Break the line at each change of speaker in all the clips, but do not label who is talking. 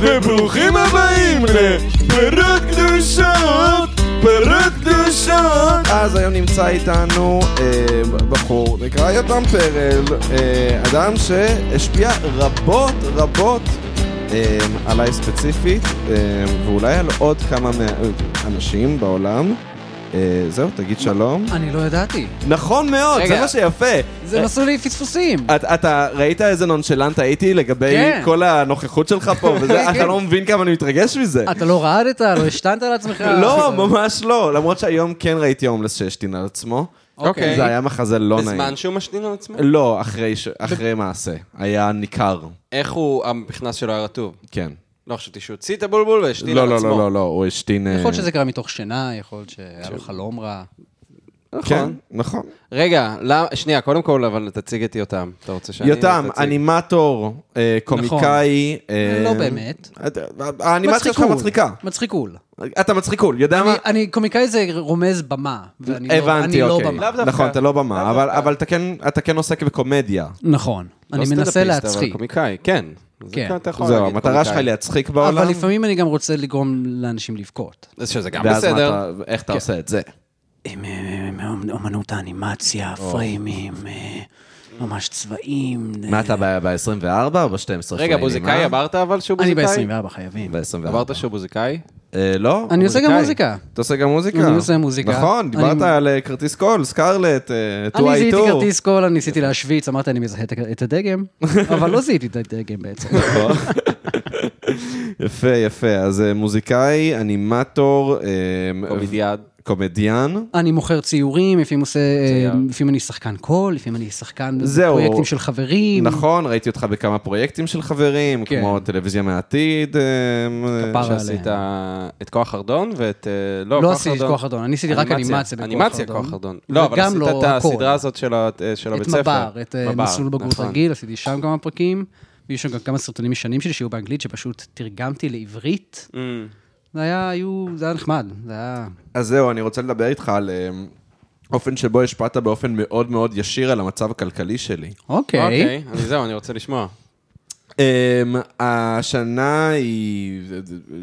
וברוכים הבאים לפרות קדושות, פרות קדושות.
אז היום נמצא איתנו אה, בחור, נקרא יותם פרל, אה, אדם שהשפיע רבות רבות אה, עליי ספציפית, אה, ואולי על עוד כמה מה- אנשים בעולם. אה, זהו, תגיד שלום.
אני לא ידעתי.
נכון מאוד, זה
רגע.
מה שיפה.
זה עשו לי פספוסים.
אתה, אתה ראית איזה נונשלנט הייתי לגבי
כן.
כל הנוכחות שלך פה, וזה,
כן,
אתה
כן.
לא מבין כמה אני מתרגש מזה.
אתה לא רעדת? לא השתנת על עצמך? אוקיי.
לא, ממש לא. למרות שהיום כן ראיתי הומלס שהשתין על עצמו.
אוקיי.
לא. זה היה מחזה לא נעים.
בזמן שהוא משתין על עצמו?
לא, אחרי ש- אחרי מעשה. היה ניכר,
איך הוא, המכנס שלו היה רטוב?
כן.
לא חשבתי שהוא הוציא את הבולבול והשתין
לא,
על
לא,
עצמו.
לא, לא, לא, הוא השתין... אה,
יכול להיות שזה קרה מתוך שינה, יכול להיות שהיה לא לו חלום רע.
כן,
נכון.
נכון.
רגע, למ- שנייה, קודם כל, אבל תציג את יותם. אתה רוצה שאני
יותם,
תציג?
אנימטור, אה, קומיקאי. אה,
לא באמת.
אתה- האנימציה שלך מצחיקה.
מצחיקול.
אתה מצחיקול, יודע
אני-
מה?
אני קומיקאי זה רומז במה, ואני לא-
הבנתי,
אני לא
אוקיי.
במה.
לאו דווקא.
נכון, אתה לא במה, אבל- אבל אתה כן- אתה כן עוסק בקומדיה.
נכון.
לא
אני מנסה
סטנדאפיסט, אבל
להצחיק.
קומיקאי, כן. זה
כן.
כן, אתה יכול
זהו,
להגיד
המטרה שלך
קומיקאי.
היא להצחיק בעולם.
אבל לפעמים אני גם רוצה לגרום לאנשים לבכות.
אז שזה גם
ואז מה
בסדר. כן.
אתה- איך אתה עושה את זה?
עם אה, אומנות האנימציה, פריימים, אה, ממש צבעים.
מה אתה ב-24 או ב-12?
רגע,
אה?
בוזיקאי אמרת אבל שהוא
אני אה.
בוזיקאי?
ב-24 חייבים.
ב-24.
אמרת שהוא בוזיקאי?
לא?
אני עושה גם
מוזיקאי.
מוזיקה.
אתה עושה גם מוזיקה?
אני עושה מוזיקה.
נכון, דיברת
אני-
על אה, כרטיס קול, סקרלט, אה, 2i2.
אני זיהיתי כרטיס קול, אני ניסיתי להשוויץ, אמרתי אני מזהה את הכ- את הדגם, אבל לא זיהיתי את הדגם בעצם.
יפה, יפה. אז אה, מוזיקאי, אנימטור, אה,
קומדיאד.
קומדיאן.
אני מוכר ציורים, לפעמים עושה, אה,
צייר.
לפעמים אני שחקן קול, לפעמים אני שחקן
זהו.
פרויקטים של חברים.
נכון, ראיתי אותך בכמה פרויקטים של חברים,
כן.
כמו טלוויזיה מהעתיד. אה, אה,
כפרה.
שעשית את כוח ארדון ואת... אה,
לא עשיתי את כוח ארדון, אני עשיתי רק אנימציה בכוח ארדון.
אנימציה כוח ארדון. לא, אבל
וגם
עשית
לא
את
הכל.
הסדרה הזאת של ה- אה, של הבית
את
ספר.
מב"ר, את אה,
מב"ר,
מסלול בגרות
נכון.
רגיל, עשיתי שם כמה פרקים. והיו שם גם כמה סרטונים ישנים שלי שהיו באנגלית, שפשוט תרגמתי לעברית.
אמ,
זה היה, היו, זה היה נחמד, זה היה...
אז זהו, אני רוצה לדבר איתך על אה, אופן שבו השפעת באופן מאוד מאוד ישיר על המצב הכלכלי שלי.
אוקיי.
אוקיי, אני- זהו, אני רוצה לשמוע.
אמ, השנה היא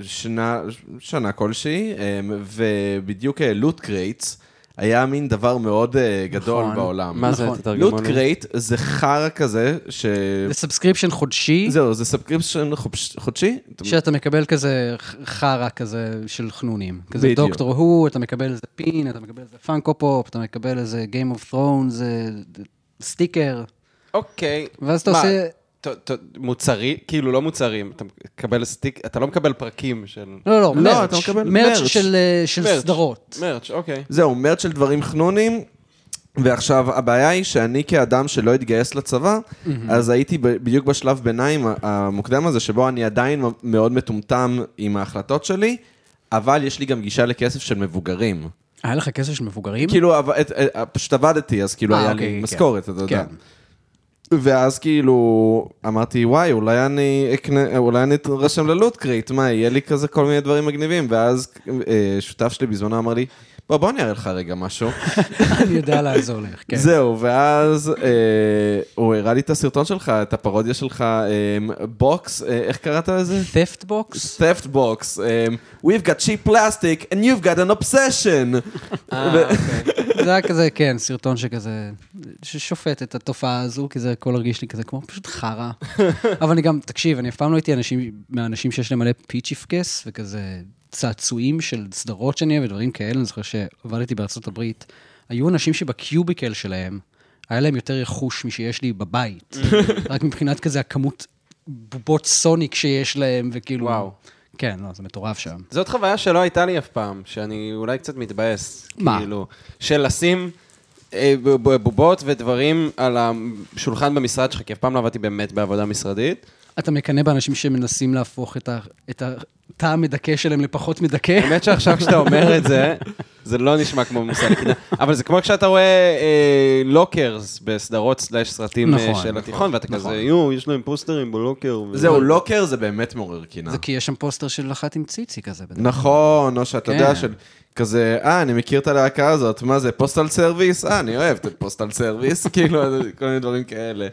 שנה, שנה כלשהי, אמ, ובדיוק לוט קרייטס היה מין דבר מאוד אה, גדול
נכון.
בעולם.
מה זה,
נכון.
תתרגמו
לוט
לנו.
קרייט זה חרא כזה, ש...
זה סאבסקריפשן חודשי.
זהו, זה סאבקריפשן חודשי?
שאתה מקבל כזה ח- חרא כזה של חנונים. כזה
בדיוק.
דוקטור הוא, אתה מקבל איזה פין, אתה מקבל איזה פאנקו פופ, אתה מקבל איזה Game of Thrones, אה, ד- סטיקר,
אוקיי.
ואז אתה
מה,
עושה...
ת- ת- מוצרים, כאילו לא מוצרים, אתה מקבל סטיק, אתה לא מקבל פרקים של...
לא, לא,
לא,
מרץ'.
אתה מקבל
מרץ'
מרץ'.
של, אה, של
מרץ'.
סדרות.
מרץ', אוקיי.
זהו, מרץ של דברים חנונים. ועכשיו, הבעיה היא שאני כאדם שלא התגייס לצבא, אז הייתי ב- בדיוק בשלב ביניים ה- המוקדם הזה, שבו אני עדיין מ- מאוד מטומטם עם ההחלטות שלי, אבל יש לי גם גישה לכסף של מבוגרים.
היה לך כסף של מבוגרים?
כאילו, עב- את- אה, פשוט עבדתי, אז כאילו
אה,
היה
אוקיי,
לי
כן.
משכורת, אתה יודע.
כן.
ואז כאילו, אמרתי, וואי, אולי אני אקנה, אולי אני אתרשם ללוט קרייט, מה, יהיה לי כזה כל מיני דברים מגניבים. ואז אה, שותף שלי בזמנו אמר לי, בוא, בוא אני אראה לך רגע משהו. כאילו-
אני יודע לעזור לך, כן.
זהו, ואז אה, הוא הראה לי את הסרטון שלך, את הפרודיה שלך, אה, בוקס, אה, איך קראת לזה?
theft box?
theft box, um, we've got cheap plastic and you've got an obsession. ו-
זה היה כזה, כן, סרטון שכזה, ששופט את התופעה הזו, כי זה הכל הרגיש לי כזה כמו פשוט חרא. אבל אני גם, תקשיב, אני אף פעם לא הייתי אנשים, מהאנשים שיש להם מלא פיצ'יפקס, וכזה צעצועים של סדרות שאני אוהב ודברים כאלה. אני זוכר שעבדתי בארצות הברית, היו אנשים שבקיוביקל שלהם, היה להם יותר רכוש משיש לי בבית. רק מבחינת כזה הכמות בובות סוניק שיש להם, וכאילו...
וואו.
כן, לא, זה מטורף שם.
זאת חוויה שלא הייתה לי אף פעם, שאני אולי קצת מתבאס.
מה?
כאילו, של לשים אה, ב- ב- בובות ודברים על השולחן במשרד שלך, כי אף פעם לא עבדתי באמת בעבודה משרדית.
אתה מקנא באנשים שמנסים להפוך את ה- את התא המדכא שלהם לפחות מדכא?
האמת שעכשיו כשאתה אומר את זה, זה לא נשמע כמו מושג נקידה, אבל זה כמו כשאתה רואה אה, לוקרס בסדרות סלאש סרטים אה,
נכון,
של
נכון,
התיכון, ואתה
נכון.
כזה, יואו, יש להם פוסטרים בלוקר. ו-
זהו, לוקר זה באמת מעורר קינה.
זה כי יש שם פוסטר של אחת עם ציצי כזה. בדרך.
נכון, או שאתה יודע
כן.
של... כזה, אה, אני מכיר את הלהקה הזאת, מה זה, פוסטל סרוויס? אה, אני אוהב את פוסטל סרוויס, כאילו, כל מיני דברים כאלה.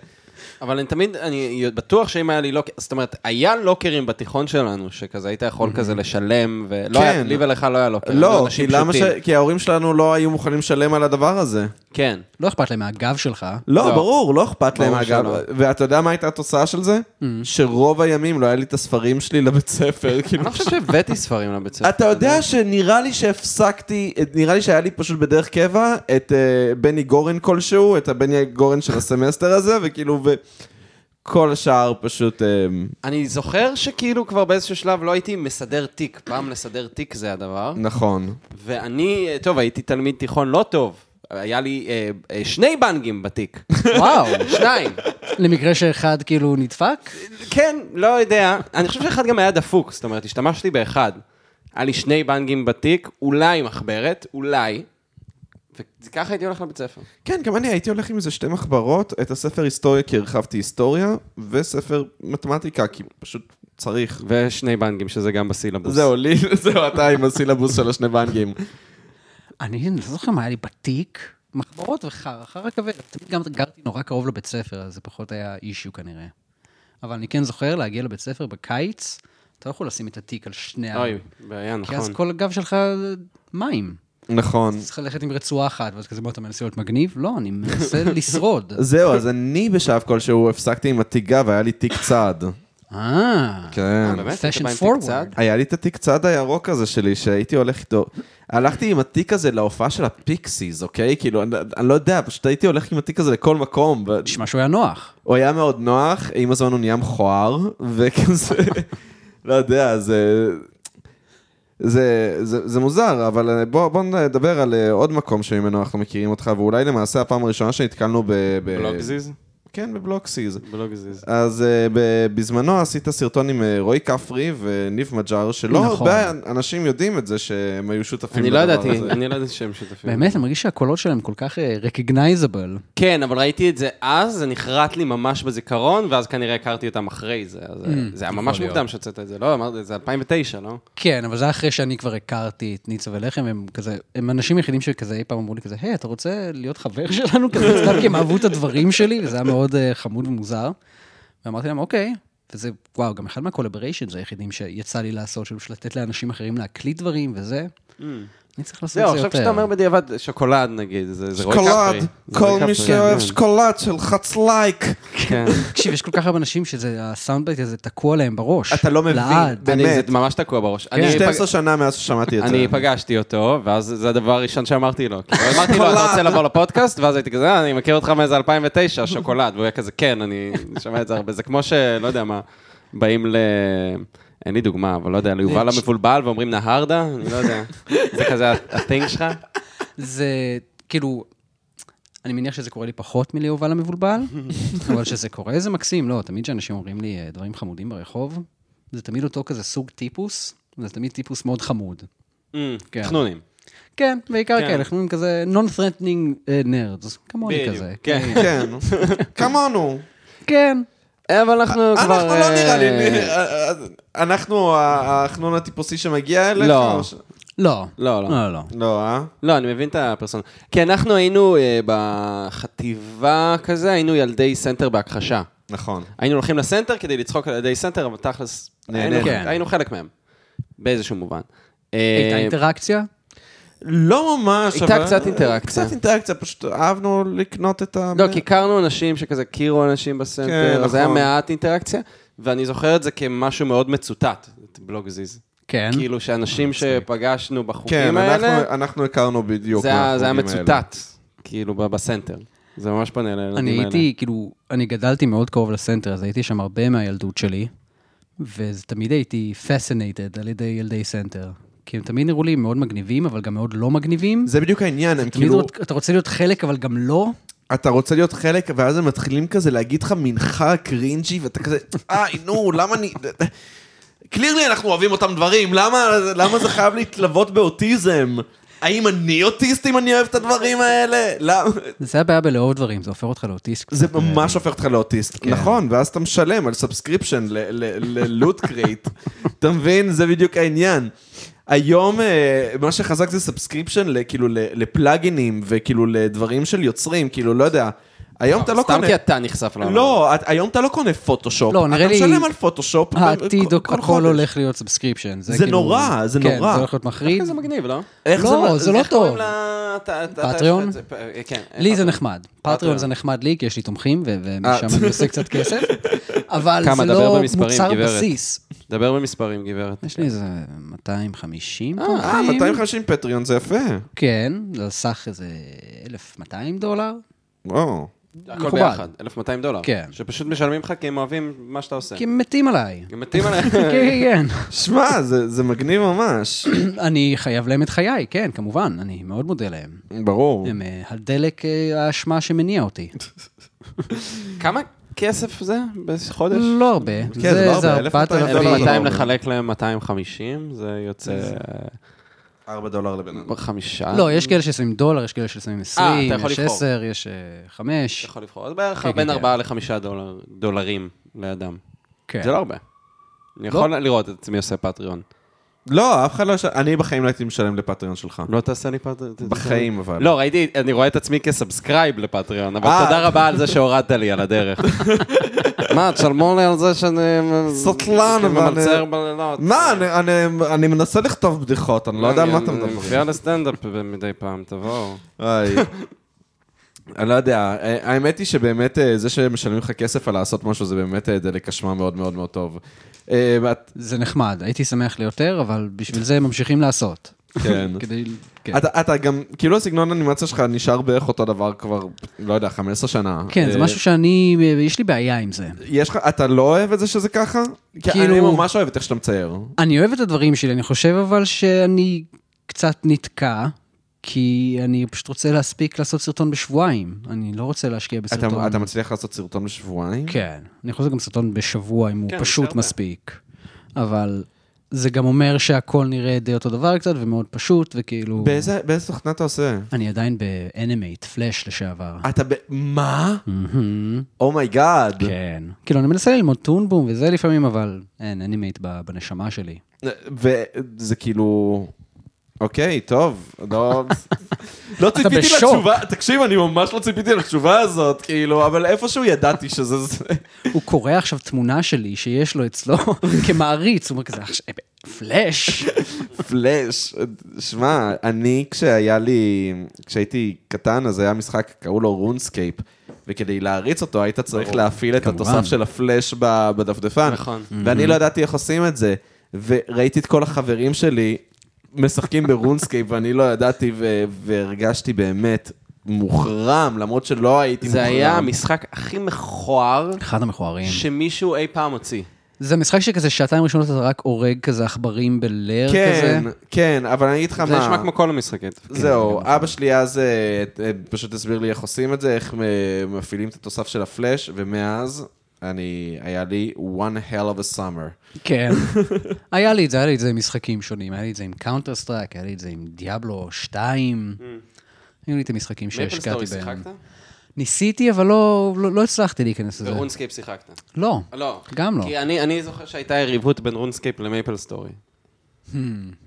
אבל אני תמיד, אני בטוח שאם היה לי לוקר, זאת אומרת, היה לוקרים בתיכון שלנו, שכזה היית יכול כזה לשלם, ולא
כן.
היה, לי ולך לא היה לוקר.
לא, כי
אנשים
למה ש...
פשוטים.
כי ההורים שלנו לא היו מוכנים לשלם על הדבר הזה.
כן.
לא אכפת להם מהגב שלך.
לא,
לא.
ברור, לא אכפת
ברור
להם אגב. Mm.
שלא.
ואתה יודע מה הייתה התוצאה של זה? שרוב הימים לא היה לי את הספרים שלי לבית ספר. כאילו,
אני לא חושב שהבאתי ספרים לבית ספר.
אתה יודע שנראה לי שהפסקתי, נראה לי שהיה לי פשוט בדרך קבע את אה, בני גורן כלשהו, את הבני גורן של הסמסטר הזה, וכאילו, וכל השאר פשוט... אה,
אני זוכר שכאילו כבר באיזשהו שלב לא הייתי מסדר תיק. פעם לסדר תיק זה הדבר.
נכון.
ואני, אה, טוב, הייתי תלמיד תיכון לא טוב. היה לי אה, אה, שני בנגים בתיק.
וואו.
שניים.
למקרה שאחד כאילו נדפק?
כן, לא יודע. אני חושב שאחד גם היה דפוק, זאת אומרת, השתמשתי באחד. היה לי שני בנגים בתיק, אולי מחברת, אולי. וככה הייתי הולך לבית ספר.
כן, גם אני הייתי הולך עם איזה שתי מחברות, את הספר היסטוריה כי הרחבתי היסטוריה, וספר מתמטיקה כי פשוט צריך.
ושני בנגים, שזה גם בסילבוס.
זהו, לי, זהו, אתה עם הסילבוס של השני בנגים.
אני לא זוכר מה היה לי בתיק, מחברות וחרא, חרא כבד. תמיד גם גרתי נורא קרוב לבית ספר, אז זה פחות היה אישיו כנראה. אבל אני כן זוכר להגיע לבית ספר בקיץ, אתה לא יכול לשים את התיק על שני ה...
אוי, בעיה,
כי אז
נכון.
כל הגב שלך מים.
נכון.
צריך ללכת עם רצועה אחת, ואז כזה, מה, אתה מנסה להיות מגניב? לא, אני מנסה לשרוד.
זהו, אז אני בשלב כלשהו הפסקתי עם התיגה והיה לי תיק צד.
אה,
כן.
באמת? היית
fashion
בא עם תיק
forward.
צד?
היה לי את התיק צד הירוק הזה שלי, שהייתי הולך איתו. הלכתי עם התיק הזה להופעה של הפיקסיס, אוקיי? כאילו, אני, אני לא יודע, פשוט הייתי הולך עם התיק הזה לכל מקום. ו-
נשמע שהוא היה נוח.
הוא היה מאוד נוח, עם הזמן הוא נהיה מכוער, וכזה, לא יודע, זה... זה, זה, זה מוזר, אבל בואו בוא נדבר על אה, עוד מקום שממנו אנחנו מכירים אותך, ואולי למעשה הפעם הראשונה שנתקלנו ב... ב-
בלוגזיז?
כן, בבלוקסיז.
בלוגזיז.
אז אה, ב- בזמנו עשית סרטון עם אה, רועי כפרי וניב מג'אר, שלא
נכון.
הרבה אנשים יודעים את זה שהם היו שותפים
אני לא
לדבר
ידעתי,
הזה.
אני לא ידעתי שהם שותפים.
באמת, אני מרגיש שהקולות שלהם כל כך אה, רקגנייזבל.
כן, אבל ראיתי את זה אז, זה נחרט לי ממש בזיכרון, ואז כנראה הכרתי אותם אחרי זה. אז זה היה ממש
יכול להיות.
מוקדם שהוצאת את זה, לא? אמרת, זה 2009, לא?
כן, אבל זה אחרי שאני כבר הכרתי את ניצה ולחם, הם כזה, הם אנשים יחידים שכזה אי פעם אמרו לי כזה, היי, אתה רוצה להיות חבר שלנו? כזה, סתם כי הם אהבו את הדברים שלי, וזה היה מאוד אה, חמוד ומוזר. ואמרתי להם, אוקיי. וזה, וואו, גם אחד מהקולבריישנס היחידים שיצא לי לעשות, של פשוט לתת לאנשים אחרים להקליט דברים וזה. אני צריך לעשות את
Mm. זהו,
זה יותר.
עכשיו כשאתה אומר בדיעבד, שוקולד נגיד, זה זה רועי כפרי.
שקולד,
זה רועי
כל מי
כפרי.
שאוהב שקולד שלחץ לייק.
כן.
תקשיב, יש כל כך הרבה אנשים שזה, הסאונד בייט הזה תקוע להם בראש.
אתה לא מבין.
לעד.
באמת. כן.
אני, זה ממש תקוע בראש. אני פג-
12 שנה מאז ששמעתי את זה.
אני פגשתי אותו, ואז זה הדבר הראשון שאמרתי לו. כאילו, אמרתי לו, אתה רוצה לבוא לפודקאסט? ואז הייתי כזה, "אה, אני מכיר אותך מאיזה 2009, שוקולד. והוא היה כזה, כן, אני שומע את זה הרבה. זה כמו שלא יודע מה, באים ל... אין לי דוגמה, אבל לא יודע, ליובל המבולבל ואומרים נהרדה? אני לא יודע. זה כזה ה-thing שלך?
זה כאילו, אני מניח שזה קורה לי פחות מליובל המבולבל, אבל שזה קורה זה מקסים. לא, תמיד כשאנשים אומרים לי אה, דברים חמודים ברחוב, זה תמיד אותו כזה סוג טיפוס, זה תמיד טיפוס מאוד חמוד.
Mm,
כן.
תחנונים.
כן, בעיקר
כן.
כאלה, חנונים כזה non-threatening אה, nerds, כמוני
בדיוק,
כזה.
כן.
כן, כמונו.
כן.
אבל אנחנו כבר...
אנחנו לא
אה,
נראה לי, אה, אנחנו החנון הטיפוסי שמגיע אליך?
לא.
או ש-
לא.
לא, לא.
לא, לא.
לא, אה?
לא, אני מבין את הפרסונה. כי אנחנו היינו אה, בחטיבה כזה, היינו ילדי סנטר בהכחשה.
נכון.
היינו הולכים לסנטר כדי לצחוק על ידי סנטר, אבל תכלס,
נהנינו.
היינו-
כן.
היינו חלק מהם, באיזשהו מובן.
הייתה
אה,
אינטראקציה?
לא ממש,
הייתה קצת אינטראקציה.
קצת אינטראקציה, פשוט אהבנו לקנות את ה...
לא, כי הכרנו אנשים שכזה הכירו אנשים בסנטר,
כן,
אז היה
נכון.
מעט אינטראקציה, ואני זוכר את זה כמשהו מאוד מצוטט, את בלוג זיז.
כן.
כאילו שאנשים שפגשנו בחוגים
כן, אנחנו-
האלה,
אנחנו הכרנו בדיוק.
זה היה- זה היה
מהחוגים האלה.
מצוטט, כאילו ב- בסנטר. זה ממש פונה לילדים האלה.
אני הייתי, כאילו, אני גדלתי מאוד קרוב לסנטר, אז הייתי שם הרבה מהילדות שלי, ותמיד הייתי fascinated על ידי ילדי סנטר. כי הם תמיד נראו לי מאוד מגניבים, אבל גם מאוד לא מגניבים.
זה בדיוק העניין, הם
תמיד
כאילו,
רוצ- אתה רוצה להיות חלק, אבל גם לא.
אתה רוצה להיות חלק, ואז הם מתחילים כזה להגיד לך מנחה קרינג'י, ואתה כזה, איי, נו, למה אני... קלירלי אנחנו אוהבים אותם דברים, למה, למה זה חייב להתלוות באוטיזם? האם אני אוטיסט אם אני אוהב את הדברים האלה? למה?
זה הבעיה בלאהוב דברים, זה הופך אותך לאוטיסט.
זה ממש הופך אותך לאוטיסט. נכון, ואז אתה משלם על סאבסקריפשן ללוט קרייט. אתה מבין? זה בדיוק העניין. היום אה, מה שחזק זה סאבסקריפשן כאילו ל- לפלאגינים וכאילו לדברים של יוצרים, כאילו לא יודע. היום אתה לא
סתם
קונה...
כי אתה נחשף לעולם.
לא, את- היום אתה לא קונה פוטושופ.
לא, נראה לי-
אתה משלם על פוטושופ. ב-
העתיד,
כל- כל
הכל
חודש.
הולך להיות סאבסקריפשן.
זה נורא, זה
כן,
נורא.
זה הולך להיות מחריד.
כן, זה מגניב, לא?
איך זה-
לא, זה לא
איך קוראים
טוב.
לה- אתה- אתה- אתה-
פטריון?
זה- פ- אה, כן.
לי זה
פטריון.
נחמד. פטריון זה נחמד לי, כי יש לי תומכים, ו- ומשם
אה.
אני עושה קצת כסף, אבל
כמה?
זה
דבר
לא
במספרים,
מוצר
גברת.
בסיס.
דבר במספרים, גברת.
יש לי איזה 250
אה,
תומכים.
250 פטריון זה יפה.
כן, זה סך איזה 1,200 דולר.
וואו.
הכל
מכובד.
ביחד, 1,200 דולר.
כן.
שפשוט משלמים לך כי הם אוהבים מה שאתה עושה.
כי הם מתים עליי.
הם מתים עליהם.
כן, כן,
שמע, זה זה מגניב ממש.
כן. אני חייב להם את חיי, כן, כמובן, אני מאוד מודה להם.
ברור.
הם אה, הדלק אה, האשמה שמניע אותי.
כמה כסף זה בחודש?
לא הרבה.
זה לא
זה-
הרבה,
זה
1,200
4,000.
דולר.
1,200 לחלק ל-250, זה יוצא
4 דולר לבן אדם.
אה, חמישה.
לא, יש כאלה ששמים דולר, יש כאלה ששמים 20,
אתה יכול
יש
לבחור.
10, יש אה, 5.
אתה יכול לבחור. זה לא- בערך
כן,
בין
כן.
4 ל-5 דולרים לאדם.
כן. לא.
זה לא הרבה. אני יכול לראות את עצמי עושה פטריון.
לא, אף אחד לא... ש- אני בחיים לא הייתי משלם לפטריון שלך.
לא תעשה לי פטריון.
בחיים אבל.
לא, ראיתי, אני רואה את עצמי כסאבסקרייב לפטריון, אבל
אה.
תודה רבה על זה שהורדת לי על הדרך. מה, תשלמו לי על זה שאני...
סטלן, אבל-
ממלצר בלילות.
מה, אני- אני- אני מנסה לכתוב בדיחות, אני לא יודע על מה אתם
אני
מדברים.
מופיע לסטנדאפ מדי פעם, תבואו.
איי. אני לא יודע, אה, האמת היא שבאמת אה, זה שמשלמים לך כסף על לעשות משהו זה באמת אה, דלק אשמה מאוד מאוד מאוד טוב. אה, ואת-
זה נחמד, הייתי שמח ליותר, אבל בשביל זה ממשיכים לעשות.
כן.
כדי... כן.
אתה- אתה גם, כאילו הסגנון האנימציה שלך נשאר בערך אותו דבר כבר, לא יודע, 15 שנה.
כן, זה
אה,
משהו שאני, יש לי בעיה עם זה.
יש לך, אתה לא אוהב את זה שזה ככה? כאילו... אני
כאילו-
ממש אוהב את איך שאתה מצייר.
אני אוהב את הדברים שלי, אני חושב אבל שאני קצת נתקע, כי אני פשוט רוצה להספיק לעשות סרטון בשבועיים. אני לא רוצה להשקיע
אתה-
בסרטון.
אתה מצליח לעשות סרטון בשבועיים?
כן, אני יכול לעשות גם סרטון בשבוע אם הוא
כן, זה
פשוט
הרבה.
מספיק. אבל זה גם אומר שהכל נראה די אותו דבר קצת ומאוד פשוט, וכאילו...
באיזה באיזה תוכנה אתה עושה?
אני עדיין באנימייט, פלאש לשעבר.
אתה ב... מה? Oh
מהמם.
אומייגאד.
כן. כאילו, אני מנסה ללמוד טונבום וזה לפעמים, אבל אין, אנימייט ב- בנשמה שלי.
וזה כאילו... אוקיי, טוב, לא... לא ציפיתי
בשוק.
לתשובה, תקשיב, אני ממש לא ציפיתי לתשובה הזאת, כאילו, אבל איפשהו ידעתי שזה... זה.
הוא קורא עכשיו תמונה שלי שיש לו אצלו כמעריץ, הוא אומר כזה, "עכשיו, פלאש.
פלאש. שמע, אני כשהיה לי, כשהייתי קטן, אז היה משחק, קראו לו רונסקייפ, וכדי להריץ אותו היית צריך להפעיל את
כמובן.
התוסף של הפלאש ב- בדפדפן.
נכון.
ואני לא ידעתי איך עושים את זה, וראיתי את כל החברים שלי משחקים ברונסקייפ, ואני לא ידעתי, ו- והרגשתי באמת מוחרם, למרות שלא הייתי מוחרם.
זה היה המשחק הכי מכוער
אחד המכוערים.
שמישהו אי פעם הוציא.
זה משחק שכזה שעתיים ראשונות אתה רק הורג כזה עכברים בלר כזה.
כן, כן, אבל אני אגיד לך מה...
זה נשמע כמו כל המשחקים.
זהו, אבא שלי אז אה, אה, פשוט הסביר לי איך עושים את זה, איך אה, מפעילים את התוסף של הפלאש, ומאז אני, היה לי one hell of a summer.
כן. היה לי את זה, היה לי את זה עם משחקים שונים, היה לי את זה עם קאונטר סטרייק, היה לי את זה עם דיאבלו 2. היו לי את המשחקים שהשקעתי
מייפלסטורי
בהם.
Mm. שיחקת?
ניסיתי, אבל לא לא- לא הצלחתי להיכנס לזה.
ורונסקייפ שיחקת.
לא.
לא.
גם לא.
כי אני אני זוכר שהייתה יריבות בין רונסקייפ למייפל סטורי.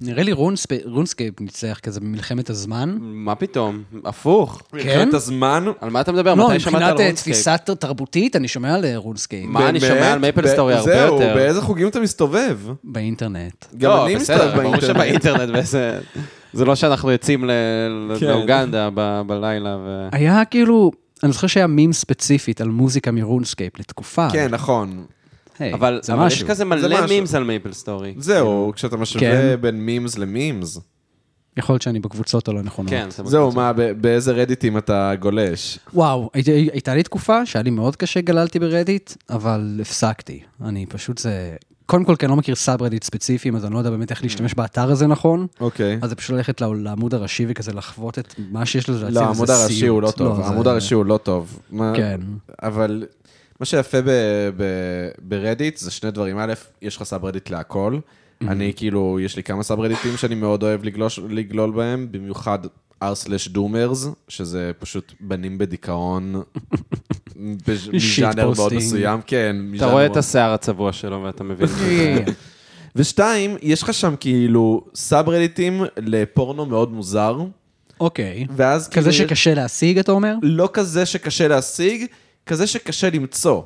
נראה לי רונספ- רונסקייפ ניצח כזה במלחמת הזמן.
מה פתאום? הפוך.
כן?
את הזמן,
על מה אתה מדבר?
לא,
מתי שמעת על
מבחינת אה,
רונסקייפ?
תפיסה תרבותית, אני שומע על אה, רונסקייפ.
מה אני שומע על
באמת?
מייפל סטורי
ב-
הרבה יותר.
זהו, באיזה חוגים אתה מסתובב?
אה. באינטרנט.
גם
לא,
אני
בסדר,
מסתובב
ברור
באינטרנט.
שבאינטרנט, וזה- זה לא שאנחנו יוצאים ל-
כן.
לאוגנדה ב- בלילה ו...
היה כאילו, אני זוכר שהיה מים ספציפית על מוזיקה מרונסקייפ לתקופה.
כן, נכון.
היי,
אבל
אה, זה
אבל יש
משהו.
כזה
זה
מלא
משהו.
מימס על מייפל סטורי.
זהו, כשאתה משווה
כן.
בין מימס למימס.
יכול להיות שאני בקבוצות הלא נכונות.
כן, אתה
זהו,
בקבוצה.
מה, ב- באיזה רדיטים אתה גולש?
וואו, הייתי- הייתה לי תקופה שהיה לי מאוד קשה, גללתי ברדיט, אבל הפסקתי. אני פשוט זה... קודם כל, כי אני לא מכיר סאב-רדיט ספציפיים, אז אני לא יודע באמת איך להשתמש באתר הזה נכון.
Mm. אוקיי.
אז זה פשוט ללכת לא- לעמוד הראשי וכזה לחוות את מה שיש לזה
לא,
להציע, וזה
העמוד הראשי
סיוט.
הוא לא טוב,
זה-
העמוד הראשי הוא לא טוב. מה-
כן.
אבל מה שיפה ב- ב- ברדיט זה שני דברים. א', יש לך סאברדיט להכל. אני כאילו, יש לי כמה סאברדיטים שאני מאוד אוהב לגלוש- לגלול בהם, במיוחד r/doomers, שזה פשוט בנים בדיכאון, בז- מז'אנר מאוד
פוסטינג.
מסוים, כן.
אתה
מז'אנר
רואה
מאוד-
את השיער הצבוע שלו ואתה מבין.
כן.
ושתיים, יש לך שם כאילו סאברדיטים לפורנו מאוד מוזר,
אוקיי.
ואז
כזה
כאילו-
שקשה להשיג, אתה אומר?
לא כזה שקשה להשיג, כזה שקשה למצוא.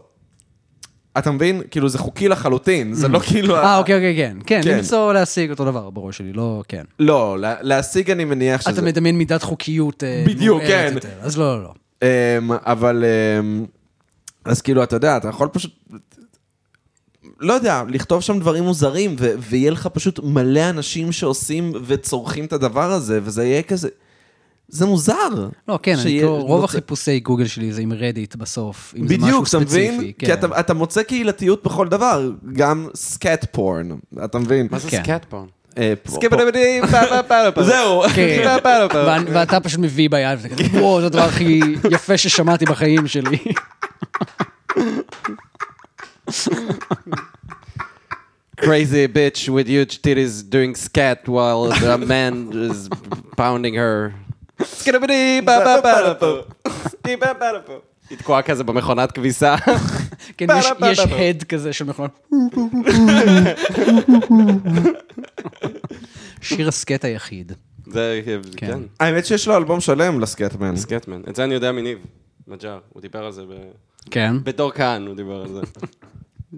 אתה מבין? כאילו, זה חוקי לחלוטין, זה לא כאילו...
אה, אוקיי, אוקיי, כן. כן,
כן.
למצוא או להשיג אותו דבר בראש שלי, לא, כן.
לא, לה- להשיג אני מניח שזה...
אתה מדמיין מידת חוקיות אה,
בדיוק,
מעורערת
כן.
יותר, אז לא, לא, לא.
אמ, אבל... אמ, אז כאילו, אתה יודע, אתה יכול פשוט... לא יודע, לכתוב שם דברים מוזרים, ו- ויהיה לך פשוט מלא אנשים שעושים וצורכים את הדבר הזה, וזה יהיה כזה... זה מוזר.
לא, כן, אני
שיהיה-
כאילו, רוב
מוצא-
החיפושי גוגל שלי זה עם רדיט בסוף, אם זה משהו
בדיוק, אתה
ספציפי.
מבין?
כן.
כי אתה, אתה מוצא קהילתיות בכל דבר, גם סקאט פורן, אתה מבין?
מה זה
כן.
סקאט פורן?
אה, פה-
סקיבדבדים, פעלה פעלה
פה.
פעלה.
זהו.
כן.
פעלה פעלה פעלה.
ואני- ואתה פשוט מביא ביד, וזה כזה, וואו, זה הדבר הכי יפה ששמעתי בחיים שלי.
Crazy bitch with huge titties doing scat while the man is pounding her. סקיבדבדים, פעלה פעלה פעלה. סקיבדבדים, פעלה פעלה. היא תקועה כזה במכונת כביסה.
כן,
פעם,
יש-
פעם,
יש
פעם.
הד כזה של מכונן. שיר הסקט היחיד.
זה,
כן.
כן.
האמת שיש לו אלבום שלם לסקטמן.
סקטמן. את זה אני יודע מניב, נג'אר. הוא דיבר על זה ב-
כן.
בתור כהן, הוא דיבר על זה.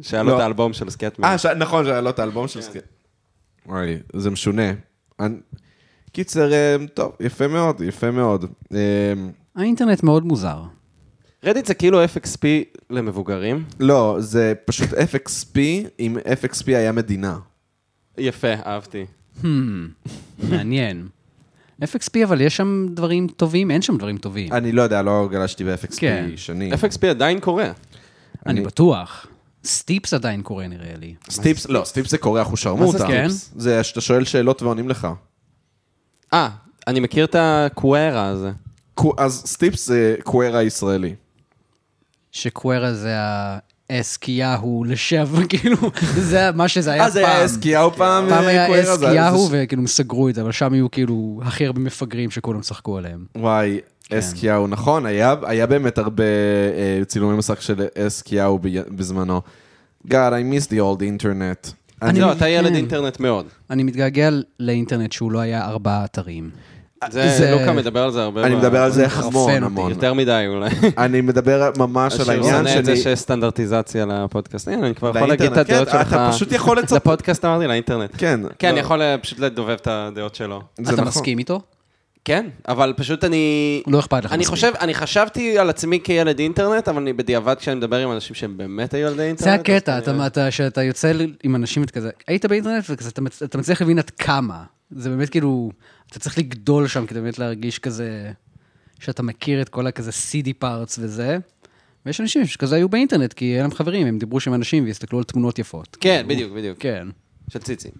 שהיה
לא.
לו את האלבום של סקטמן.
אה, ש- נכון, זה היה לו את האלבום של סקט. כן. וואי, זה משונה. אני- קיצר, אה, טוב, יפה מאוד, יפה מאוד. אה,
האינטרנט מאוד מוזר.
רדיט זה כאילו FXP למבוגרים.
לא, זה פשוט FXP, אם FXP היה מדינה.
יפה, אהבתי.
Hmm. מעניין. FXP, אבל יש שם דברים טובים? אין שם דברים טובים.
אני לא יודע, לא גלשתי ב-FXP
כן.
שני.
FXP עדיין קורה.
אני
אני-
בטוח. סטיפס עדיין קורה, נראה לי.
סטיפס, לא, סטיפס זה קורח הוא שרמוטה.
כן?
זה שאתה שואל שאלות ועונים לך.
אה, אני מכיר את הקווארה הזה.
קו- אז סטיפס זה קווארה הישראלי.
שקווארה זה האסקיהו לשעבר, כאילו, זה מה שזה היה פעם.
אה, זה היה
כן.
אסקיהו פעם?
פעם היה
קווארה, זה-
אסקיהו,
זה-
וכאילו הם סגרו את זה, אבל שם היו כאילו הכי הרבה מפגרים שכולם צחקו עליהם.
וואי, אסקיהו, נכון, היה, היה באמת הרבה אה, צילומי מסך של אסקיהו ב- בזמנו. God, I miss the old internet. אני...
לא, אתה ילד
כן.
אינטרנט מאוד.
אני מתגעגע לאינטרנט שהוא לא היה ארבעה אתרים. זה-
זה, לוקה מדבר על זה הרבה.
אה, אני
ב-
מדבר על זה
חרפן
המון
אותי.
המון.
יותר מדי אולי.
אני מדבר ממש על העניין
שאני... את זה
שלי.
שיש סטנדרטיזציה לפודקאסט. הנה, אני כבר יכול
לאינטרנט,
להגיד את הדעות
כן,
שלך.
אתה פשוט יכול לצפ-
לפודקאסט אמרתי, לאינטרנט.
כן,
כן,
לא.
אני יכול אה, פשוט לדובב את הדעות שלו.
זה
אתה
נכון.
מסכים איתו?
כן, אבל פשוט אני...
לא אכפת לך
אני
מספיק.
חושב, אני חשבתי על עצמי כילד אינטרנט, אבל אני בדיעבד כשאני מדבר עם אנשים שהם באמת היו ילדי
זה
אינטרנט. אז
הקטע,
אני-
אתה- אתה- שאתה יוצא ל- עם אנשים וכזה, היית באינטרנט וכזה, אתה מצ- אתה מצליח להבין עד כמה. זה באמת כאילו, אתה צריך לגדול שם כדי באמת להרגיש כזה, שאתה מכיר את כל הכזה CD parts וזה. ויש אנשים שכזה היו באינטרנט, כי אין להם חברים, הם דיברו שם עם אנשים והסתכלו על תמונות יפות.
כן, בדיוק, בדיוק.
כן,
של ציצים.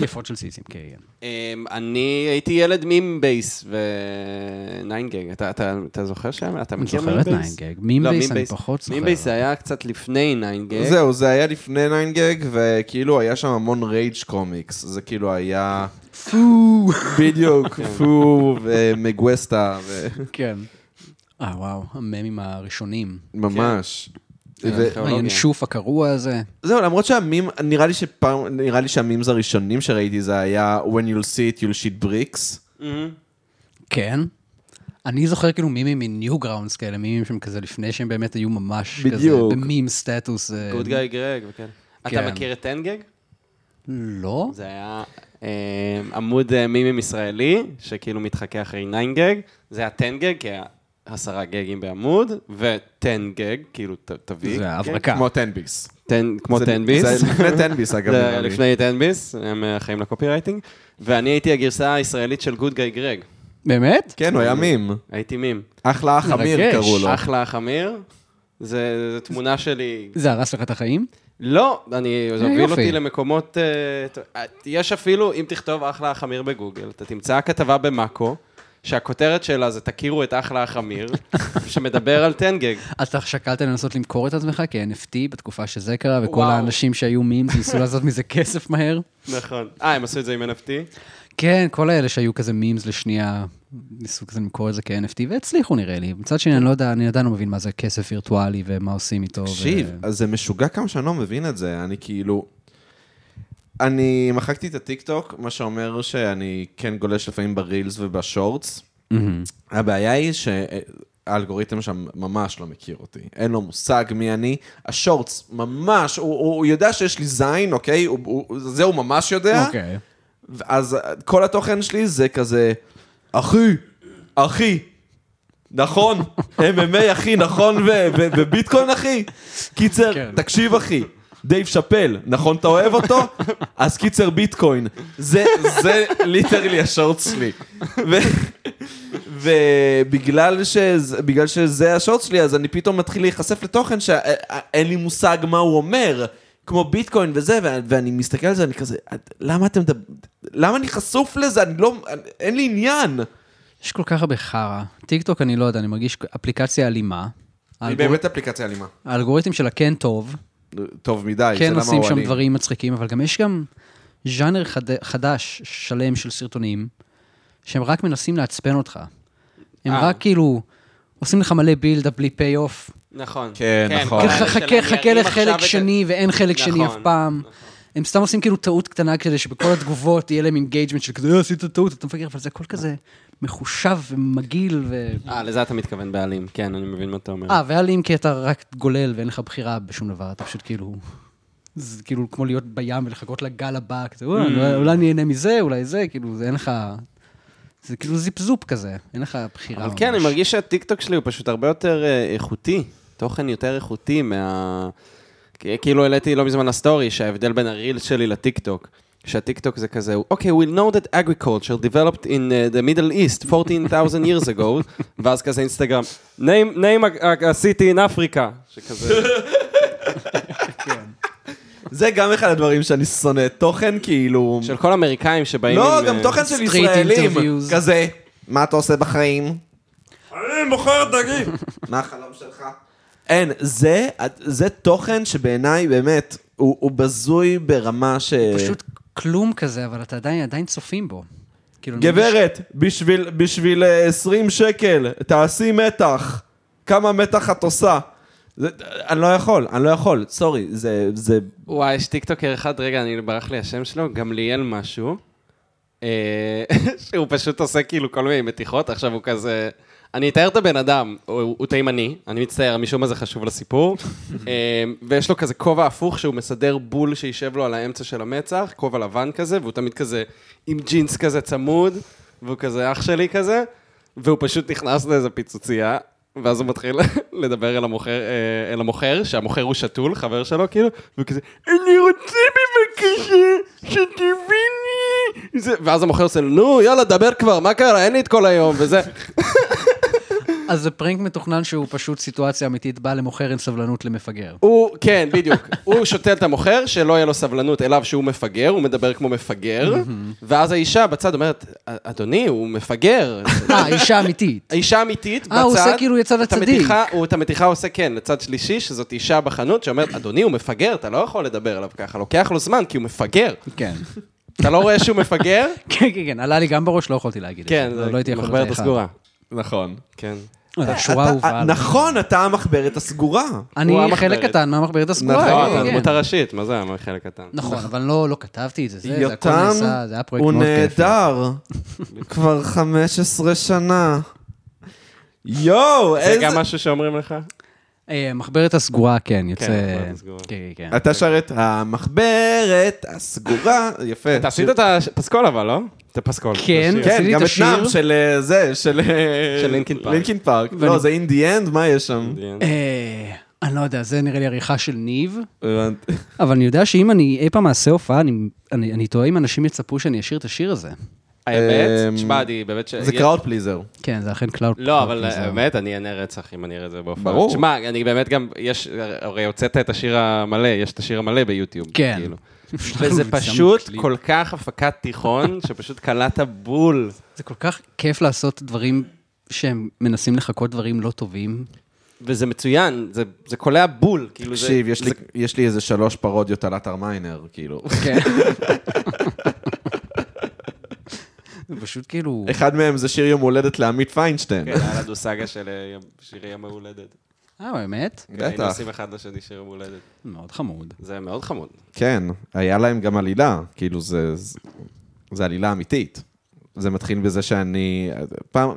יפות של סיסים, כן.
אמ, אני הייתי ילד מים בייס ו-9 גג. אתה- אתה אתה זוכר שם? אתה
אני
מכיר
זוכר
מים
את
בייס?
9 גג. מים
לא,
בייס
מים
אני פחות זוכר,
מים בייס
אבל-
היה קצת לפני 9 גג.
זהו, זה היה לפני 9 גג, וכאילו היה שם המון רייג' קומיקס. זה כאילו היה...
פו!
בדיוק, פו ומגווסטה, ו-
כן. אה, וואו, הממים הראשונים.
ממש. ו-
ארכיאולוגיה.
הינשוף הקרוע הזה.
זהו, למרות שהמים, נראה לי שפעם, נראה לי שהמימס הראשונים שראיתי זה היה When you'll see it, you'll shit bricks.
מהמם.
כן. אני זוכר כאילו מימים מניו גראונדס כאלה, מימים שהם כזה לפני שהם באמת היו ממש כזה,
בדיוק.
במים סטטוס. אה,
גוד גיא גרג, וכן. אתה
כן.
מכיר את 10 גג?
לא?
זה היה אה, עמוד אה, מימים ישראלי, שכאילו מתחכה אחרי 9 גג, זה היה 10 גג, כי היה עשרה גגים בעמוד, ו-10 גג, כאילו ת- תביא.
זה
גג.
הברקה.
כמו תנביס.
תן- כמו 10 ביס.
זה לפני תנביס, אגב,
זה
נראה לי.
לפני 10 ביס, הם אה, אחראים לקופירייטינג, ואני הייתי הגרסה הישראלית של גוד גיא גרג.
באמת?
כן, הוא היה מים.
הייתי מים.
אחלה אח אמיר
מרגש.
קראו לו.
אחלה חמיר. זה, זה תמונה שלי.
זה הרס לך את החיים?
לא, אני, זה
אה,
הוביל
יופי.
אותי למקומות... אה, ת- אה, יש אפילו, אם תכתוב אחלה החמיר בגוגל, אתה תמצא כתבה במאקו, שהכותרת שלה זה תכירו את אחלה החמיר, שמדבר על טנגג.
אתה שקלת לנסות למכור את עצמך כ-NFT בתקופה שזה קרה, וכל
וואו.
האנשים שהיו מימס ניסו לעשות מזה כסף מהר?
נכון. אה, הם עשו את זה עם NFT?
כן, כל האלה שהיו כזה מימס לשנייה, ניסו כזה למכור את זה כ-NFT, והצליחו נראה לי. מצד שני, אני לא יודע, אני עדיין לא מבין מה זה כסף וירטואלי ומה עושים איתו. ו-
תקשיב, אז זה משוגע כמה שאני לא מבין את זה, אני כאילו... אני מחקתי את הטיקטוק, מה שאומר שאני כן גולש לפעמים ברילס ובשורטס, הבעיה היא שהאלגוריתם שם ממש לא מכיר אותי, אין לו מושג מי אני. השורטס ממש, הוא, הוא, הוא יודע שיש לי זין, אוקיי? הוא, הוא, זה הוא ממש יודע.
אוקיי.
אז כל התוכן שלי זה כזה, אחי, אחי, נכון, MMA אחי, נכון, ו- ו- וביטקוין אחי. קיצר,
כן.
תקשיב אחי. דייב שאפל, נכון אתה אוהב אותו? אז קיצר ביטקוין. זה, זה ליטרלי השורט שלי. ו- ובגלל שזה, בגלל שזה השורט שלי, אז אני פתאום מתחיל להיחשף לתוכן שאין לי מושג מה הוא אומר, כמו ביטקוין וזה, ו- ואני מסתכל על זה, אני כזה, "את- למה אתם, מדב- למה אני חשוף לזה? אני לא, אין לי עניין.
יש כל כך הרבה חרא. טיקטוק, אני לא יודע, אני מרגיש אפליקציה אלימה.
היא
האלגור-
באמת אפליקציה אלימה.
האלגוריתם שלה כן טוב,
טוב מדי, זה
כן
למה
עושים שם
אוהלים.
דברים מצחיקים, אבל גם יש גם ז'אנר חד- חדש, שלם של סרטונים, שהם רק מנסים לעצבן אותך. הם
אה.
רק כאילו עושים לך מלא בילדה בלי פי אוף.
נכון.
כן, נכון.
כל
ככה,
האלה של
חכה,
אני
חכה
ארים עכשיו
לחלק
את-
שני, ואין חלק שני אף
נכון,
פעם. הם סתם עושים כאילו טעות קטנה כדי שבכל התגובות יהיה להם אינגייג'מנט של כזה, "אה, עשית טעות, אתה מפגר, אבל זה הכל כזה מחושב ומגעיל ו...
אה, לזה אתה מתכוון בעלים, כן, אני מבין מה אתה אומר.
אה, ואלים כי אתה רק גולל ואין לך בחירה בשום דבר, אתה פשוט כאילו... זה כאילו כמו להיות בים ולחכות לגל הבא, כזה,
Mm.
"אוי, אולי- אולי אני אהנה מזה, אולי זה, כאילו, זה אין לך... זה כאילו זיפזופ כזה, אין לך בחירה.
אה,
אבל כן, אני
ממש.
מרגיש שהטיקטוק שלי הוא פשוט הרבה יותר אה, איכותי, תוכן יותר איכותי מה... כי- כאילו העליתי לא מזמן לסטורי, שההבדל בין הריל שלי לטיקטוק. שהטיקטוק זה כזה, אוקיי, we know that agriculture developed in uh, the middle east 14,000 years ago, ואז כזה אינסטגרם, name, name a, a, a city in Africa, שכזה,
זה גם אחד הדברים שאני שונא, תוכן כאילו...
של כל אמריקאים שבאים
לא,
עם...
גם
אה,
תוכן של
street
ישראלים,
interviews.
כזה. מה אתה עושה בחיים?
אני מוכר דגים.
מה החלום שלך? אין, זה, זה תוכן שבעיניי באמת, הוא, הוא בזוי ברמה ש...
פשוט כלום כזה, אבל אתה עדיין, עדיין צופים בו. כאילו, אני מרגיש-
גברת, בשביל, בשביל אה, 20 שקל, תעשי מתח. כמה מתח את עושה? זה, אני לא יכול, אני לא יכול, סורי, זה, זה...
וואי, יש טיקטוקר אחד, רגע, אני ברח לי השם שלו, גמליאל משהו, אה, שהוא פשוט עושה כאילו כל מיני מתיחות, עכשיו הוא כזה... אני אתאר את הבן אדם, הוא הוא תימני, אני מצטער, משום מה זה חשוב לסיפור, אה, ויש לו כזה כובע הפוך שהוא מסדר בול שישב לו על האמצע של המצח, כובע לבן כזה, והוא תמיד כזה עם ג'ינס כזה צמוד, והוא כזה אח שלי כזה, והוא פשוט נכנס לאיזה פיצוצייה, ואז הוא מתחיל לדבר אל המוכר, אה, אל המוכר, שהמוכר הוא שתול, חבר שלו, כאילו, והוא כזה, אני רוצה בבקשה שתביני. זה, ואז המוכר עושה, לו, נו, יאללה, דבר כבר, מה קרה, אין לי את כל היום, וזה.
אז זה פרנק מתוכנן שהוא פשוט סיטואציה אמיתית, בא למוכר עם סבלנות למפגר.
הוא, כן, בדיוק. הוא שותל את המוכר, שלא יהיה לו סבלנות אליו שהוא מפגר, הוא מדבר כמו מפגר, ואז האישה בצד אומרת, אדוני, הוא מפגר,
אה, אישה אמיתית.
האישה אמיתית בצד.
אה, הוא עושה כאילו יצד
את
הצדיק.
המתיחה- הוא את המתיחה עושה, כן, לצד שלישי, שזאת אישה בחנות שאומרת, אדוני, הוא מפגר, אתה לא יכול לדבר אליו ככה, לוקח לו זמן, כי הוא מפגר.
כן.
אתה לא רואה שהוא מפגר?
כן, כן, כן, עלה לי גם בראש, לא יכולתי להגיד את זה.
כן,
לא- לא הייתי יכול
מחברת
לך.
הסגורה.
נכון.
כן.
אה, שורה אהובה.
נכון, אתה המחברת הסגורה.
הוא
אני
המחברת.
חלק קטן מהמחברת הסגורה.
נכון,
כן, כן.
הדמות הראשית, מה זה חלק קטן?
נכון, אבל לא, לא כתבתי את זה, זה, זה הכל
יותם
נעשה, זה היה פרויקט
הוא
מאוד כיף.
נהדר כבר 15 שנה. יואו,
זה
איזה...
גם משהו שאומרים לך?
אה, מחברת הסגורה, כן, יוצא...
כן, מחברת הסגורה.
כן, כן, כן.
אתה שר את המחברת הסגורה, יפה.
אתה עשית את הפסקול אבל, לא? את הפסקול.
כן.
את השיר.
כן,
עשיתי
גם
את
את
השיר.
נאם של אה, זה, של... אה,
של לינקין פארק.
לינקין פארק. לא,
ואני-
זה אין די אנד, מה יש שם?
אה, אני לא יודע, זה נראה לי עריכה של ניב,
הבנתי.
אבל אני יודע שאם אני אי פעם אעשה הופעה, אני- אני אני תוהה אם אנשים יצפו שאני אשיר את השיר הזה.
האמת,
אמ,
תשמע, אני באמת ש...
זה קראוד פליזר.
כן, זה אכן קלאוד.
לא, אבל האמת, אני אענה רצח אם אני אראה את זה בהופעה.
ברור.
תשמע, אני באמת גם, יש, הרי הוצאת את השיר המלא, יש את השיר המלא ביוטיוב.
כן.
כאילו. וזה פשוט כל כך הפקת תיכון, שפשוט קלעת בול.
זה כל כך כיף לעשות דברים שהם מנסים לחקות דברים לא טובים.
וזה מצוין, זה, זה קולע בול. כאילו זה-
תקשיב, יש לי-
זה-
יש לי איזה שלוש פרודיות על עטר מיינר, כאילו.
כן. זה פשוט כאילו...
אחד מהם זה שיר יום הולדת לעמית פיינשטיין.
כן, היה לנו סאגה של אה, שירי יום ההולדת.
אה, באמת?
כן, היינו
בטח.
עושים אחד לשני שיר יום ההולדת.
מאוד חמוד.
זה מאוד חמוד.
כן, היה להם גם עלילה, כאילו זה... זה- זה עלילה אמיתית. זה מתחיל בזה שאני... פעם,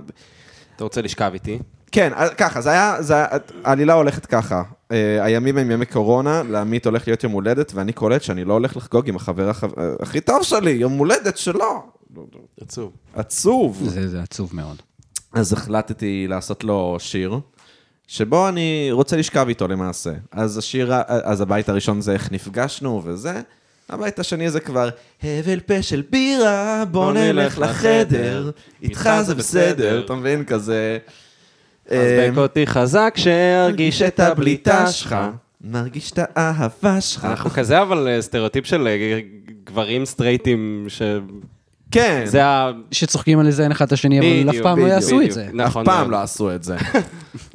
אתה רוצה לשכב איתי?
כן, אז ככה, זה היה, זה היה, העלילה הולכת ככה. אה, הימים הם ימי קורונה, לעמית הולך להיות יום הולדת, ואני קולט שאני לא הולך לחגוג עם החבר הח... הכי טוב שלי, יום הולדת שלו.
עצוב.
עצוב.
זה זה עצוב מאוד.
אז החלטתי לעשות לו שיר, שבו אני רוצה לשכב איתו למעשה. אז השיר, ה- אז הבית הראשון זה איך נפגשנו וזה, הבית השני זה כבר, הבל פה של בירה, בוא נלך לחדר, איתך זה בסדר, אתה מבין? כזה...
אז
אמ,
בק אותי חזק, שארגיש את הבליטה שלך.
מרגיש את האהבה שלך.
אנחנו כזה אבל אה, סטריאוטיפ של אה, גברים סטרייטים, שזה
כן,
ה...
שצוחקים על לזיין אחד את השני, אבל
בדיוק,
אף פעם לא
בדיוק,
יעשו את
בדיוק.
זה. כן,
אף
נכון
פעם
מאוד.
לא עשו את זה.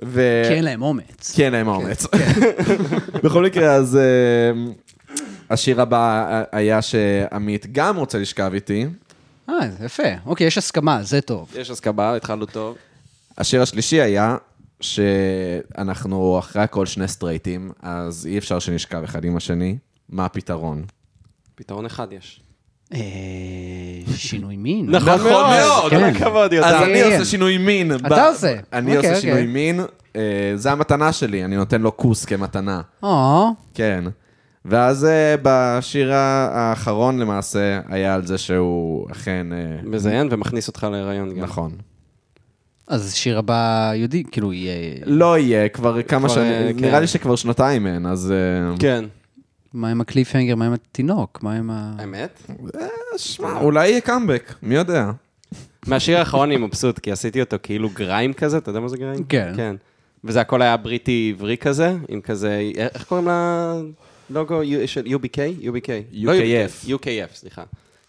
ו-
כי אין להם אומץ.
כן.
כי כן, אין להם אומץ.
כן.
בכל מקרה, אז אמ, השיר הבא אה, היה שעמית גם רוצה לשכב איתי.
אה, זה יפה. אוקיי, יש הסכמה, זה טוב.
יש הסכמה, התחלנו טוב.
השיר השלישי היה שאנחנו אחרי הכל שני סטרייטים, אז אי אפשר שנשכב אחד עם השני. מה הפתרון?
פתרון אחד יש.
אה, שינוי מין.
נכון
מאוד,
כן.
כל הכבוד,
אז
יותם.
אני
כן.
עושה שינוי מין.
אתה עושה.
אני עושה
אוקיי,
שינוי
אוקיי.
מין, אה, זה המתנה שלי, אני נותן לו כוס כמתנה.
או,
כן. ואז אה, בשיר האחרון למעשה היה על זה שהוא אכן... אה,
מזיין ומכניס אותך להיריון
כן.
גם.
נכון.
אז שיר הבא יהודי, כאילו יהיה...
לא יהיה, כבר כמה
כבר, אה,
שנים,
כן.
נראה לי שכבר שנתיים אין, אז... אה,
כן.
מה עם הקליפהנגר, מה עם התינוק, מה עם ה...
האמת?
אה, שמע, אולי יהיה קאמבק, מי יודע.
מהשיר האחרון אני מבסוט, כי עשיתי אותו כאילו גריים כזה, אתה יודע מה זה גריים?
כן.
כן. וזה הכל היה בריטי-עברי כזה, עם כזה, איך קוראים ללוגו יו- של UBK? UBK. לא
UKF.
UKF, סליחה.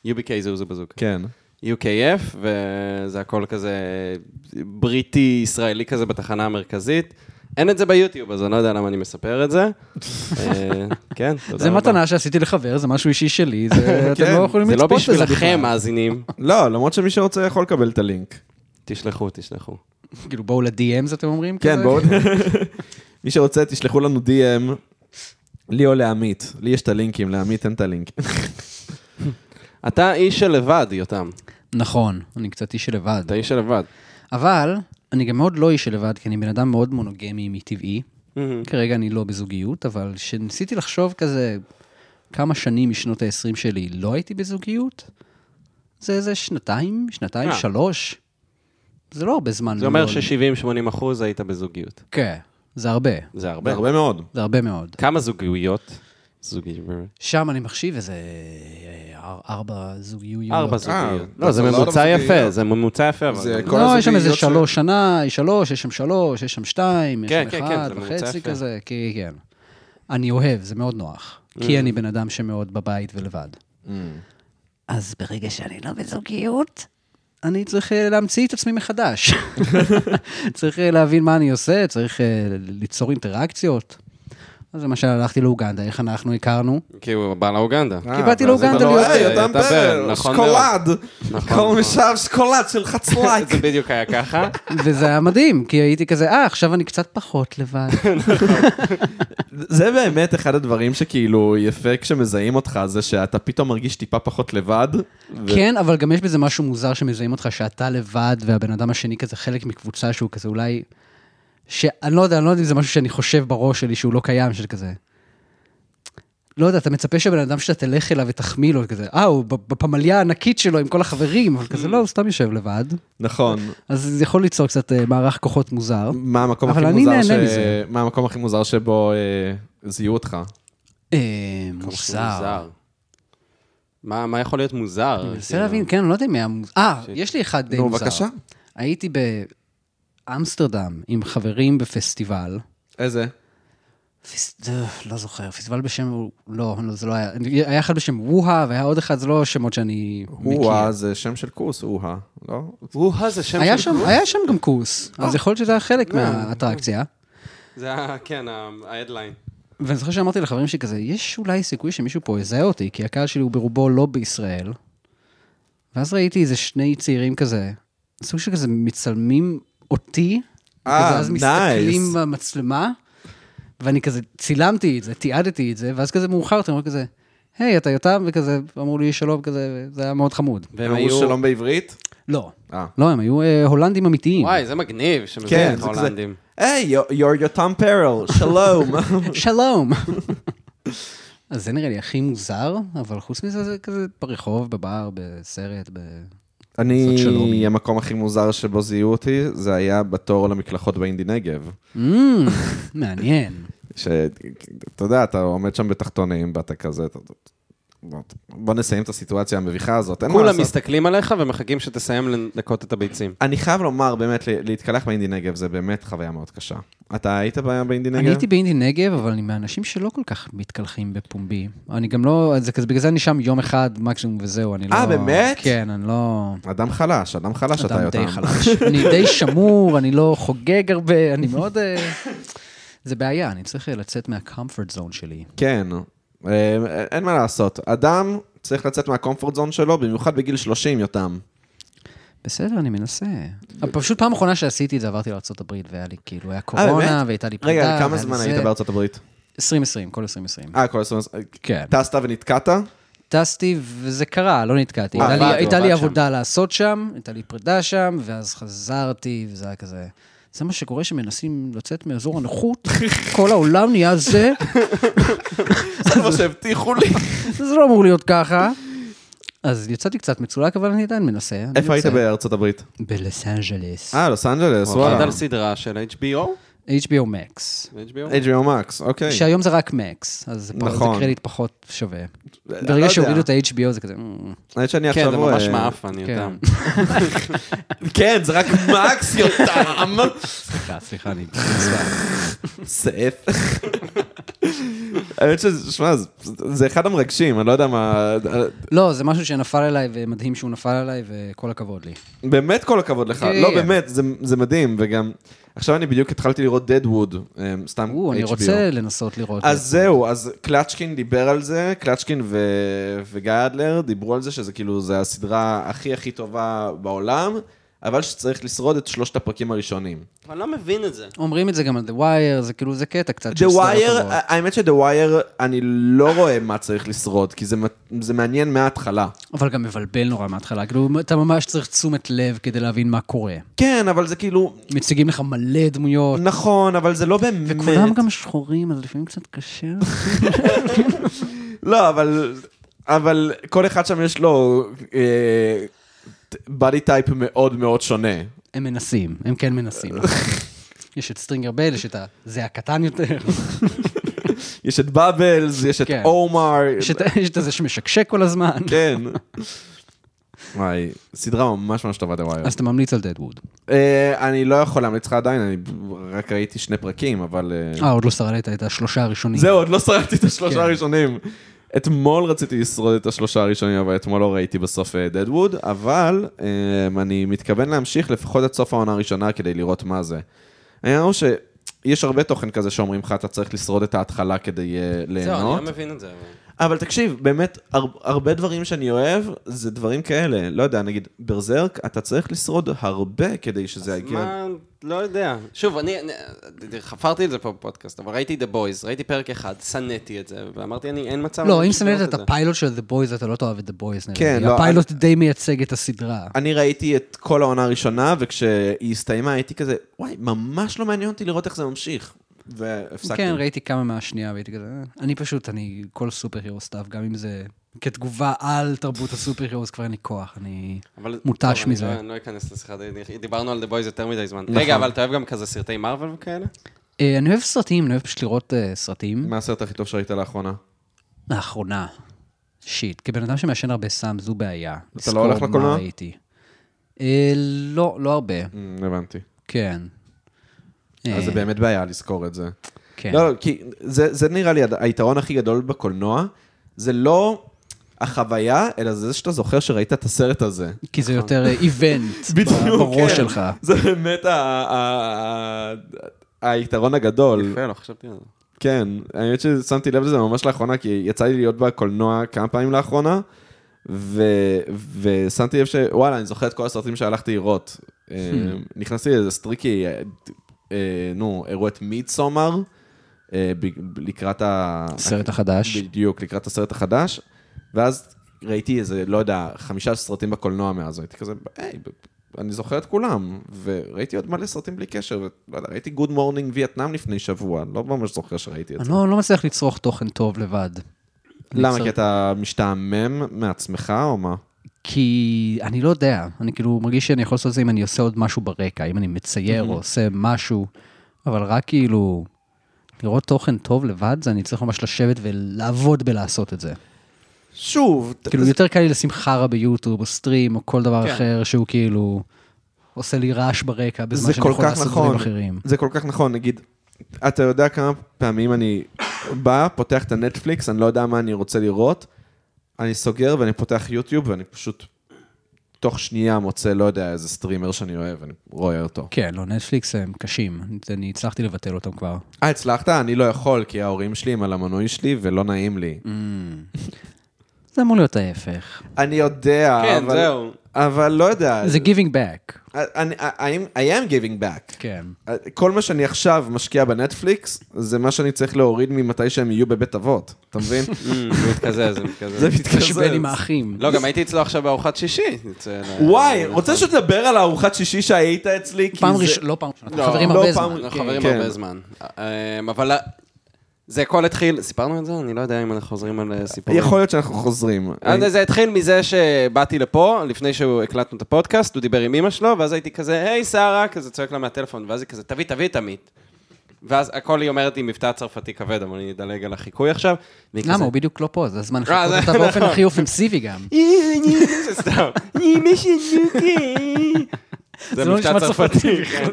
UBK זה עוזר בזוק.
כן.
UKF, וזה הכל כזה בריטי-ישראלי כזה בתחנה המרכזית. אין את זה ביוטיוב, אז אני לא יודע למה אני מספר את זה. אה, כן, תודה רבה.
זה מתנה שעשיתי לחבר, זה משהו אישי שלי, זה- אתם
כן,
לא יכולים
זה לא
לצפות בזה בכלל.
בשבילכם, מאזינים.
לא, למרות שמי שרוצה יכול לקבל את הלינק.
תשלחו, תשלחו.
כאילו, בואו ל-DMs אתם אומרים? כאילו?
כן,
כזה?
בואו... מי שרוצה, תשלחו לנו DM, לי או לעמית. לי יש את הלינקים, לעמית אין את הלינק.
אתה איש של לבד, יותם.
נכון, אני קצת איש לבד.
אתה איש של לבד.
אבל אני גם מאוד לא איש לבד, כי אני בן אדם מאוד מונוגמי מטבעי. כרגע אני לא בזוגיות, אבל כשניסיתי לחשוב כזה כמה שנים משנות ה-20 שלי לא הייתי בזוגיות, זה איזה שנתיים, שנתיים,
אה.
שלוש. זה לא הרבה זמן.
זה אומר
לא-
ש-70-80 אחוז היית בזוגיות.
כן, זה הרבה,
זה הרבה.
הרבה מאוד.
זה הרבה מאוד.
כמה זוגיות? זוגיות.
שם אני מחשיב איזה אה, ארבע זוגיות.
ארבע זוגיות.
אה,
לא, זה
לא, לא
ממוצע
זוגיות.
יפה, זה ממוצע יפה. אבל-
זה כל
לא, יש שם איזה
הזוגיות ש-
שלוש שנה, יש שלוש, יש שם שלוש, יש שם שתיים, יש
כן,
שם
כן,
אחד
כן, זה ממוצע
וחצי
יפה.
כזה, כן, כן. אני אוהב, זה מאוד נוח,
Mm.
כי אני בן אדם שמאוד בבית ולבד. אז ברגע שאני לא בזוגיות, אני צריך אה, להמציא את עצמי מחדש. צריך אה, להבין מה אני עושה, צריך אה, ליצור אינטראקציות. אז למשל, הלכתי לאוגנדה, איך אנחנו הכרנו?
כי הוא כאילו, בא לאוגנדה.
אה,
כי באתי
ואז
לאוגנדה
אתה לא,
להיות-
"היי, יותם
אתה
פרל,
פרל, נכון
שקולד,
נכון,
קוראים
נכון.
משם שקולד של חצלייק.
זה בדיוק היה ככה.
וזה היה מדהים, כי הייתי כזה, אה, עכשיו אני קצת פחות לבד.
זה באמת אחד הדברים שכאילו יפה כשמזהים אותך, זה שאתה פתאום מרגיש טיפה פחות לבד. ו-
כן, אבל גם יש בזה משהו מוזר שמזהים אותך, שאתה לבד, והבן אדם השני כזה חלק מקבוצה שהוא כזה אולי... שאני לא יודע, אני לא יודע אם זה משהו שאני חושב בראש שלי שהוא לא קיים, שזה כזה... לא יודע, אתה מצפה שהבן אדם שאתה תלך אליו ותחמיא לו, כזה, אה, הוא בפמליה הענקית שלו עם כל החברים, אבל כזה, לא, הוא סתם יושב לבד.
נכון.
אז זה יכול ליצור קצת אה, מערך כוחות מוזר.
מה המקום
אבל
הכי
אני
מוזר
נהנה
ש...
מזה.
מה המקום הכי מוזר שבו אה, זיהו אותך?
אה, מוזר.
לא מה מה יכול להיות מוזר?
אני מנסה להבין, כן, אני לא יודע אם היה מוזר. אה, יש לי אחד די
נו,
מוזר.
בבקשה.
הייתי באמסטרדם עם חברים בפסטיבל.
איזה?
פס- אה, לא זוכר, פסטיבל בשם, לא, לא, זה לא היה, היה אחד בשם ווהה, והיה עוד אחד, זה לא שמות שאני מכיר.
הוא-הא זה שם של כוס, הוא-הא, לא?
הוא-הא זה שם
היה
של אה.
שם, היה שם גם כוס, אז יכול להיות שזה היה חלק מהאטרקציה.
זה ה... כן, ה- ההדליין.
ואני זוכר שאמרתי לחברים שלי כזה, יש אולי סיכוי שמישהו פה יזהה אותי, כי הקהל שלי הוא ברובו לא בישראל. ואז ראיתי איזה שני צעירים כזה, סוג של כזה מצלמים אותי,
אה,
ואז מסתכלים
nice.
במצלמה, ואני כזה צילמתי את זה, תיעדתי את זה, ואז כזה מאוחר, אתם אומרים כזה, היי, אתה יותם? וכזה, אמרו לי שלום, כזה, זה היה מאוד חמוד.
והם
אמרו
היו...
שלום בעברית?
לא.
אה.
לא, הם היו אה, הולנדים אמיתיים.
וואי, זה מגניב שמזמין
כן,
את
זה כזה...
ההולנדים.
היי, you're your Tom Peril, שלום.
שלום. אז זה נראה לי הכי מוזר, אבל חוץ מזה זה כזה ברחוב, בבר, בסרט, ב... לעשות שלום.
אני, המקום הכי מוזר שבו זיהו אותי, זה היה בתור למקלחות באינדי נגב.
Mm, מעניין.
שאתה יודע, אתה עומד שם בתחתונים ואתה כזה, אתה- בוא- בוא נסיים את הסיטואציה המביכה הזאת, אין מה
כולם
לעשות.
מסתכלים עליך ומחכים שתסיים לנקות את הביצים.
אני חייב לומר, באמת, ל- להתקלח באינדי נגב זה באמת חוויה מאוד קשה. אתה היית ב- באינדי נגב?
אני הייתי באינדי נגב, אבל אני מהאנשים שלא כל כך מתקלחים בפומבי. אני גם לא, זה כזה, בגלל זה אני שם יום אחד מקסימום וזהו, אני לא...
אה, באמת?
כן, אני לא...
אדם חלש, אדם חלש אתה
אדם
יותם.
די חלש. אני די שמור, אני לא חוגג הרבה, אני מאוד... אה, זה בעיה, אני צריך אה, לצאת מהקומפורט זון שלי.
כן, אה, אין מה לעשות. אדם צריך לצאת מהקומפורט זון שלו, במיוחד בגיל 30, יותם.
אה, בסדר, אני מנסה. אבל אה, פשוט פעם אחרונה שעשיתי את זה, עברתי לארה"ב, והיה לי כאילו, היה
אה, באמת?
קורונה, והייתה לי פרידה.
רגע, כמה
והיה לי
זמן
זה.
היית בארצות הברית?
2020, כל 2020.
אה, כל הזמן.
כן.
טסת ונתקעת?
טסתי, וזה קרה, לא נתקעתי.
אה,
הייתה
עבד,
לי-
הוא
הייתה לי
עבד שם.
עבודה לעשות שם, הייתה לי פרידה שם, ואז חזרתי, וזה היה כזה... זה מה שקורה שמנסים לצאת מאזור הנוחות, כל העולם נהיה זה,
זה מה שהבטיחו לי.
זה לא אמור להיות ככה. אז יצאתי קצת מצולק, אבל אני עדיין מנסה. אני
איפה היית
יוצא.
בארצות הברית?
בלוס אנג'לס.
אה, לוס אנג'לס,
הוא עבד
וואלה.
על סדרה של HBO?
HBO Max.
HBO?
HBO Max, אוקיי.
שהיום זה רק מקס, אז פה-
נכון.
זה קרדיט פחות שווה.
לא
ברגע
יודע.
שהורידו את ה-HBO זה כזה... "מ,
האמת שאני
כן,
עכשיו...
זה ממש
אה,
מעפן, יותם.
כן, זה רק מקס, יותם.
סליחה, סליחה, אני...
סעף. האמת שזה, שמע, זה- זה אחד המרגשים, אני לא יודע מה...
לא, זה משהו שנפל עליי, ומדהים שהוא נפל עליי, וכל הכבוד לי.
באמת כל הכבוד לך.
כן.
לא, באמת, זה- זה מדהים, וגם... עכשיו אני בדיוק התחלתי לראות דדווד, סתם
או, אני
HBO.
רוצה לנסות לראות.
אז זהו, אז קלצ'קין דיבר על זה, קלצ'קין ו... וגיא אדלר דיברו על זה, שזה כאילו, זה הסדרה הכי הכי טובה בעולם, אבל שצריך לשרוד את שלושת הפרקים הראשונים.
אני לא מבין את זה.
אומרים את זה גם על The Wire, זה כאילו, זה קטע קצת. של
The
סדרות
Wire, אה-
טובות.
האמת ש-The Wire, אני לא רואה מה צריך לשרוד, כי זה מ- זה מעניין מההתחלה.
אבל גם מבלבל נורא מההתחלה, כאילו, אתה ממש צריך תשומת לב כדי להבין מה קורה.
כן, אבל זה כאילו,
מציגים לך מלא דמויות,
נכון, אבל זה לא באמת.
וכולם גם שחורים, אז לפעמים קצת קשה.
לא, אבל... אבל כל אחד שם יש לו אה, body type מאוד מאוד שונה.
הם מנסים, הם כן מנסים. יש את סטרינגר בל, יש את ה... זה הקטן יותר.
יש את בבלס, יש את
כן.
אומר.
יש את- יש את הזה שמשקשק כל הזמן.
כן. וואי, סדרה ממש ממש טובה, The Wire.
אז אתה ממליץ על דדווד.
אה, אני לא יכול להמליץ לך עדיין, אני רק ראיתי שני פרקים, אבל... אה,
אה, עוד לא שרדת את השלושה הראשונים.
זהו, עוד לא שרדתי את
כן.
השלושה הראשונים. אתמול רציתי לשרוד את השלושה הראשונים, אבל אתמול לא ראיתי בסוף דדווד, אבל אמ, אני מתכוון להמשיך לפחות עד סוף העונה הראשונה כדי לראות מה זה. אני אומר שיש הרבה תוכן כזה שאומרים לך, אתה צריך לשרוד את ההתחלה כדי אה,
זהו, אני
ליהנות.
לא מבין את זה. אבל.
אבל תקשיב, באמת, הר- הרבה דברים שאני אוהב, זה דברים כאלה. לא יודע, נגיד, ברזרק, אתה צריך לשרוד הרבה כדי שזה יגיע.
מה, לא יודע. שוב, אני, אני חפרתי את זה פה בפודקאסט, אבל ראיתי The Boys, ראיתי פרק אחד, שנאתי את זה, ואמרתי, אני, אין מצב...
לא,
אני
אם
אשתוק
שנאת את
זה.
הפיילוט של The Boys, אתה לא תאהב את The Boys. נראה
כן,
לי.
לא,
הפיילוט די מייצג את הסדרה.
אני ראיתי את כל העונה הראשונה, וכשהיא הסתיימה הייתי כזה, וואי, ממש לא מעניין אותי לראות איך זה ממשיך. והפסקתי.
כן, ראיתי כמה מהשנייה והייתי כזה... "אה." אני פשוט, אני כל סופר הירו סתיו, גם אם זה כתגובה על תרבות הסופר הירו, אז כבר אין לי כוח, אני...
אבל-
מותש
טוב, אני
מזה.
כן.
נכון.
לא- אני לא אכנס לשיחה, די- דיברנו על The Boys יותר מדי זמן. רגע, אבל אתה אוהב גם כזה סרטי מרוויל וכאלה?
אה, אני אוהב סרטים, אני אוהב פשוט לראות אה, סרטים.
מה הסרט הכי טוב שראית לאחרונה?
לאחרונה. שיט, כבן אדם שמעשן הרבה סם, זו בעיה.
אתה לא הולך
לזכור מה
לקולנוע?
ראיתי. אה, לא, לא הרבה,
אמ, הבנתי.
כן.
אז זה
אה,
באמת בעיה לזכור את זה.
כן.
לא, לא, כי זה, זה נראה לי הד- היתרון הכי גדול בקולנוע, זה לא החוויה, אלא זה שאתה זוכר שראית את הסרט הזה.
כי זה יותר אה, איבנט
בדיוק, כן.
בראש שלך.
זה באמת ה- ה- ה- ה- היתרון הגדול.
יפה, לא חשבתי על זה.
כן, האמת ששמתי לב לזה ממש לאחרונה, כי יצא לי להיות בקולנוע כמה פעמים לאחרונה, ו- ושמתי לב שוואלה, אני זוכר את כל הסרטים שהלכתי לראות. אה, נכנסתי לאיזה סטריקי, אה, אה, נו, הראו את מידסומר, אה, ב- לקראת ה...
הסרט החדש.
בדיוק, לקראת הסרט החדש, ואז ראיתי איזה, לא יודע, חמישה סרטים בקולנוע מאז, הייתי כזה, היי, אני זוכר את כולם, וראיתי עוד מלא סרטים בלי קשר, ולא יודע, ראיתי Good Morning וייטנאם לפני שבוע, לא ממש זוכר שראיתי את
אני
זה.
לא לא מצליח לצרוך תוכן טוב לבד.
למה?
אני
כי
צריך-
אתה משתעמם מעצמך או מה?
כי אני לא יודע, אני כאילו מרגיש שאני יכול לעשות את זה אם אני עושה עוד משהו ברקע, אם אני מצייר או עושה משהו, אבל רק כאילו, לראות תוכן טוב לבד, זה אני צריך ממש לשבת ולעבוד בלעשות את זה.
שוב,
כאילו,
זה-
יותר קל לי לשים חרא ביוטיוב או סטרים או כל דבר
כן.
אחר שהוא כאילו עושה לי רעש ברקע בזמן
זה
שאני
כל
יכול
כך
לעשות דברים
נכון,
אחרים.
זה כל כך נכון, נגיד, אתה יודע כמה פעמים אני בא, פותח את הנטפליקס, אני לא יודע מה אני רוצה לראות, אני סוגר ואני פותח יוטיוב ואני פשוט תוך שנייה מוצא, לא יודע, איזה סטרימר שאני אוהב, אני רואה אותו.
כן, לא, נטפליקס הם קשים, אני הצלחתי לבטל אותם כבר.
אה, הצלחת? אני לא יכול, כי ההורים שלי הם על המנוי שלי ולא נעים לי.
Mm. זה אמור להיות ההפך.
אני יודע,
כן,
אבל...
זהו.
אבל לא יודע.
זה giving back.
אני, אני, I am giving back.
כן.
כל מה שאני עכשיו משקיע בנטפליקס, זה מה שאני צריך להוריד ממתי שהם יהיו בבית אבות, אתה מבין?
זה Mm, מתקזז, זה מתקזז.
זה מתקזז.
חשבן עם האחים.
לא, גם הייתי אצלו עכשיו בארוחת שישי. לא, אצל ה-
וואי, רוצה שתדבר על הארוחת שישי שהיית אצלי? כי
פעם
זה-
ראשונה, לא פעם ראשונה, אנחנו
לא,
חברים
לא
הרבה
פעם-
זמן.
אנחנו
כן.
חברים
כן.
הרבה זמן. אמ, אבל ה- זה הכל התחיל, סיפרנו את זה? אני לא יודע אם אנחנו חוזרים על אה, סיפורים.
יכול להיות שאנחנו חוזרים.
אז אה, זה התחיל מזה שבאתי לפה, לפני שהקלטנו את הפודקאסט, הוא דיבר עם אמא שלו, ואז הייתי כזה, היי שרה, כזה צועק לה מהטלפון, ואז היא כזה, תביא, תביא את עמית. ואז הכל היא אומרת עם מבטא צרפתי כבד, אבל אני אדלג על החיקוי עכשיו. והיא כזה,
למה? הוא בדיוק לא פה, זה הזמן
אה,
לחכות
זה-
אותה באופן הכי אופנסיבי גם.
זה סתם. אמא שלי, זה
לא
מבטא
נשמע
צרפתי. כן.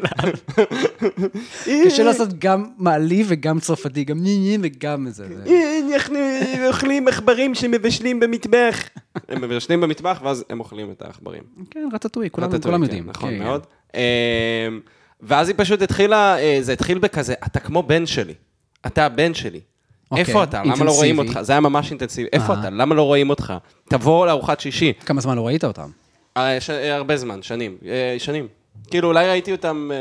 קשה לעשות גם מעליב וגם צרפתי, גם ניני וגם זה. זה-
אנחנו אוכלים עכברים שמבשלים במטבח. הם מבשלים במטבח, ואז הם אוכלים את העכברים.
כן, רטטוי, כולם
רטטוי,
כולם
כן,
יודעים.
נכון
כן,
מאוד. אמ, ואז היא פשוט התחילה, אה, זה התחיל בכזה, אתה כמו בן שלי. אתה הבן שלי.
אוקיי,
איפה אתה? למה לא
אינטנסיבי.
רואים אותך? זה היה ממש אינטנסיבי. איפה
אה.
אתה? למה לא רואים אותך? תבוא לארוחת שישי.
כן. כמה זמן לא ראית אותם?
אה, ש- אה, הרבה זמן, שנים. אה, שנים. כאילו, אולי ראיתי אותם אה,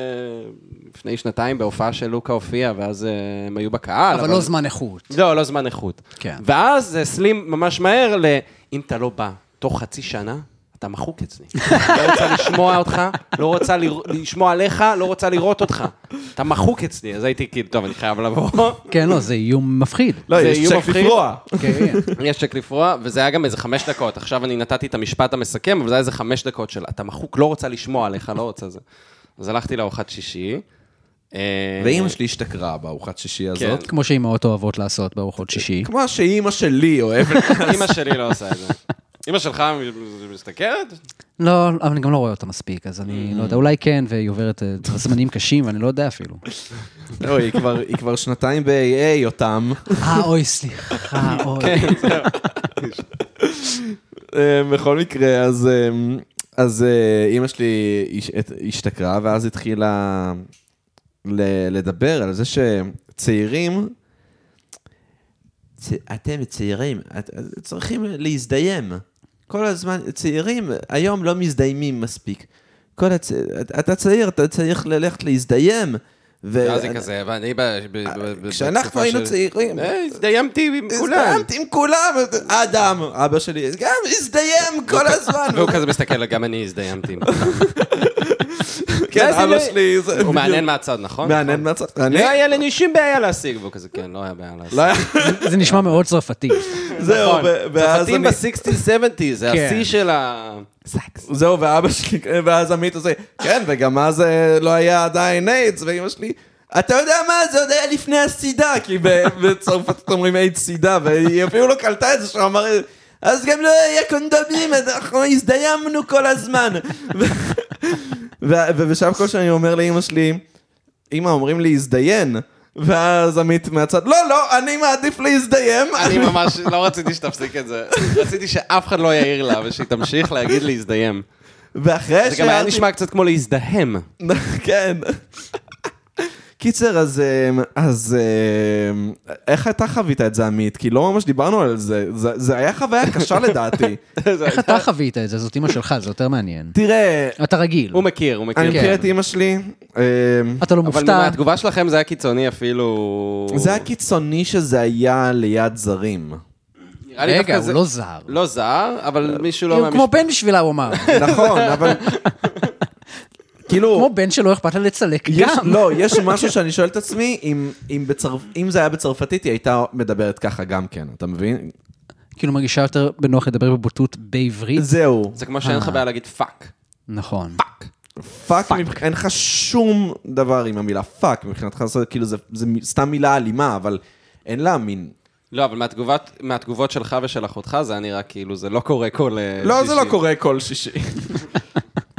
לפני שנתיים בהופעה של לוקה הופיע, ואז אה, הם היו בקהל.
אבל לא זמן איכות.
לא, לא זמן איכות.
כן.
ואז זה הסלים ממש מהר ל... אם אתה לא בא תוך חצי שנה, אתה מחוק אצלי. לא רוצה לשמוע אותך, לא רוצה לר... לשמוע עליך, לא רוצה לראות אותך. אתה מחוק אצלי, אז הייתי כאילו, טוב, אני חייב לבוא.
כן, לא, זה איום מפחיד.
לא,
זה
יש
איום
צ'ק
מפחיד.
לפרוע.
כן.
יש צ'ק לפרוע, וזה היה גם איזה חמש דקות. עכשיו אני נתתי את המשפט המסכם, אבל זה היה איזה חמש דקות של אתה מחוק, לא רוצה לשמוע עליך, לא רוצה זה. אז הלכתי לארוחת שישי. אה,
ואימא שלי השתכרה בארוחת שישי הזאת.
כן.
כמו שאימהות אוהבות לעשות בארוחות שישי.
כמו שאימא שלי אוהבת.
אימא שלי לא עושה את זה. אימא שלך מסתכלת?
לא, אבל אני גם לא רואה אותה מספיק, אז אני לא יודע, אולי כן, והיא עוברת אה, זמנים קשים, ואני לא יודע אפילו.
לא, היא כבר- היא כבר שנתיים ב-AA יותם.
אה, אוי, סליחה, אוי.
אה, בכל מקרה, אז, אה, אז אה, אימא שלי הש- הת- השתכרה, ואז התחילה ל- לדבר על זה שצעירים... צ- אתם צעירים, את- את- צריכים להזדיים. כל הזמן, צעירים היום לא מזדיימים מספיק. כל הצ... את- אתה צעיר, אתה צריך ללכת להזדיים. ו-
ואז היא כזה, ואני ב... ב- ב- ב-
אה, כשאנחנו
בתקופה
היינו
של-
צעירים.
אה, הזדיימתי עם כולם.
הזדיימתי עם כולם, אדם, אבא שלי, גם הזדיים כל הזמן.
והוא כזה מסתכל, גם אני הזדיימתי עם כולם.
כן,
ואז היא
אבא
לא-
שלי, זה...
הוא מעניין מהצד, נכון?
מעניין מהצד. אני?
לא היה לנו שום בעיה להשיג, והוא כזה, כן, לא היה בעיה להשיג.
לא היה-
זה נשמע מאוד צרפתי.
זהו,
נכון.
ו- ואז
צרפתים
אני...
ב-60-70, זה
כן.
השיא של ה... סקס.
זהו, ואבא שלי, ואז עמית עושה, כן, וגם אז אה, לא היה עדיין איידס, ואימא שלי, אתה יודע מה, זה עוד היה לפני הסידה, כי ב- בצרפתית אומרים איידס סידה, והיא אפילו לא קלטה את זה, שהוא אמר, אז גם לא היה קונדומים, אז אנחנו הזדיימנו כל הזמן. ו- ו- ובשלב כלשהו אני אומר לאימא שלי, אמא, אומרים לי, הזדיין. ואז עמית מהצד, לא, לא, אני מעדיף להזדיים.
אני ממש לא רציתי שתפסיק את זה. רציתי שאף אחד לא יעיר לה, ושהיא תמשיך להגיד להזדיים.
ואחרי
זה גם היה
שהערתי-
נשמע קצת כמו להזדהם.
כן. קיצר, אז, אמ, אז אמ, איך אתה חווית את זה, עמית? כי לא ממש דיברנו על זה, זה, זה היה חוויה קשה לדעתי.
איך אתה חווית את זה? זאת אימא שלך, זה יותר מעניין.
תראה,
אתה רגיל,
הוא מכיר, הוא מכיר.
אני מכיר
כן.
את אימא שלי, אמ,
אתה לא
אבל
מופתע.
מהתגובה שלכם זה היה קיצוני אפילו...
זה היה קיצוני שזה היה ליד זרים.
נראה לי
רגע,
דווקא
הוא
זה-
לא זר.
לא זר, אבל מישהו לא
הוא כמו
מהמשפחה.
בן בשבילה, הוא אמר.
נכון, אבל... כאילו...
כמו בן שלא אכפת לה לצלק
יש,
גם.
לא, יש משהו שאני שואל את עצמי, אם, אם, בצרפ... אם זה היה בצרפתית, היא הייתה מדברת ככה גם כן, אתה מבין?
כאילו מרגישה יותר בנוח לדבר בבוטות בעברית.
זהו.
זה כמו
אה.
שאין לך בעיה להגיד פאק.
נכון.
פאק, מבח- אין לך שום דבר עם המילה פאק, מבחינתך זה כאילו, זה, זה מ- סתם מילה אלימה, אבל אין לה מין...
לא, אבל מהתגובת- מהתגובות שלך ושל אחותך זה היה נראה כאילו זה לא קורה כל... אה,
לא, זה
שישי.
לא קורה כל שישי.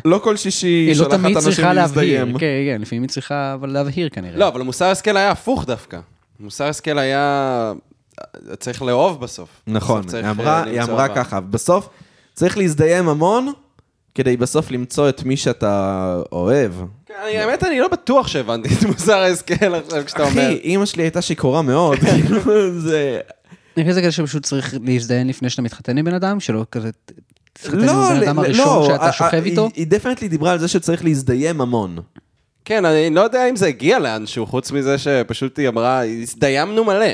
לא כל שישי
היא לא
שולחת
תמיד
אנשים
צריכה להבהיר.
להזדיים.
כן, כן, לפעמים היא צריכה אבל להבהיר כנראה.
לא, אבל מוסר השכל היה הפוך דווקא. מוסר השכל היה... אה, צריך לאהוב בסוף.
נכון,
בסוף צריך,
היא אמרה,
אה,
היא
למצוא
אמרה
אהבה.
ככה, בסוף צריך להזדיים המון, כדי בסוף למצוא את מי שאתה אוהב.
כן, אני- האמת, אני לא בטוח שהבנתי את מוסר ההשכל עכשיו כשאתה אומר.
אחי, אימא שלי הייתה שיכורה מאוד, כאילו, זה...
נראה כזה כזה שפשוט צריך להזדיין לפני שאתה מתחתן עם בן אדם, שלא כזה... ת- תתחתן עם הבן אדם
לא,
הראשון שאתה
אה,
שוכב
אה,
איתו.
היא- היא דפנטלי דיברה על זה שצריך להזדיים המון.
כן, אני לא יודע אם זה הגיע לאנשהו, חוץ מזה שפשוט היא אמרה, הזדיימנו מלא.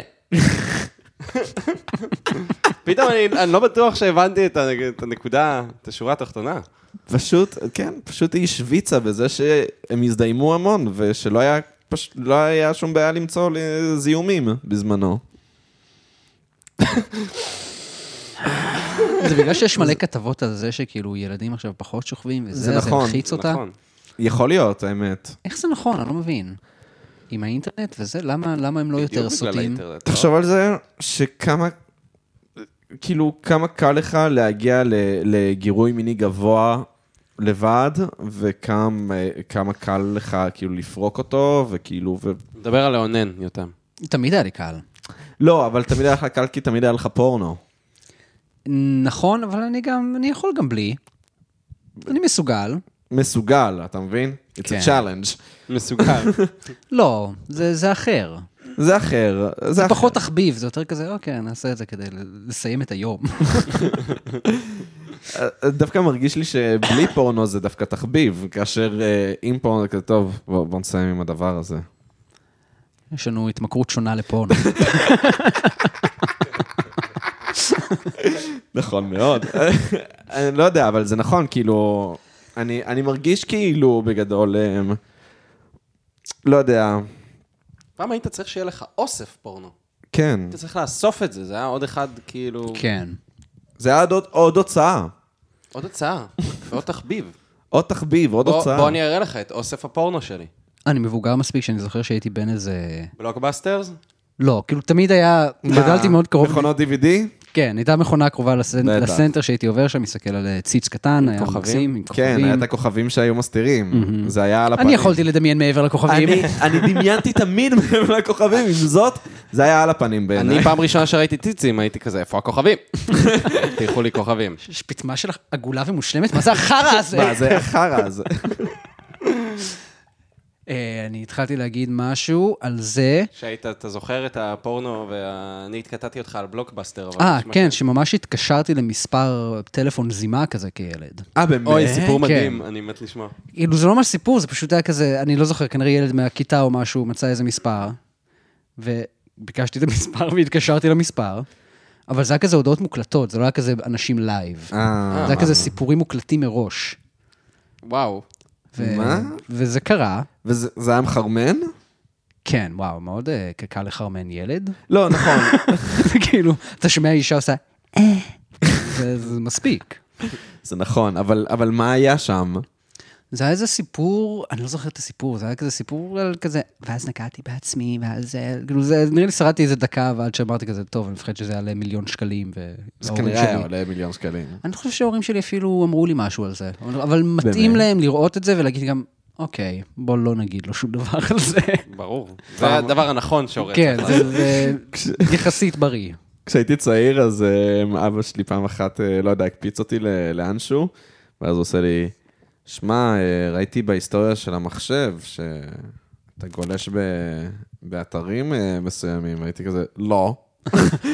פתאום אני, אני לא בטוח שהבנתי את, הנק, את הנקודה, את השורה התחתונה.
פשוט, כן, פשוט היא השוויצה בזה שהם הזדיימו המון, ושלא היה, פשוט, לא היה שום בעיה למצוא ל- זיהומים בזמנו.
זה בגלל שיש מלא כתבות על זה שכאילו ילדים עכשיו פחות שוכבים,
זה
וזה, זה
נכון,
מלחיץ אותה.
נכון.
יכול להיות, האמת.
איך זה נכון? אני לא מבין. עם האינטרנט וזה, למה למה הם לא יותר
בדיוק בגלל
סוטים?
האינטרנט, לא?
תחשוב על זה שכמה, כאילו, כמה קל לך להגיע ל- לגירוי מיני גבוה לבד, וכמה כמה קל לך כאילו לפרוק אותו, וכאילו, ו...
דבר על לאונן, יותם.
תמיד היה לי קל.
לא, אבל תמיד היה לך קל כי תמיד היה לך פורנו.
נכון, אבל אני גם, אני יכול גם בלי. אני מסוגל.
מסוגל, אתה מבין? It's
כן.
a challenge.
מסוגל.
לא, זה זה אחר.
זה אחר, זה
זה
אחר.
פחות תחביב, זה יותר כזה, אוקיי, נעשה את זה כדי ל- לסיים את היום.
דווקא מרגיש לי שבלי פורנו זה דווקא תחביב, כאשר אה, עם פורנו זה כזה טוב, בוא בוא נסיים עם הדבר הזה.
יש לנו התמכרות שונה לפורנו.
נכון מאוד. אני לא יודע, אבל זה נכון, כאילו, אני אני מרגיש כאילו בגדול, אה, לא יודע,
פעם היית צריך שיהיה לך אוסף פורנו.
כן.
היית צריך לאסוף את זה, זה היה עוד אחד, כאילו...
כן.
זה היה עוד- עוד הוצאה,
עוד הצעה, ועוד תחביב.
עוד תחביב, עוד
בוא
הוצאה.
בוא אני אראה לך את אוסף הפורנו שלי.
אני מבוגר מספיק שאני זוכר שהייתי בן איזה...
בלוקבאסטרס?
לא, כאילו תמיד היה,
מה,
גדלתי מאוד קרוב.
מכונות DVD?
כן, הייתה מכונה קרובה לסנ-
בטח.
לסנטר שהייתי עובר שם, מסתכל על אה, ציץ קטן, היה
כוכבים?
מקסים, עם
כן,
כוכבים.
היה את הכוכבים שהיו מסתירים. זה היה על הפנים.
אני יכולתי לדמיין מעבר לכוכבים.
אני, אני דמיינתי תמיד מעבר לכוכבים, עם זאת, זה היה על הפנים בעיניי.
אני פעם ראשונה שראיתי ציצים, הייתי כזה, איפה הכוכבים? תלכו לי כוכבים.
יש פיטמה שלך עגולה ומושלמת, מה זה החרא הזה?
מה, זה חרא, זה...
אה, אני התחלתי להגיד משהו על זה.
שהיית, אתה זוכר את הפורנו, ואני התקטעתי אותך על בלוקבאסטר. אבל
אה,
נשמע
כן,
ש-
שממש התקשרתי למספר טלפון זימה כזה כילד.
אה, באמת?
אוי, סיפור
כן.
מדהים, אני מת לשמוע.
כאילו, זה לא ממש סיפור, זה פשוט היה כזה, אני לא זוכר, כנראה ילד מהכיתה או משהו מצא איזה מספר, וביקשתי את המספר והתקשרתי למספר, אבל זה היה כזה הודעות מוקלטות, זה לא היה כזה אנשים לייב.
אה,
זה היה כזה סיפורים מוקלטים מראש.
וואו.
ו-
מה?
וזה קרה,
וזה זה היה מחרמן?
כן, וואו, מאוד אה, קל לחרמן ילד.
לא, נכון.
כאילו, אתה שומע אישה עושה, "אה". זה- זה מספיק.
זה נכון, אבל אבל מה היה שם?
זה היה איזה סיפור, אני לא זוכר את הסיפור, זה היה כזה סיפור על כזה, ואז נגעתי בעצמי, ואז, אה, כאילו, זה, נראה לי שרדתי איזה דקה, ועד שאמרתי כזה, טוב, אני מפחד שזה יעלה מיליון שקלים,
זה
וההורים
כנראה
שלי...
היה עולה מיליון שקלים.
אני חושב שההורים שלי אפילו אמרו לי משהו על זה, אבל- אבל מתאים להם לראות את זה ולהגיד גם, אוקיי, בוא לא נגיד לו שום דבר על זה.
ברור. זה הדבר הנכון שהורס.
כן, זה- זה יחסית בריא.
כשהייתי צעיר, אז אה, אבא שלי פעם אחת, אה, לא יודע, הקפיץ אותי ל- לאנשהו, ואז הוא עושה לי, שמע, אה, ראיתי בהיסטוריה של המחשב, ש... אתה גולש ב... באתרים אה, מסוימים, הייתי כזה, לא.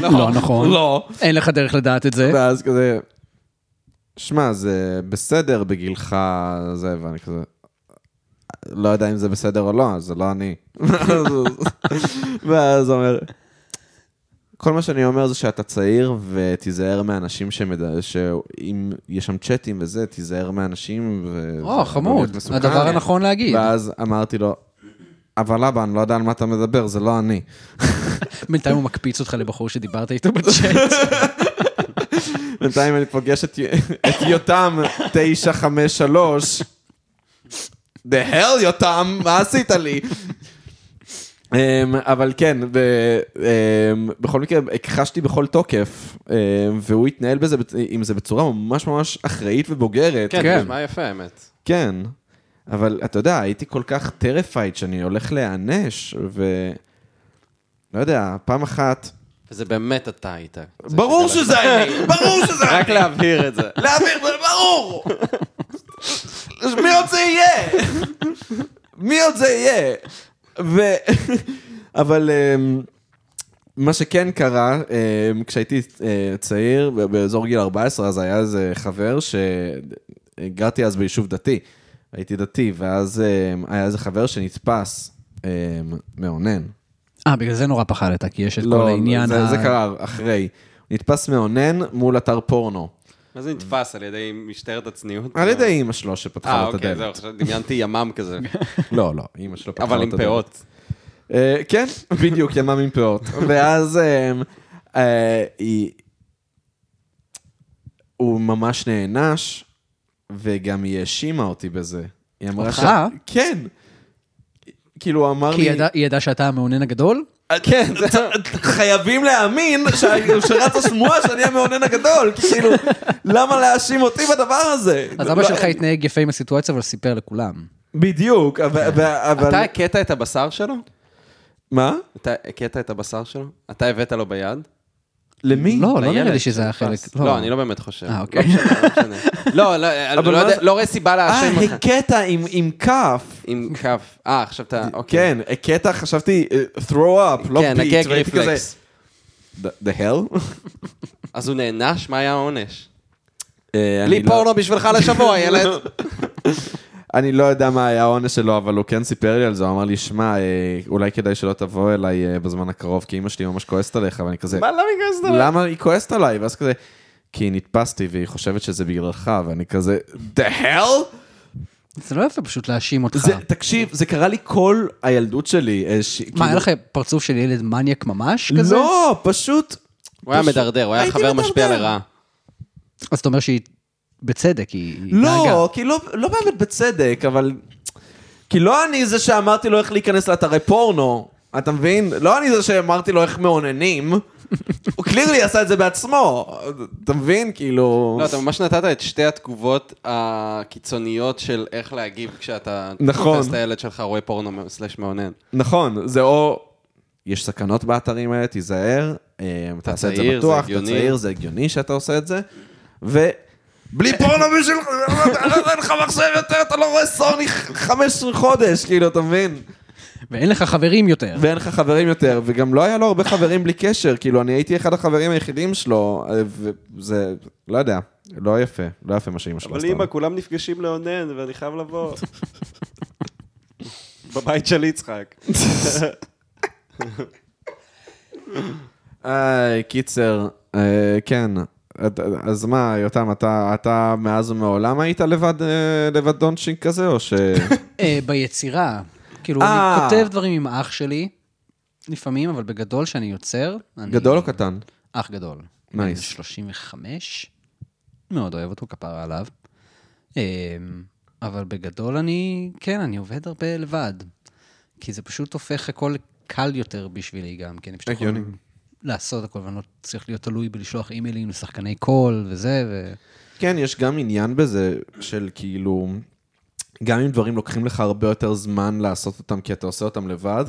לא, נכון.
לא.
אין לך דרך לדעת את זה.
ואז כזה, שמע, זה בסדר בגילך, זה, ואני כזה, לא יודע אם זה בסדר או לא, אז זה לא אני. ואז הוא אומר, כל מה שאני אומר זה שאתה צעיר ותיזהר מאנשים שמד... שאם יש שם צ'אטים וזה, תיזהר מאנשים. ו...
או,
זה
חמוד.
באמת מסוכן."
הדבר הנכון להגיד.
ואז אמרתי לו, אבל אבא, אני לא יודע על מה אתה מדבר, זה לא אני.
בינתיים הוא מקפיץ אותך לבחור שדיברת איתו בצ'אט.
בינתיים אני פוגש את, את יותם 953. The hell, יותם, מה עשית לי? um, אבל כן, ב, um, בכל מקרה, הכחשתי בכל תוקף, um, והוא התנהל בזה, בצ- עם זה בצורה ממש ממש אחראית ובוגרת.
כן,
כן.
זה נשמע יפה, האמת.
כן, אבל אתה יודע, הייתי כל כך טרפייד שאני הולך להיענש, ו... לא יודע, פעם אחת...
וזה באמת אתה היית. זה
ברור
שגלשת.
שזה אני, ברור שזה אני.
רק להבהיר את זה.
להעביר, זה ברור! מי עוד זה יהיה? מי עוד זה יהיה? ו... אבל אמ, מה שכן קרה, אמ, כשהייתי אה, צעיר, ב- באזור גיל 14, אז היה איזה חבר ש... גרתי אז ביישוב דתי, הייתי דתי, ואז אמ, היה איזה חבר שנתפס אמ, מאונן.
אה, בגלל זה נורא פחדת, כי יש את כל העניין
לא, זה,
ה...
זה קרה אחרי. נתפס מאונן מול אתר פורנו.
מה זה נתפס על ידי משטרת הצניעות?
על ידי אימא שלו שפתחה
אה,
לו את
אוקיי, זהו,
הדלת.
עכשיו דמיינתי ימ"מ כזה,
לא, לא, אימא שלו פתחה לו את
אבל
הדלת.
עם פאות.
אה, כן, בדיוק, ימ"מ עם פאות. ואז אה, אה, היא... הוא ממש נענש, וגם היא האשימה אותי בזה. היא אמרה
אותך?
כן. כאילו, הוא אמר
כי
לי...
היא ידעה- היא ידעה שאתה המאונן הגדול?
כן, זה- חייבים להאמין ש- שרצה שמועה שאני המאונן הגדול. כאילו, למה להאשים אותי בדבר הזה?
אז אבא
לא-
שלך התנהג יפה עם הסיטואציה, אבל סיפר לכולם.
בדיוק, אבל- אבל...
אתה הכית את הבשר שלו?
מה?
אתה הכית את הבשר שלו? אתה הבאת לו ביד?
למי?
לא, לא נראה
לילד
לי שזה היה חלק.
שנתפס. לא, אני לא באמת חושב.
אה, אוקיי.
לא משנה, לא משנה. לא, לא, אני
אבל
לא
מה
יודע-
זה-
לא רואה סיבה
אה,
להאשים אותך.
הכית עם- עם כף.
עם כף. אה, עכשיו אתה... אוקיי.
כן, הקטע, חשבתי, אה, throw up, לא
כן,
beat,
הגג
והייתי כזה,
רפלקס.
"The- the hell?
אז הוא נענש? מה היה העונש?
אה, אני
בלי
לא-
פורנו בשבילך לשבוע, ילד.
אני לא יודע מה היה העונש שלו, אבל הוא כן סיפר לי על זה, הוא אמר לי, שמע, אה, אולי כדאי שלא תבוא אליי אה, בזמן הקרוב, כי אמא שלי ממש כועסת עליך, ואני כזה,
מה, למה הגעזת?
למה היא כועסת עליי? ואז כזה, כי נתפסתי והיא חושבת שזה בגללך, ואני כזה, the hell?
זה לא יפה פשוט להאשים אותך.
זה, תקשיב, זה קרה לי כל הילדות שלי. אה, ש- כאילו-
מה, היה לך פרצוף של ילד מניאק ממש כזה?
לא, פשוט,
הוא היה
פשוט-
מדרדר, הוא היה
הייתי
חבר משפיע
מדרדר.
לרעה.
אז אתה אומר שהיא, בצדק, היא היא נהגה.
לא, כי לא, לא באמת בצדק, אבל... כי לא אני זה שאמרתי לו איך להיכנס לאתרי פורנו, אתה מבין? לא אני זה שאמרתי לו איך מאוננים. הוא קלירלי עשה את זה בעצמו, אתה מבין? כאילו...
לא, אתה ממש נתת את שתי התגובות הקיצוניות של איך להגיב כשאתה...
נכון.
תופס את הילד שלך, רואה פורנו סלאש מאונן.
נכון, זה או... יש סכנות באתרים האלה, תיזהר, אה, תעשה את זה
צעיר, זה
בטוח, אתה
הגיוני.
צעיר, זה הגיוני שאתה עושה את זה, ו... בלי פורנו בשבילך, אין לך מחשב יותר, אתה לא רואה סוני ח- חמש חודש, כאילו, אתה מבין?
ואין לך חברים יותר.
ואין לך חברים יותר, וגם לא היה לו הרבה חברים בלי קשר, כאילו, אני הייתי אחד החברים היחידים שלו, אה, וזה, לא יודע, לא יפה, לא יפה מה שאימא שלו עשתה. לו.
כולם נפגשים לאונן, ואני חייב לבוא. בבית של יצחק.
איי, קיצר, אה, כן. את- אז מה, יותם, אתה, אתה מאז ומעולם היית לבד, אה, לבד דונצ'ינג כזה, או ש...
אה, ביצירה. כאילו,
אה.
אני כותב דברים עם אח שלי, לפעמים, אבל בגדול שאני יוצר, אני...
גדול או קטן?
אח גדול.
Nice.
בן 35. מאוד אוהב אותו, כפרה עליו. אמ, אבל בגדול אני, כן, אני עובד הרבה לבד. כי זה פשוט הופך הכל קל יותר בשבילי גם, כי אני פשוט יכול
הגיוני.
לעשות הכל, ואני לא צריך להיות תלוי בלשלוח אימיילים לשחקני קול וזה, ו...
כן, יש גם עניין בזה של כאילו, גם אם דברים לוקחים לך הרבה יותר זמן לעשות אותם, כי אתה עושה אותם לבד,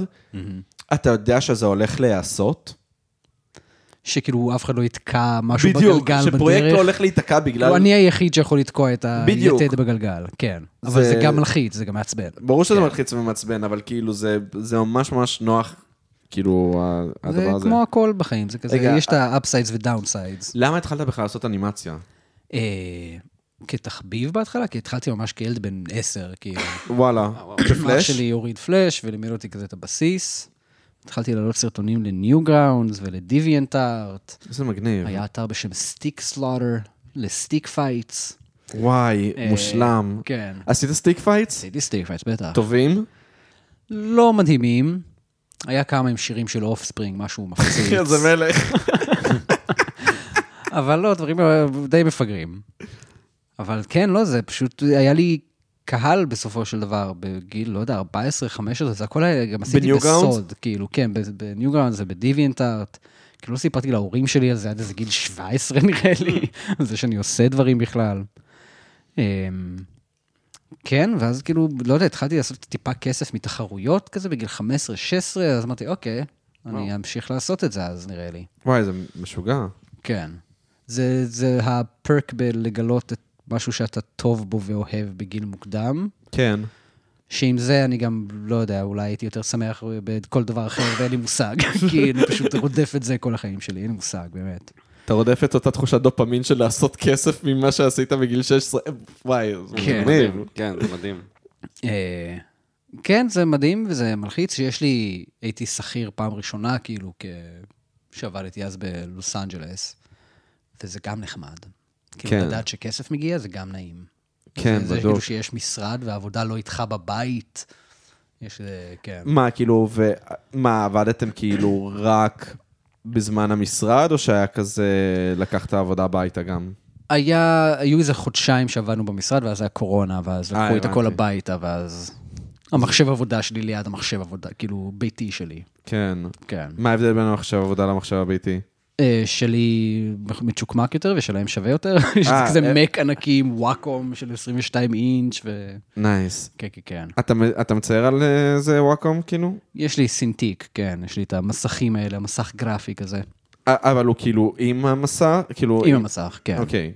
אתה יודע שזה הולך להיעשות.
שכאילו אף אחד לא יתקע משהו
בדיוק,
בגלגל בדרך.
שפרויקט לא הולך להיתקע בגלל...
לא, אני היחיד שיכול לתקוע את
בדיוק.
היתד בגלגל, כן. אבל
זה-
זה גם מלחיץ, זה גם מעצבן.
ברור שזה מלחיץ ומעצבן, אבל כאילו זה זה ממש ממש נוח, כאילו, ה-
זה
הדבר הזה.
כמו הכל בחיים, זה כזה,
רגע, אה,
יש את ה-upsides ו-downsides.
למה התחלת בכלל לעשות אנימציה?
אה, כתחביב בהתחלה, כי התחלתי ממש כילד בן עשר, כאילו.
וואלה,
אח
בפלאש?
שלי הוריד פלאש ולימד אותי כזה את הבסיס. התחלתי להעלות סרטונים לניו גראונדס ולדיוויאנט ארט.
איזה מגניב.
היה אתר בשם סטיק סלוטר לסטיק פייטס.
וואי,
אה,
מושלם.
כן. אה.
עשית סטיק פייטס?
עשיתי סטיק פייטס, בטח.
טובים?
לא מדהימים. היה כמה עם שירים של אופספרינג, משהו מפציץ.
מלך.
אבל לא, דברים די מפגרים. אבל כן, לא, זה פשוט, היה לי קהל בסופו של דבר, בגיל, לא יודע, 14, 15, זה הכל היה, גם עשיתי
בניוגראונדס?
בסוד, כאילו, כן, בניוגראונד זה בדיוויאנט ארט. כאילו לא סיפרתי להורים שלי על זה עד איזה גיל 17 נראה לי, על זה שאני עושה דברים בכלל. אמ, כן, ואז כאילו, לא יודע, התחלתי לעשות טיפה כסף מתחרויות כזה בגיל 15-16, אז אמרתי, אוקיי, אני אמשיך לעשות את זה אז נראה לי.
וואי, זה משוגע.
כן. זה, זה הפרק בלגלות את משהו שאתה טוב בו ואוהב בגיל מוקדם,
כן.
שעם זה אני גם, לא יודע, אולי הייתי יותר שמח בכל דבר אחר ואין לי מושג, כי אני פשוט רודף את זה כל החיים שלי, אין לי מושג, באמת.
אתה רודף את אותה תחושת דופמין של לעשות כסף ממה שעשית בגיל 16. וואי, זה
כן.
מגניב.
כן, זה מדהים.
אה, כן, זה מדהים וזה מלחיץ שיש לי, הייתי שכיר פעם ראשונה, כאילו, כ... שעבדתי אז בלוס אנג'לס, וזה גם נחמד. כאילו,
כן.
לדעת שכסף מגיע זה גם נעים.
כן,
זה
בדוק.
כאילו שיש משרד והעבודה לא איתך בבית. יש, אה, כן.
מה, כאילו, ומה, עבדתם כאילו רק בזמן המשרד, או שהיה כזה, לקחת עבודה הביתה גם?
היה, היו איזה חודשיים שעבדנו במשרד, ואז היה קורונה, ואז
אה,
לקחו את הכל
הבנתי.
הביתה, ואז... המחשב עבודה שלי ליד המחשב עבודה, כאילו, ביתי שלי.
כן.
כן.
מה ההבדל בין המחשב עבודה למחשב הביתי?
אה, שלי מצ'וקמק יותר ושלהם שווה יותר. יש
אה,
כזה
אה.
מק ענקי עם וואקום של 22 אינץ' ו...
נייס.
כן, כן, כן.
אתה, אתה מצייר על אה, זה וואקום, כאילו?
יש לי סינטיק, כן, יש לי את המסכים האלה, המסך גרפי כזה.
אה, אבל הוא כאילו עם המסע? כאילו...
עם המסך, כן.
אוקיי.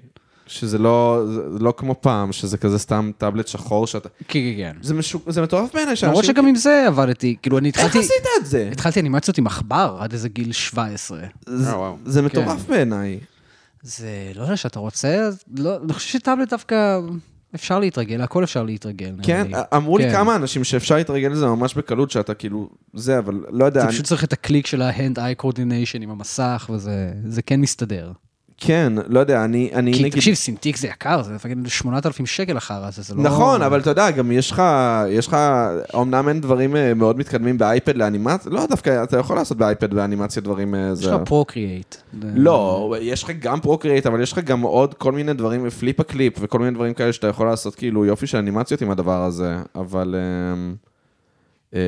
שזה לא, זה לא כמו פעם, שזה כזה סתם טאבלט שחור שאתה...
כן, כן, כן.
זה, משוק, זה מטורף בעיניי שאנשים...
למרות שגם עם זה עבדתי, כאילו, אני התחלתי...
אוקיי. איך עשית את זה?
התחלתי אנימציות עם עכבר עד איזה גיל 17.
זה-
אה, וואו.
זה מטורף בעיניי.
זה לא יודע שאתה רוצה, אז לא, אני חושב שטאבלט דווקא אפשר להתרגל, הכל אפשר להתרגל. נראה
כן,
לי.
אמרו לי
כן.
כמה אנשים שאפשר להתרגל לזה ממש בקלות, שאתה כאילו... זה, אבל לא יודע.
אתה
אני-
פשוט צריך את הקליק של ה-hand-eye coordination עם המסך, וזה זה כן מסתדר.
כן, לא יודע, אני אני
כי
נגיד...
תקשיב, סינטיק זה יקר, זה מפגן 8,000 שקל אחר הזה, זה לא...
נכון, אבל אתה יודע, גם יש לך, יש לך, אמנם אין דברים אה, מאוד מתקדמים באייפד לאנימציה, לא, דווקא אתה יכול לעשות באייפד באנימציה דברים... אה,
יש
זה-
לך פרוקריאייט.
לא, יש לך גם פרוקריאט, אבל יש לך גם עוד כל מיני דברים, פליפ הקליפ וכל מיני דברים כאלה שאתה יכול לעשות כאילו יופי של אנימציות עם הדבר הזה, אבל... אמ, אמ,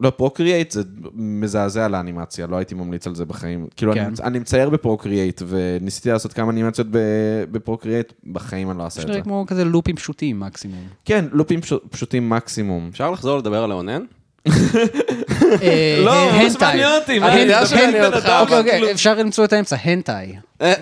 לא, פרוקריאט זה מזעזע לאנימציה, לא הייתי ממליץ על זה בחיים. כאילו,
כן.
אני, מצ- אני מצייר בפרוקריאט, וניסיתי לעשות כמה אנימציות ב- בפרוקריאט, בחיים אני לא אעשה
יש
את זה.
נראה כמו כזה לופים פשוטים מקסימום.
כן, לופים פשוט, פשוטים מקסימום.
אפשר לחזור לדבר על האונן?
לא,
ממש מעניין אותי, מה, אני יודע שמעניין אותך,
אוקיי,
אבל
כאילו-
אוקיי, אפשר למצוא את האמצע, הנטאי.
אה,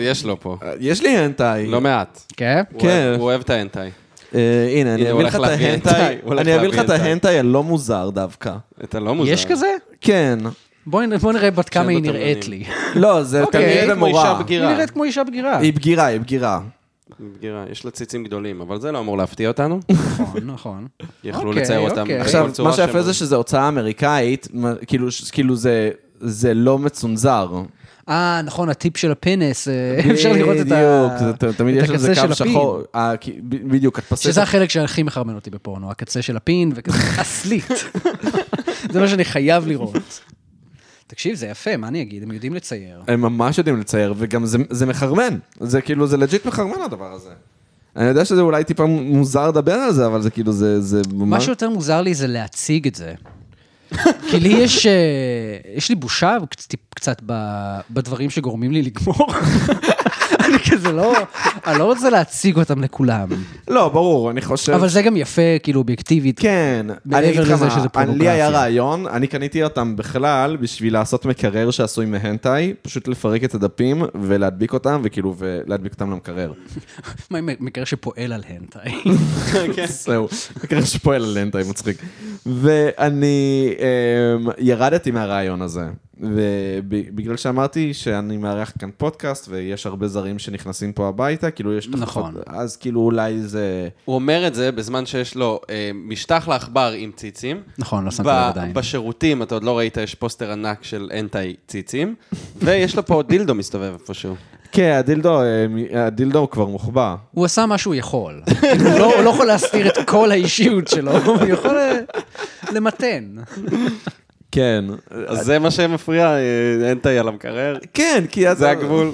יש לו פה,
אה, יש לי הנטאי.
לא מעט.
כן?
הוא
כן.
אוהב- הוא אוהב את האנטאי.
אה, הנה, אני
הוא
אביא לך
הולך
את
להביא
ההנטאי,
הנטאי, הוא הולך
אני אביא לך
להביא
את
הנטאי.
ההנטאי הלא מוזר דווקא.
אתה לא מוזר.
יש כזה?
כן.
בואי נ- בואי נראה בת כמה היא
בתימנים.
נראית לי.
לא, זה
אוקיי.
תמיד
אה, כמו
במורה.
אישה
היא
בגירה.
נראית כמו אישה בגירה.
היא בגירה, היא בגירה.
בגירה. יש לה ציצים גדולים, אבל זה לא אמור להפתיע אותנו.
נכון, נכון.
יכלו
אוקיי,
לצייר אותם.
אוקיי.
בכל
עכשיו,
צורה
מה שיפה
שהם-
זה שזו הוצאה אמריקאית, מה- כאילו ש- כאילו זה... זה לא מצונזר.
אה, נכון, הטיפ של הפנס, אה, אפשר לראות את ה...
בדיוק, זה- ת- תמיד
את
יש לזה
הקצה
קו
של הפין.
שחור. אה, כי- ב- בדיוק, את
שזה
פסטת.
החלק שהכי מחרמן אותי בפורנו, הקצה של הפין וכזה, הסליט. זה מה שאני חייב לראות. תקשיב, זה יפה, מה אני אגיד? הם יודעים לצייר.
הם ממש יודעים לצייר, וגם זה- זה מחרמן. זה כאילו, זה לג'יט מחרמן הדבר הזה. אני יודע שזה אולי טיפה מוזר לדבר על זה, אבל זה כאילו, זה... זה
מה
ממש-
שיותר מוזר לי זה להציג את זה. כי לי יש, אה, יש לי בושה קצ- טיפ- קצת ב- בדברים שגורמים לי לגמור. אני כזה לא, אני לא רוצה להציג אותם לכולם.
לא, ברור, אני חושב...
אבל זה גם יפה, כאילו, אובייקטיבית.
כן,
מעבר
אני אגיד לך
לזה
מה,
שזה
אני- לי היה
פורנוגרפיה.
רעיון, אני קניתי אותם בכלל בשביל לעשות מקרר שעשוי מהנטאי, פשוט לפרק את הדפים ולהדביק אותם, וכאילו, ולהדביק אותם למקרר.
מה עם מקרה שפועל על הנטאי? כן.
זהו, מקרר שפועל על הנטאי, מצחיק. ואני אמ, ירדתי מהרעיון הזה, ובגלל שאמרתי שאני מארח כאן פודקאסט, ויש הרבה זרים שנכנסים פה הביתה, כאילו יש... תחפות-
נכון.
אז כאילו אולי זה...
הוא אומר את זה בזמן שיש לו אה, משטח לעכבר עם ציצים.
נכון, לא שמתי
ב-
לב עדיין.
בשירותים, אתה עוד לא ראית, יש פוסטר ענק של אנטאי ציצים, ויש לו פה דילדו מסתובב איפשהו.
כן, הדילדו, אמ, הדילדו הוא כבר מוחבא.
הוא עשה מה שהוא יכול. כאילו, הוא לא- הוא לא יכול להסתיר את כל האישיות שלו, הוא יכול אה, למתן.
כן.
אז זה מה שמפריע, אה, אנטאי על המקרר.
כן, כי אז...
זה הגבול.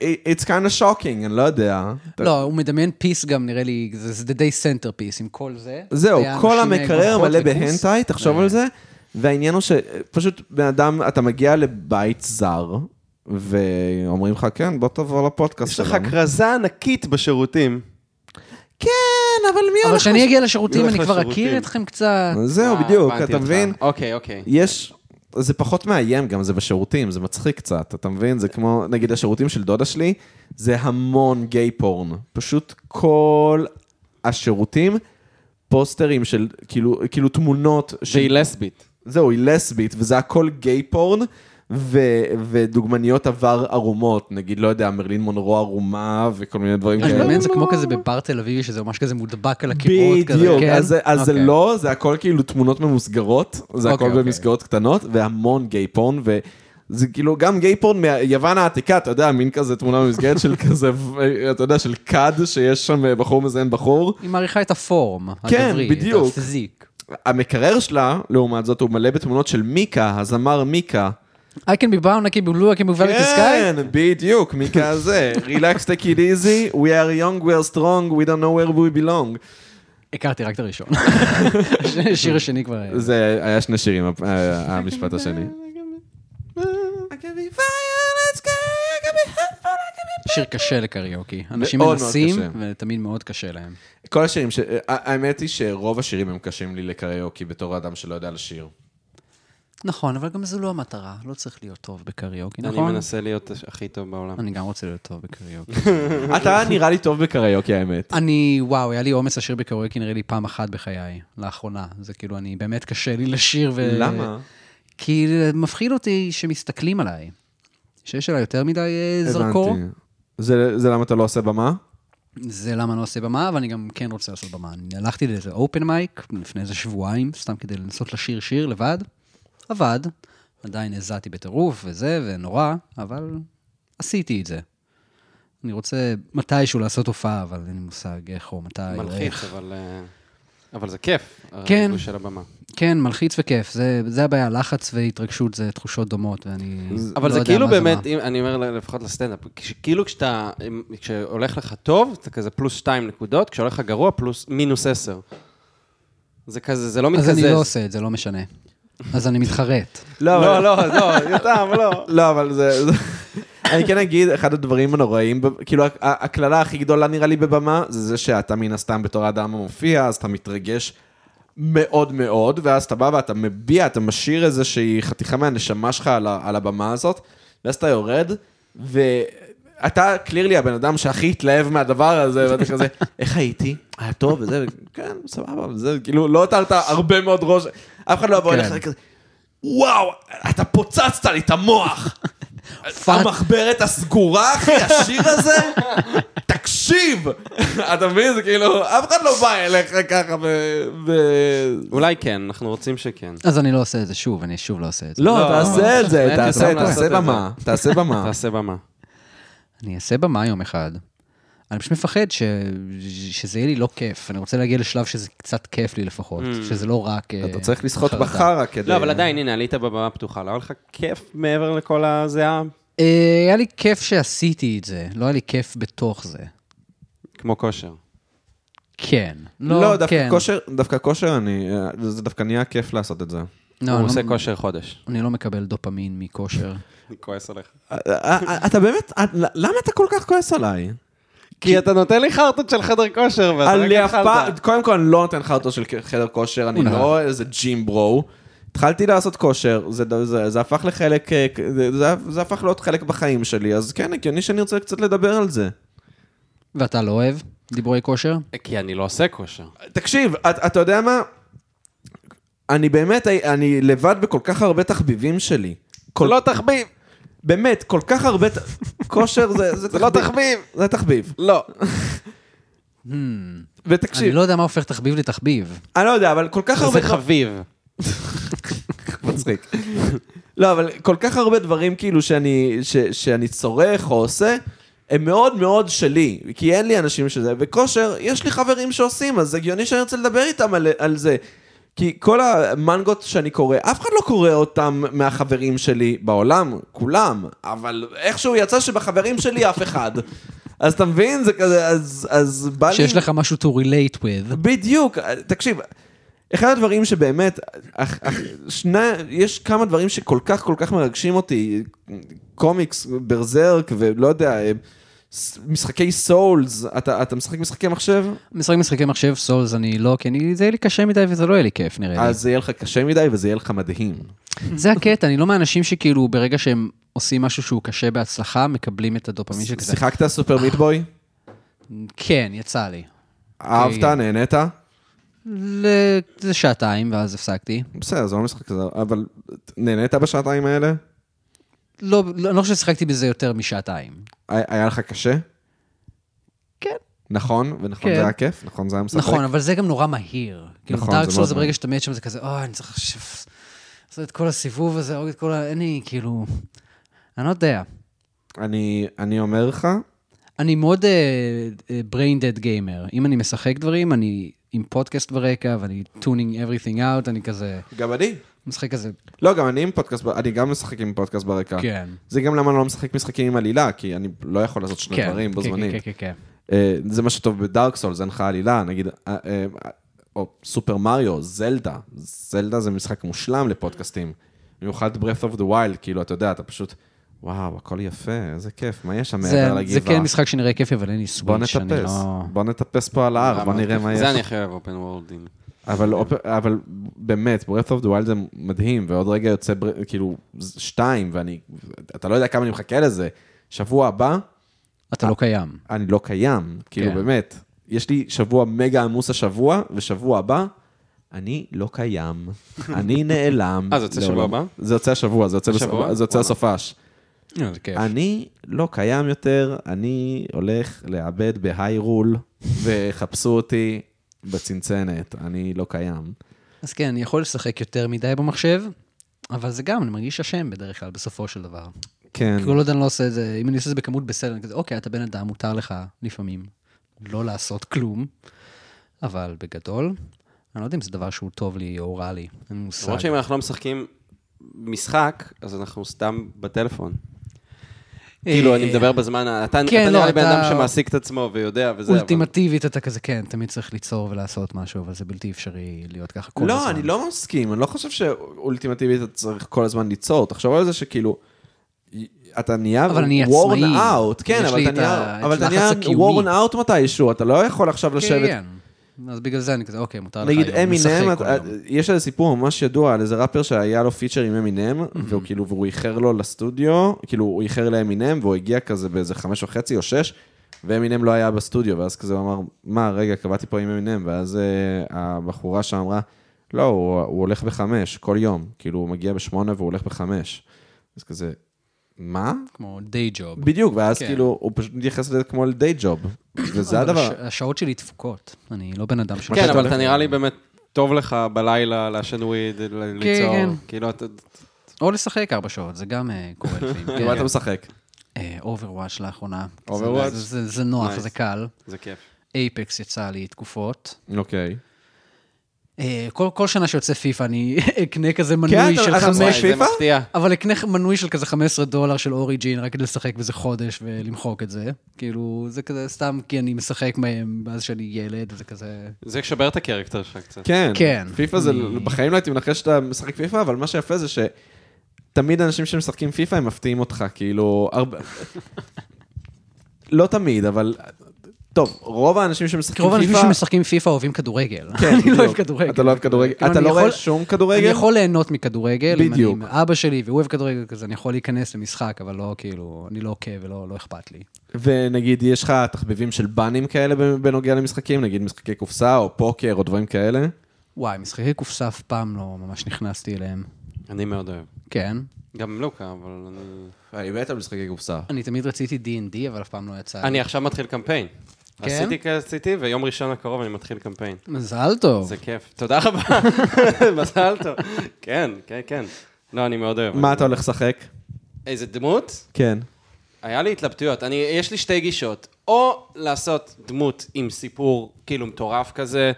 It's kind of shocking, אני לא יודע.
לא, הוא מדמיין פיס גם, נראה לי, זה זה די סנטר פיס עם כל זה.
זהו,
היה
כל
אנשים, אה,
המקרר
גופות
מלא
וכוס.
בהנטאי, תחשוב על זה. והעניין הוא שפשוט בן אדם, אתה מגיע לבית זר, ואומרים לך, כן, בוא תבוא לפודקאסט
יש לך
שלנו."
כרזה ענקית בשירותים.
כן, אבל מי
אבל
הולך...
כשאני אגיע לשירותים,
הולך
אני כבר
לשירותים?
אכיר אתכם קצת.
זהו,
אה,
בדיוק,
הבנתי
אתה
אותך.
מבין?
אוקיי, אוקיי.
יש... זה פחות מאיים גם, זה בשירותים, זה מצחיק קצת, אתה מבין? זה כמו, נגיד, השירותים של דודה שלי, זה המון גיי פורן. פשוט כל השירותים, פוסטרים של, כאילו, כאילו תמונות של
שהיא לסבית.
זהו, היא לסבית, וזה הכל גיי פורן, ו- ודוגמניות עבר ערומות, נגיד, לא יודע, מרלין מונרו ערומה, וכל מיני דברים
אני
כאלה.
מדמיין זה כמו כזה בבר תל אביבי, שזה ממש כזה מודבק על הקירות. כזה,
בדיוק,
כן?
אז, זה- אז זה
אוקיי.
לא, זה הכל כאילו תמונות ממוסגרות, זה הכל
אוקיי, אוקיי.
במסגרות קטנות, והמון גיי פורן, וזה כאילו גם גיי פורן מיוון העתיקה, אתה יודע, מין כזה תמונה במסגרת של כזה, אתה יודע, של כד, שיש שם בחור מזיין בחור.
היא מעריכה את הפורם,
כן,
הגברי,
בדיוק.
את הפיזיק.
המקרר שלה, לעומת זאת, הוא מלא בתמונות של מיקה, הזמר מיקה.
I can be bound, I can be blue, I can be valid to sky.
כן, בדיוק, מיקה הזה. Relax, take it easy, we are young, we are strong, we don't know where we belong.
הכרתי רק את הראשון. השיר השני כבר... היה.
כן. זה היה שני שירים, הפ- אה, המשפט השני.
שיר קשה לקריוקי. אנשים
מאוד מאוד
מנסים,
קשה.
ותמיד מאוד קשה להם.
כל השירים, ש- אה, האמת היא שרוב השירים הם קשים לי לקריוקי בתור אדם שלא יודע לשיר.
נכון, אבל גם זו לא המטרה. לא צריך להיות טוב בקריוקי,
אני
נכון?
מנסה להיות הכי טוב בעולם.
אני גם רוצה להיות טוב בקריוקי.
אתה נראה לי טוב בקריוקי, האמת.
אני, וואו, היה לי אומץ לשיר בקריוקי נראה לי פעם אחת בחיי, לאחרונה. זה כאילו, אני באמת קשה לי לשיר ו...
למה?
כי מפחיד אותי שמסתכלים עליי. שיש עליי יותר מדי אה, זרקור.
הבנתי. זה זה למה אתה לא עושה במה?
זה למה אני לא עושה במה, אבל אני גם כן רוצה לעשות במה. אני הלכתי לאיזה אופן מייק לפני איזה שבועיים, סתם כדי לנסות לשיר שיר לבד. עבד, עדיין הזעתי בטירוף וזה, ונורא, אבל עשיתי את זה. אני רוצה מתישהו לעשות הופעה, אבל אין לי מושג איך או מתי או
מלחיץ,
איך.
אבל... אה, אבל זה כיף.
כן.
הריגוש של הבמה.
כן, מלחיץ וכיף, זה, זה הבעיה, לחץ והתרגשות זה תחושות דומות, ואני
אבל
לא
זה
יודע
כאילו
מה זה
באמת,
מה.
אם- אני אומר לפחות לסטנדאפ, כש- כאילו כשאתה, אם- כשהולך לך טוב, אתה כזה פלוס שתיים נקודות, כשהולך לך גרוע, פלוס מינוס עשר. זה כזה, זה לא מתקזז.
אז אני לא עושה את זה, לא משנה. אז אני מתחרט.
לא, לא, לא, יותם, לא.
לא, אבל זה... זה- אני כן אגיד, אחד הדברים הנוראים, ב- כאילו ה- ה- הקללה הכי גדולה נראה לי בבמה, זה זה שאתה מן הסתם בתור האדם המופיע, אז אתה מתרגש מאוד מאוד, ואז אתה בא ואתה מביע, אתה משאיר איזושהי חתיכה מהנשמה שלך על, ה- על הבמה הזאת, ואז אתה יורד, ואתה, קלירלי, הבן אדם שהכי התלהב מהדבר הזה, ואתה כזה, איך הייתי? היה טוב, וזה, כן, סבבה, וזה, כאילו, לא הותרת הרבה מאוד ראש, אף אחד לא יבוא
כן.
אליך כזה. וואו, אתה פוצצת לי את המוח.
פאק.
המחברת הסגורה, אחי, השיר הזה? תקשיב! אתה מבין? זה כאילו, אף אחד לא בא אליך ככה ו... ו-
אולי כן, אנחנו רוצים שכן.
אז אני לא עושה את זה שוב, אני שוב לא עושה את זה.
לא, תעשה את זה,
אין
תעשה,
חיסון לעשות
תעשה
את זה.
במה, תעשה במה.
תעשה במה.
אני אעשה במה יום אחד. אני פשוט מפחד ש... שזה יהיה לי לא כיף. אני רוצה להגיע לשלב שזה קצת כיף לי לפחות,
Mm.
שזה לא רק...
אתה צריך לסחוט בחרא כדי...
לא, אבל עדיין, הנה, עלית בבמה פתוחה, לא היה לך כיף מעבר לכל הזיעה?
אה, היה לי כיף שעשיתי את זה, לא היה לי כיף בתוך זה.
כמו כושר.
כן.
לא, דווקא
כן.
כושר, דווקא כושר, אני... זה דווקא נהיה כיף לעשות את זה.
לא,
הוא
אני
עושה
לא-
כושר חודש.
אני לא מקבל דופמין מכושר.
אני כועס עליך.
אה, אתה באמת, את- למה אתה כל כך כועס עליי?
כי אתה נותן לי חרטות של חדר כושר, ואתה רק
אני אף
התחלת.
פעם, קודם כל אני לא נותן לך אותו של חדר כושר, אני לא איזה ג'ים ברו. התחלתי לעשות כושר, זה, זה, זה הפך לחלק, אה, זה, זה הפך להיות חלק בחיים שלי, אז כן, הגיוני שאני רוצה קצת לדבר על זה.
ואתה לא אוהב דיבורי כושר?
כי אני לא עושה כושר.
תקשיב, אתה אתה יודע מה? אני באמת, אני לבד בכל כך הרבה תחביבים שלי. כל,
לא תחביב,
באמת, כל כך הרבה... ת- כושר זה, זה,
זה לא תחביב.
זה תחביב.
לא.
ותקשיב,
אני לא יודע מה הופך תחביב לתחביב.
אני לא יודע, אבל כל כך הרבה...
זה חביב.
מצחיק. לא, אבל כל כך הרבה דברים כאילו שאני, ש, שאני צורך או עושה, הם מאוד מאוד שלי, כי אין לי אנשים שזה, וכושר, יש לי חברים שעושים, אז הגיוני שאני רוצה לדבר איתם על, על זה. כי כל המנגות שאני קורא, אף אחד לא קורא אותם מהחברים שלי בעולם, כולם, אבל איכשהו יצא שבחברים שלי אף אחד. אז אתה מבין? זה כזה, אז, אז בא לי...
שיש לך משהו to relate with.
בדיוק, תקשיב, אחד הדברים שבאמת, אך- אך- שני, יש כמה דברים שכל כך כל כך מרגשים אותי, קומיקס, ברזרק ולא יודע, אה, ס- משחקי סאולס, אתה, אתה משחק משחקי מחשב?
משחק משחקי מחשב, סולס, אני לא, כי אני, זה יהיה לי קשה מדי וזה לא יהיה לי כיף, נראה לי.
אז זה יהיה לך קשה מדי וזה יהיה לך מדהים.
זה הקטע, אני לא מהאנשים שכאילו, ברגע שהם עושים משהו שהוא קשה בהצלחה, מקבלים את הדופמין שכזה.
שיחקת סופר מיטבוי?
כן, יצא לי. אה,
אהבת?
כן.
נהנית?
ל- זה שעתיים, ואז הפסקתי.
בסדר, זה לא משחק כזה, אבל נהנית בשעתיים האלה?
לא, לא, אני לא חושב ששיחקתי בזה יותר משעתיים.
היה היה לך קשה?
כן.
נכון, ונכון
כן.
זה היה כיף, נכון זה היה משחק.
נכון, אבל זה גם נורא מהיר. כאילו,
נכון,
דארק
זה
סולס
מאוד
זה ברגע שאתה מת שם, זה כזה, אוי, אני צריך עכשיו לעשות את כל הסיבוב הזה, הורג את כל ה... אין לי, כאילו... אני לא יודע.
אני, אני אומר לך,
אני מאוד uh, brain dead gamer. אם אני משחק דברים, אני עם פודקאסט ברקע, ואני tuning everything out, אני כזה...
גם אני.
משחק כזה,
לא, גם אני עם פודקאסט, ב- אני גם משחק עם פודקאסט ברקע.
כן.
זה גם למה אני לא משחק משחקים עם עלילה, כי אני לא יכול לעשות שני
כן,
דברים בו
כן, כן,
זמנית.
כן, כן.
אה, זה מה שטוב בדארק סולס, אין לך עלילה, נגיד, אה, אה, או סופר מריו, זלדה. זלדה זה משחק מושלם לפודקאסטים. במיוחד Breath of the Wild, כאילו, אתה יודע, אתה פשוט, וואו, הכל יפה, איזה כיף, מה יש שם מעבר
זה- זה כן
לגבעה?
משחק שנראה כיפי, אבל אין לי
בוא
סוויץ', אני
נטפס,
לא...
בוא נטפס פה על ההר, אה, בוא נראה מה יש.
זה אני הכי אוהב, אופן וורלדים.
אבל, אופ- אבל באמת, Breath of the Wild זה מדהים, ועוד רגע יוצא בר- כאילו ז- שתיים, ואני, אתה לא יודע כמה אני מחכה לזה. שבוע הבא,
אתה לא קיים.
אני לא קיים, כאילו
כן.
באמת. יש לי שבוע מגה עמוס השבוע, ושבוע הבא, אני לא קיים, אני נעלם.
אה, זה יוצא
לעולם.
שבוע הבא?
זה יוצא השבוע, זה יוצא
השבוע?
בסופ- זה יוצא
וואלה.
הסופש. אה,
זה כיף.
אני לא קיים יותר, אני הולך לאבד בהיירול, וחפשו אותי בצנצנת, אני לא קיים.
אז כן, אני יכול לשחק יותר מדי במחשב, אבל זה גם, אני מרגיש אשם בדרך כלל, בסופו של דבר.
כן.
כאילו, לא יודע, אני לא עושה את זה, אם אני עושה את זה בכמות בסדר, אני כזה, אוקיי, אתה בן אדם, מותר לך לפעמים לא לעשות כלום, אבל בגדול, אני לא יודע אם זה דבר שהוא טוב לי או רע לי, אין לי מושג.
למרות שאם אנחנו לא משחקים משחק, אז אנחנו סתם בטלפון.
אה,
כאילו, אני מדבר בזמן, ה- אתה אתה
כן, לא,
נראה לי בן
אתה-
אדם שמעסיק את עצמו ויודע וזה, אבל-
אולטימטיבית אתה כזה, כן, תמיד צריך ליצור ולעשות משהו, אבל זה בלתי אפשרי להיות ככה כל הזמן.
לא, אני לא מסכים, אני לא חושב שאולטימטיבית אתה צריך כל הזמן ליצור. תחשוב על זה שכאילו, אתה נהיה
אבל אני
worn
עצמאי.
out, כן,
יש
אבל
לי
אתה
את ה-
נהיה-
את
אבל אתה
לחץ
נהיה
הקיומי.
worn out מתישהו, אתה לא יכול עכשיו לשבת
כן, אז בגלל זה אני כזה, אוקיי, מותר לך
נגיד
היום לשחק
אמינם,
כל
אה,
את-
היום.
יש איזה סיפור ממש ידוע על איזה ראפר שהיה לו פיצ'ר עם אמינם, והוא כאילו, והוא איחר לו לסטודיו, כאילו הוא איחר לאמינם, והוא הגיע כזה באיזה חמש וחצי או שש, ואמינם לא היה בסטודיו, ואז כזה הוא אמר, מה, רגע, קבעתי פה עם אמינם, ואז אה, הבחורה שם אמרה, לא, הוא, הוא הולך בחמש כל יום, כאילו הוא מגיע בשמונה והוא הולך בחמש. אז כזה, מה?
כמו דיי ג'וב.
בדיוק, ואז
כן.
כאילו, הוא פשוט מתייחס לזה כמו לדיי ג'וב, וזה
אבל
הדבר.
הש- השעות שלי דפוקות, אני לא בן אדם של...
כן, אבל אתה נראה לי באמת טוב לך בלילה לעשן וויד, ל- ליצור.
כן.
כאילו, אתה...
או לשחק ארבע שעות, זה גם אה, קורה לפעמים.
כאילו, מה אתה משחק?
אוברוואץ' אה, לאחרונה. זה-
Overwatch?
זה- זה זה נוח,
Nice.
זה קל.
זה כיף.
אייפקס יצא לי תקופות.
אוקיי.
אה, כל, כל שנה שיוצא פיפא אני אקנה כזה מנוי
כן, אתה-
של
אתה
וואי,
חמש...
משחק?
זה
פיפא?
מפתיע.
אבל אקנה מנוי של כזה 15 דולר של אוריג'ין, רק כדי לשחק בזה חודש ולמחוק את זה. כאילו, זה כזה סתם כי אני משחק מהם מאז שאני ילד, וזה כזה...
זה שובר את הקרקטר שלך קצת.
כן.
כן.
פיפא זה,
אני-
בחיים לא הייתי מנחש שאתה משחק פיפא, אבל מה שיפה זה שתמיד אנשים שמשחקים פיפא הם מפתיעים אותך, כאילו, הרבה... לא תמיד, אבל... טוב, רוב האנשים
כי
שמשחקים
רוב
פיפא...
האנשים שמשחקים פיפא אוהבים כדורגל.
כן,
אני לא
בדיוק.
אוהב כדורגל.
אתה לא אוהב כדורגל.
כאילו,
אתה
אני
לא רואה
יכול-
שום
אני
כדורגל?
יכול ליהנות מכדורגל, אם אני
בדיוק.
עם אבא שלי והוא אוהב כדורגל כזה, אני יכול להיכנס למשחק, אבל לא כאילו, אני לא עוקב ולא לא אכפת לי.
ונגיד, יש לך תחביבים של בנים כאלה בנוגע למשחקים? נגיד משחקי קופסה, או פוקר, או דברים כאלה?
וואי, משחקי קופסה אף פעם לא ממש נכנסתי אליהם.
אני מאוד אוהב.
כן.
גם לוקה, אבל אני...
אני מת על משחקי קופסה.
אני תמיד רציתי D&D, אבל אף פעם לא יצא. לי.
אני עכשיו מתחיל קמפיין.
כן?
עשיתי כאלה עשיתי, ויום ראשון הקרוב אני מתחיל קמפיין.
מזל טוב.
זה כיף. תודה רבה. מזל טוב. כן, כן, כן. לא, אני מאוד אוהב.
מה אתה הולך לשחק?
איזה דמות?
כן.
היה לי התלבטויות. אני, יש לי שתי גישות. או לעשות דמות עם סיפור כאילו מטורף כזה,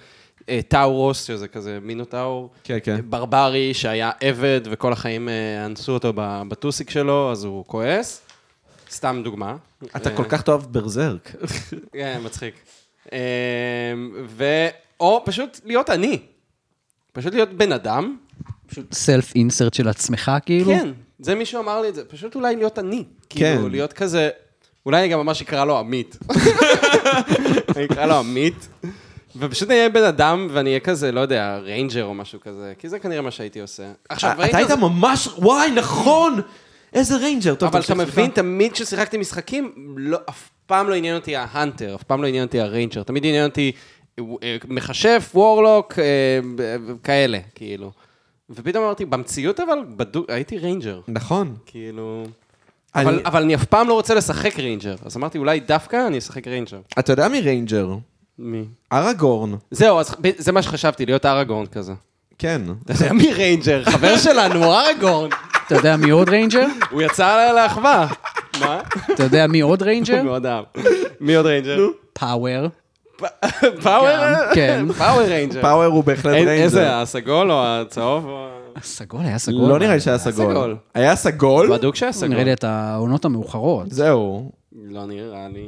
אה, טאורוס, שזה כזה מינוטאור.
כן, כן.
ברברי שהיה עבד וכל החיים אה, אנסו אותו ב- בטוסיק שלו, אז הוא כועס. סתם דוגמה.
אתה
אה,
כל כך תאהב ברזרק.
כן, מצחיק. אה, ו... או פשוט להיות אני. פשוט להיות בן אדם.
פשוט סלף אינסרט של עצמך, כאילו.
כן, זה מישהו אמר לי את זה. פשוט אולי להיות אני.
כן.
כאילו, להיות כזה... אולי אני גם ממש אקרא לו עמית. אני אקרא לו עמית. ופשוט אני אהיה בן אדם, ואני אהיה כזה, לא יודע, ריינג'ר או משהו כזה, כי זה כנראה מה שהייתי עושה. עכשיו,
אה, אתה היית ממש, וואי, נכון! איזה ריינג'ר. טוב,
אבל
תמשיך,
אתה
סליחה.
מבין, תמיד כששיחקתי משחקים, לא, אף פעם לא עניין אותי ההאנטר, אף פעם לא עניין אותי הריינג'ר, תמיד עניין אותי אה, אה, מכשף, וורלוק, אה, אה, כאלה, כאילו. ופתאום אמרתי, במציאות אבל, בדו- הייתי ריינג'ר,
נכון.
כאילו...
אני-
אבל, אבל אני אף פעם לא רוצה לשחק ריינג'ר, אז אמרתי, אולי דווקא אני אשחק ריינג'ר.
אתה יודע מי ריינג'ר?
מי?
אראגורן.
זהו, אז ב- זה מה שחשבתי, להיות אראגורן כזה.
כן.
אתה יודע מי ריינג'ר? חבר שלנו, הוא אראגורן.
אתה יודע מי עוד ריינג'ר?
הוא יצא לאחווה. מה?
אתה יודע מי עוד ריינג'ר?
הוא מאוד אהב. מי עוד ריינג'ר?
פאוור.
פאוור?
כן.
פאוור ריינג'ר.
פאוור הוא בהחלט
אין-
ריינג'ר.
איזה, הסגול או הצהוב? או ה-
הסגול היה סגול.
לא נראה לי שהיה סגול.
סגול.
היה סגול?
בדוק שהיה סגול.
נראה לי את העונות המאוחרות.
זהו.
לא נראה לי.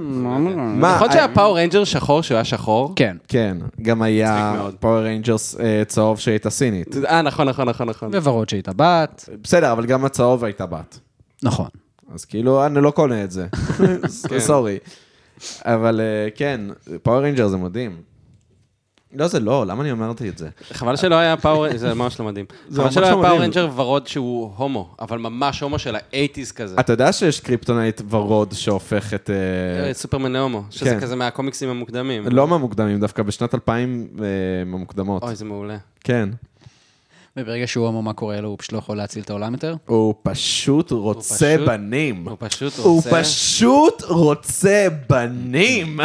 מה?
נכון
I-
שהיה פאוור ריינג'ר שחור שהוא היה שחור?
כן.
כן, גם היה
מצחיק מאוד.
פאוור ריינג'רס אה, צהוב שהייתה סינית.
אה, נכון, נכון, נכון, נכון.
וורוד שהייתה בת.
בסדר, אבל גם הצהוב הייתה בת.
נכון.
אז כאילו, אני לא קונה את זה.
כן.
סורי. אבל אה, כן, פאוור ריינג'ר זה מדהים. לא, זה לא, למה אני אמרתי את זה?
חבל שלא היה פאוור, זה ממש לא מדהים. חבל
ממש
שלא היה
לא
פאוור
מדהים.
ריינג'ר ורוד שהוא הומו, אבל ממש הומו של האייטיז כזה.
אתה יודע שיש קריפטונייט ורוד שהופך את... אה,
אה, סופרמן להומו, שזה
כן.
כזה מהקומיקסים המוקדמים.
לא מהמוקדמים, דווקא בשנת 2000 אה, מהמוקדמות.
אוי, זה מעולה.
כן.
וברגע שהוא הומו, מה קורה לו? הוא פשוט לא יכול להציל את העולם יותר?
הוא פשוט רוצה
פשוט-
בנים.
הוא פשוט
לא. הוא
רוצה...
פשוט רוצה בנים.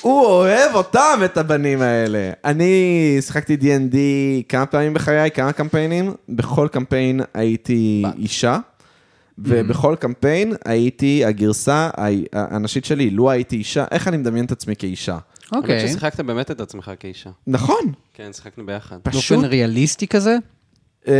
הוא אוהב אותם, את הבנים האלה. אני שיחקתי D&D כמה פעמים בחיי, כמה קמפיינים. בכל קמפיין הייתי אישה, ובכל קמפיין הייתי הגרסה ה- הנשית שלי. לו הייתי אישה, איך אני מדמיין את עצמי כאישה?
האמת
אוקיי.
ששיחקת באמת את עצמך כאישה.
נכון,
כן, שיחקנו ביחד.
פשוט
באופן ריאליסטי כזה?
אמ,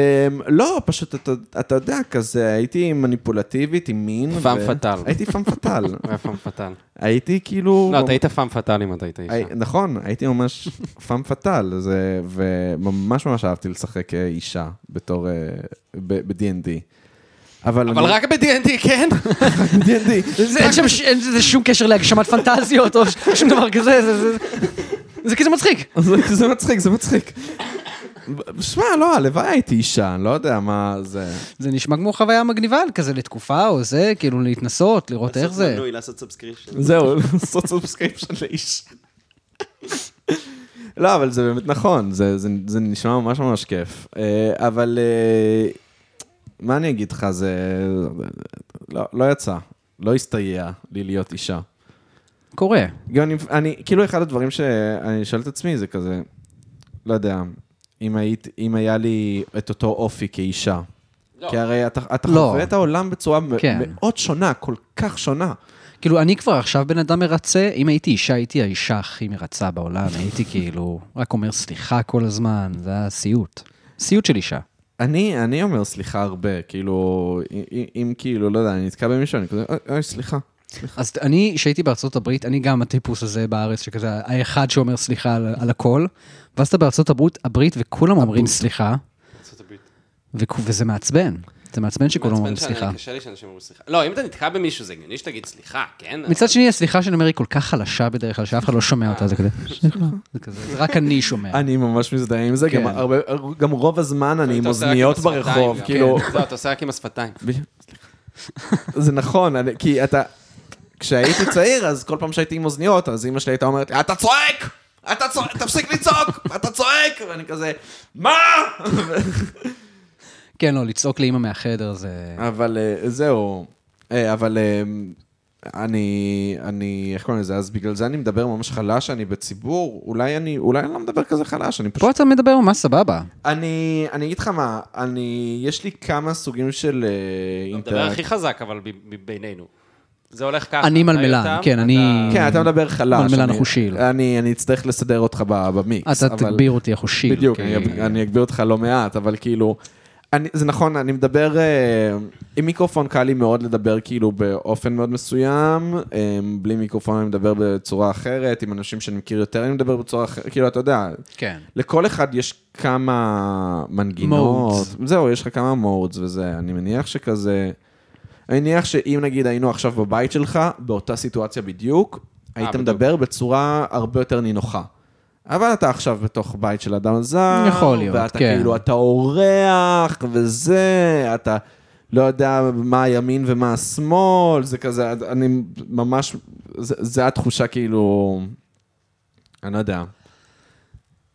לא, פשוט אתה, אתה יודע, כזה, הייתי מניפולטיבית עם מין.
פעם פאטל.
הייתי פעם פטל.
הוא היה פעם פאטל.
הייתי כאילו...
לא, אתה היית פעם פאטל אם אתה היית אישה.
הי- נכון, הייתי ממש פעם פטל, זה, וממש ממש אהבתי לשחק אה, אישה בתור... אה, ב- ב-D&D. אבל,
אבל רק ב-D&D, כן?
ב-D&D.
אין שם ש- אין לזה שום קשר להגשמת פנטזיות או ש- שום דבר כזה. זה- זה- זה- זה כזה מצחיק.
זה- זה מצחיק, זה מצחיק. שמע, לא, הלוואי הייתי אישה, אני לא יודע מה זה.
זה נשמע כמו חוויה מגניבה כזה לתקופה או זה, כאילו להתנסות, לראות איך זה.
לעשות סאבסקריפשן.
זהו, לעשות סאבסקריפשן לאיש. לא, אבל זה באמת נכון, זה, זה, זה נשמע ממש ממש כיף. אה, אבל אה, מה אני אגיד לך, זה... לא, לא יצא, לא הסתייע לי להיות אישה.
קורה.
גם אני, אני, כאילו אחד הדברים שאני שואל את עצמי זה כזה, לא יודע, אם, היית, אם היה לי את אותו אופי כאישה. כי הרי אתה, אתה
לא.
חווה את העולם בצורה מ-
כן.
מאוד שונה, כל כך שונה.
כאילו, אני כבר עכשיו בן אדם מרצה, אם הייתי אישה, הייתי האישה הכי מרצה בעולם, הייתי כאילו, רק אומר סליחה כל הזמן, זה היה סיוט. סיוט של אישה.
אני, אני אומר סליחה הרבה, כאילו, אם, אם כאילו, לא יודע, אני נתקע במישהו, אני כזה, אוי, אוי, סליחה.
אז אני, כשהייתי בארצות הברית, אני גם הטיפוס הזה בארץ, שכזה, האחד שאומר סליחה על, על הכל, ואז אתה בארצות הברית, הברית וכולם אומרים סליחה, וכו- וזה מעצבן. זה מעצבן שכולם אומרים
מעצבן שאני-
סליחה.
קשה לי שאנשים אומרים סליחה. לא, אם אתה נתקע במישהו, זה הגיוני שתגיד סליחה, כן?
מצד שני, הסליחה שאני אומר היא כל כך חלשה בדרך כלל, שאף אחד לא שומע אותה, זה כזה, סליחה. זה כזה, זה רק אני
כן.
שומע.
אני ממש מזדהה עם זה,
כן.
גם, הרבה, גם רוב הזמן אני עם
אתה עושה רק
אוזניות
השפתיים
ברחוב,
גם.
כאילו,
כן, זהו, אתה עושה רק עם השפתיים.
זה נכון, אני, כי אתה, כשהייתי צעיר, אז כל פעם שהייתי עם אוזניות, אז אימא שלי הייתה אומרת לי, אתה צועק! אתה צועק, תפסיק לצעוק, אתה צועק! ואני כזה, מה?
כן, לא, לצעוק לאימא מהחדר זה...
אבל אה, זהו, אה, אבל אה, אני, אני, איך קוראים לזה? אז בגלל זה אני מדבר ממש חלש, אני בציבור, אולי אני, אולי אני לא מדבר כזה חלש, אני פשוט...
פה אתה מדבר ממש סבבה.
אני, אני אגיד לך מה, אני, יש לי כמה סוגים של אה,
אתה מדבר הכי חזק, אבל ב- ב- בינינו. זה הולך ככה.
אני
אתה
מלמלן,
יותם,
כן, אני-
אתה-
כן, אתה מדבר חלש.
מלמלן
אני-
חושי.
אני, אני אצטרך לסדר אותך ב- במיקס.
אתה
אבל-
תגביר אותי החושי.
בדיוק,
כי-
אני אב- אני אגביר אותך לא מעט, אבל כאילו... אני, זה נכון, אני מדבר, אה, עם מיקרופון קל לי מאוד לדבר כאילו באופן מאוד מסוים, אה, בלי מיקרופון אני מדבר בצורה אחרת, עם אנשים שאני מכיר יותר אני מדבר בצורה אחרת, כאילו, אתה יודע,
כן.
לכל אחד יש כמה מנגינות.
Modes.
זהו, יש לך כמה מודס וזה. אני מניח שכזה... אני מניח שאם נגיד היינו עכשיו בבית שלך, באותה סיטואציה בדיוק,
אה,
היית
בדיוק.
מדבר בצורה הרבה יותר נינוחה. אבל אתה עכשיו בתוך בית של אדם זר,
יכול להיות,
ואתה
כן.
כאילו, אתה אורח, וזה, אתה לא יודע מה הימין ומה השמאל, זה כזה, אני ממש, זה, זה התחושה כאילו, אני לא יודע,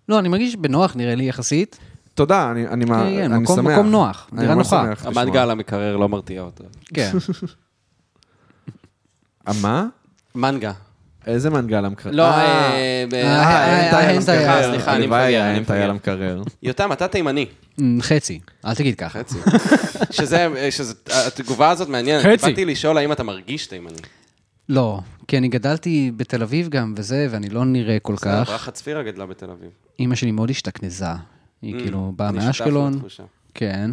לא, אני מרגיש בנוח, נראה לי, יחסית.
תודה, אני, אני, מה,
כן,
אני
מקום-
שמח.
מקום נוח,
אני
דירה
ממש
נוחה.
שמח לשמוע.
המנגה על המקרר לא מרתיע אותו.
כן.
אה, מה?
מנגה.
איזה מנגל המקרר?
לא,
אה,
אה, ב-
אה,
אין
אה,
טייל
אין
המקרר.
טייל.
סליחה, אני
הלוואי,
מפגר, אני
אין טייל
מפגר.
המקרר.
יותם, אתה תימני.
אמ, חצי, אל תגיד ככה.
חצי. שזה, שזה, התגובה הזאת מעניינת.
חצי.
באתי לשאול האם אתה מרגיש תימני.
לא, כי אני גדלתי בתל אביב גם וזה, ואני לא נראה כל כך.
ברכה צפירה גדלה בתל אביב.
אימא שלי מאוד השתכנזה.
אמ,
היא כאילו באה
אני שותף
מאשקלון.
לתחושה.
כן.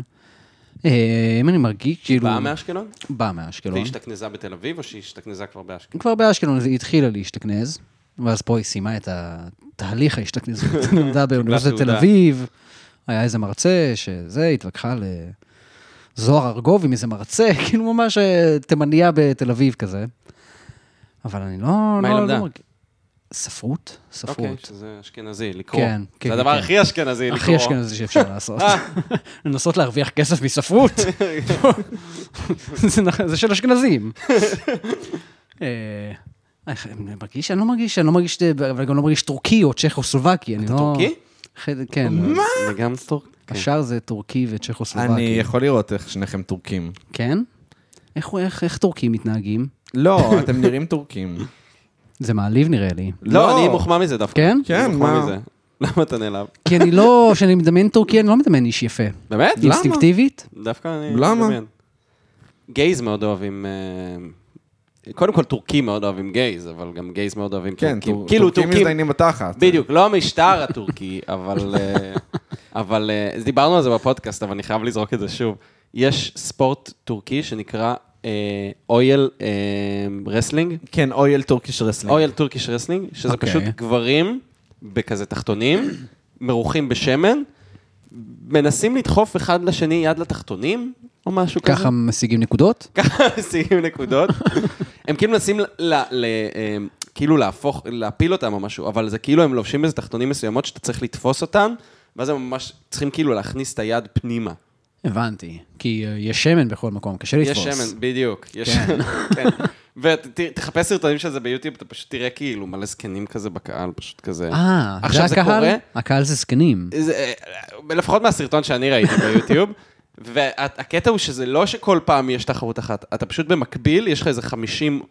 אה, אם אני מרגיש, כאילו...
באה מאשקלון?
באה מאשקלון.
והיא השתכנזה בתל אביב, או שהיא השתכנזה כבר באשקלון?
כבר באשקלון אז היא התחילה להשתכנז, ואז פה היא סיימה את התהליך ההשתכנזות. היא למדה באוניברסיטת תל
תעודה.
אביב, היה איזה מרצה שזה, התווכחה לזוהר ארגוב עם איזה מרצה, כאילו ממש אה, תימניה בתל אביב כזה. אבל אני לא...
מה היא
לא- לא
למדה?
מרג- ספרות,
אוקיי,
ספרות.
שזה אשכנזי, לקרוא.
כן, כן,
זה הדבר
כן.
הכי אשכנזי, אה, לקרוא. אה.
הכי אשכנזי שאפשר לעשות. לנסות להרוויח כסף מספרות. זה נכ- זה של אשכנזים. אה, איך- אני מרגיש, אני לא מרגיש, אני לא מרגיש, אבל גם לא מרגיש טורקי או צ'כוסלובקי, אני לא...
טורקי?
חד- כן.
מה? כן. וגם סטור.
השאר זה טורקי
אני
וצ'כוסלובקי.
יכול לראות איך שניכם טורקים.
כן? איך- איך איך טורקים מתנהגים?
לא, אתם נראים טורקים.
זה מעליב נראה לי.
לא, אני מוחמא מזה דווקא.
כן?
כן,
אני מוחמא
מה?
מזה. למה אתה נעלב?
כי אני לא, כשאני מדמיין טורקי, אני לא מדמיין איש יפה.
באמת?
אינסטינקטיבית?
לא, דווקא אני...
למה?
מדמיין. גייז מאוד אוהבים... אה, קודם כל, טורקים מאוד אוהבים גייז, אבל גם גייז מאוד אוהבים
כן,
טורקים.
טור-
כאילו,
טורקים מזדיינים בתחת.
בדיוק, לא המשטר הטורקי, אבל... אה, אבל אה, אז דיברנו על זה בפודקאסט, אבל אני חייב לזרוק את זה שוב. יש ספורט טורקי שנקרא אה, אויל אה, רסלינג,
כן, אויל טורקיש רסלינג.
אויל טורקיש רסלינג, שזה
אוקיי.
פשוט גברים בכזה תחתונים, מרוחים בשמן, מנסים לדחוף אחד לשני יד לתחתונים, או משהו כזה.
ככה משיגים נקודות?
ככה משיגים נקודות. הם כאילו מנסים ל- ל- ל- אמ, כאילו להפוך, להפיל אותם או משהו, אבל זה כאילו הם לובשים איזה תחתונים מסוימות שאתה צריך לתפוס אותן, ואז הם ממש צריכים כאילו להכניס את היד פנימה.
הבנתי. כי אה, יש שמן בכל מקום, קשה לתפוס.
יש שמן, בדיוק. יש שמן, כן. ותחפש סרטונים של זה ביוטיוב, אתה פשוט תראה כאילו מלא זקנים כזה בקהל, פשוט כזה.
אה, זה
עכשיו זה
הקהל?
קורה?
הקהל זה זקנים.
זה, אה, לפחות מהסרטון שאני ראיתי ביוטיוב, והקטע הוא שזה לא שכל פעם יש תחרות אחת, אתה פשוט במקביל, יש לך איזה 50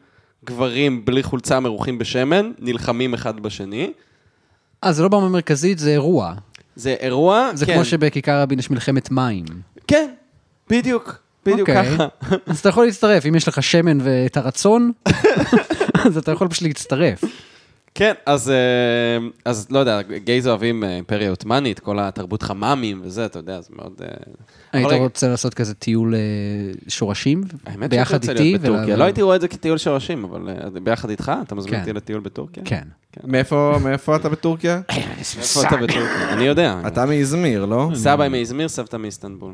גברים בלי חולצה מרוחים בשמן, נלחמים אחד בשני.
אה, זה לא במה מרכזית, זה אירוע.
זה אירוע,
זה
כן,
כמו שבכיכר רבין יש מלחמת מים.
כן, בדיוק. בדיוק
אוקיי.
ככה.
אז אתה יכול להצטרף, אם יש לך שמן ואת הרצון, אז אתה יכול פשוט להצטרף.
כן, אז, אה, אז לא יודע, גייז אוהבים אה, אימפריה עות'מאנית, כל התרבות חממים וזה, אתה יודע, זה מאוד... אה,
היית
אבל רגע,
רוצה לעשות כזה טיול אה, שורשים,
האמת שהייתי
ביחד
רוצה
איתי?
להיות בטורקיה.
ול-
לא הייתי רואה את זה כטיול שורשים, אבל אה, ביחד איתך, אתה מזמין
כן.
אותי לטיול בטורקיה?
כן.
מאיפה מאיפה אתה בטורקיה?
איפה אתה בטורקיה? אני יודע.
אתה מאזמיר, לא?
סבא מאזמיר, סבתא מאיסטנבול.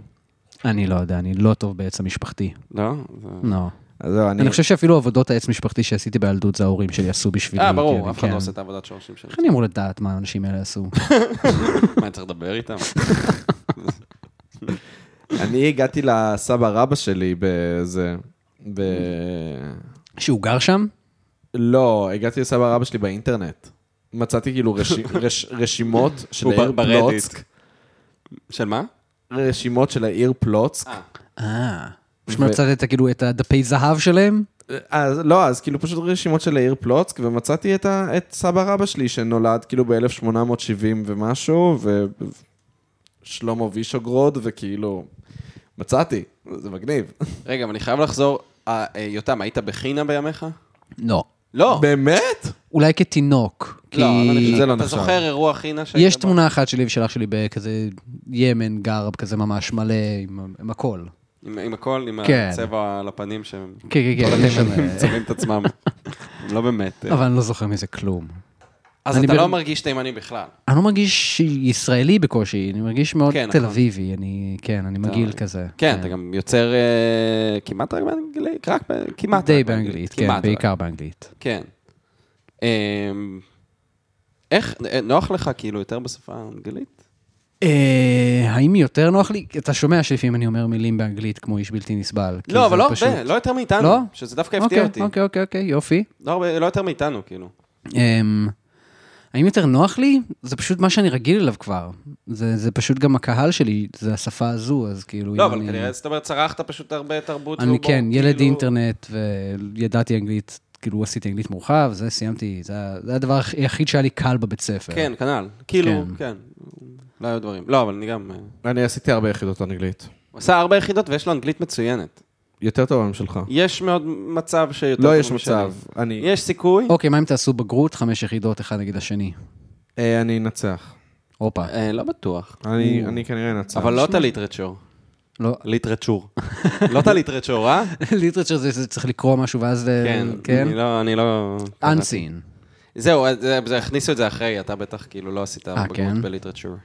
אני לא יודע, אני לא טוב בעץ המשפחתי.
לא? זה-
לא.
אז זהו, אני...
אני חושב שאפילו עבודות העץ משפחתי שעשיתי בילדות זה ההורים שלי עשו בשבילי.
אה, ברור,
כאילו,
אף אחד
כן.
לא עושה את העבודת שורשים שלו.
איך אני אמור לדעת מה האנשים האלה עשו?
מה, אני צריך לדבר איתם?
אני הגעתי לסבא רבא שלי בזה... ב...
שהוא גר שם?
לא, הגעתי לסבא רבא שלי באינטרנט. מצאתי כאילו רשי- רש- רשימות של
הוא ב-
העיר
ברדיט.
פלוצק.
של מה?
רשימות של העיר פלוצק.
אה. פשוט מצאת את, כאילו את הדפי זהב שלהם?
אז לא, אז כאילו פשוט רשימות של העיר פלוצק, ומצאתי את, ה, את סבא רבא שלי שנולד כאילו ב-1870 ומשהו, ושלמה וישוגרוד, וכאילו, מצאתי, זה מגניב.
רגע, אבל אני חייב לחזור. אה, אה, יותם, היית בחינה בימיך?
לא.
לא.
באמת?
אולי כתינוק. כי
לא, לא נחשב.
זה לא
אתה
נחשב.
זוכר אירוע חינה שהיית
יש
בו?
תמונה אחת שלי ושלך שלי בכזה ימן גר כזה ממש מלא עם עם הכל.
עם, עם הכל, עם
כן.
הצבע על הפנים שהם
כן, כן, כן. יש שם, אה,
צובעים את עצמם. הם לא באמת.
אבל אני לא זוכר מזה כלום.
אז
אני
אתה
ב-
לא מרגיש תימני בכלל.
אני לא מרגיש ישראלי בקושי, אני מרגיש מאוד
כן,
תל
נכון.
אביבי, אני, כן, אני מגעיל כזה.
כן, אתה גם יוצר אה, כמעט רק באנגלית, רק ב- כמעט.
די
רק
באנגלית,
כמעט
כן,
רק.
בעיקר באנגלית.
כן. אמ, איך, אה, נוח לך כאילו יותר בשפה האנגלית?
אה, האם יותר נוח לי? אתה שומע שלפעמים אני אומר מילים באנגלית כמו איש בלתי נסבל. כי
לא,
זה
אבל לא
פשוט-
הרבה, לא יותר מאיתנו.
לא?
שזה דווקא הפתיע אותי.
אוקיי, אוקיי, אוקיי, אוקיי, יופי.
לא הרבה- לא יותר מאיתנו, כאילו.
אמ, האם יותר נוח לי? זה פשוט מה שאני רגיל אליו כבר. זה זה פשוט גם הקהל שלי, זה השפה הזו, אז כאילו...
לא,
אם
אבל
אני-
כנראה, זאת אומרת, צרחת פשוט הרבה תרבות.
אני
והומור,
כן, ילד
כאילו-
אינטרנט, וידעתי אנגלית, כאילו עשיתי אנגלית מורחב, זה סיימתי, זה ה- זה הדבר הכי- היחיד שהיה לי קל בבית ספר.
כן, כנ"ל. כאילו,
כן.
כן. לא היו דברים. לא, אבל אני גם... אה,
אני עשיתי הרבה יחידות אנגלית.
הוא עשה הרבה יחידות ויש לו אנגלית מצוינת.
יותר טובה משלך.
יש מאוד מצב שיותר...
לא
טוב
יש
משלי.
מצב, אני
יש סיכוי.
אוקיי, מה אם תעשו בגרות, חמש יחידות, אחד נגד השני?
אה, אני אנצח.
הופה.
אה, לא בטוח.
אני אני כנראה אנצח.
אבל לא את הליטרצ'ור.
לא,
ליטרצ'ור. לא את הליטרצ'ור, אה?
ליטרצ'ר זה- זה צריך לקרוא משהו ואז... אה,
כן.
כן?
אני לא... אני לא...
אנסין.
זהו, אז זה- זה- הכניסו את זה אחרי, אתה בטח כאילו לא עשית
כן?
בגרות בליטרצ'ור.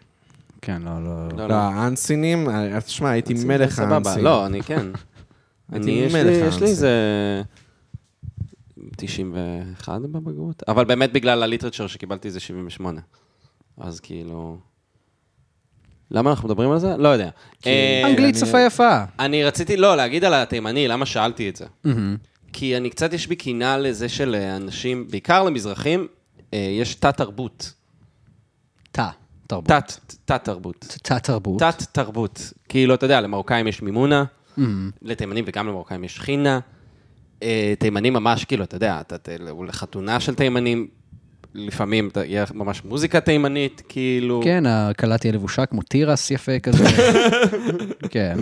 כן, לא, לא.
לא,
לא,
לא.
האנסינים, אה, תשמע, הייתי
זה
מלך
אוקיי, סבבה.
האנסין.
לא, אני כן.
הייתי
אני, יש לי-
מלך
יש לי
האנסין.
איזה 91 בבגרות, אבל באמת בגלל הליטרצ'ר שקיבלתי זה 78. אז כאילו... למה אנחנו מדברים על זה? לא יודע. אה,
אנגלית שפה יפה.
אני רציתי, לא, להגיד על התימני, למה שאלתי את זה. כי אני קצת, יש בי קינה לזה של אה, אנשים, בעיקר למזרחים, אה, יש תת-תרבות.
תא, תרבות.
תת, תת-תרבות.
תת-תרבות.
תת תרבות. כאילו, אתה יודע, למרוקאים יש מימונה, לתימנים וגם למרוקאים יש חינה. אה, תימנים ממש, כאילו, אתה יודע, אתה- אתה- לחתונה של תימנים, לפעמים אתה- יהיה ממש מוזיקה תימנית, כאילו...
כן, הכלה תהיה לבושה כמו תירס יפה כזה. כן.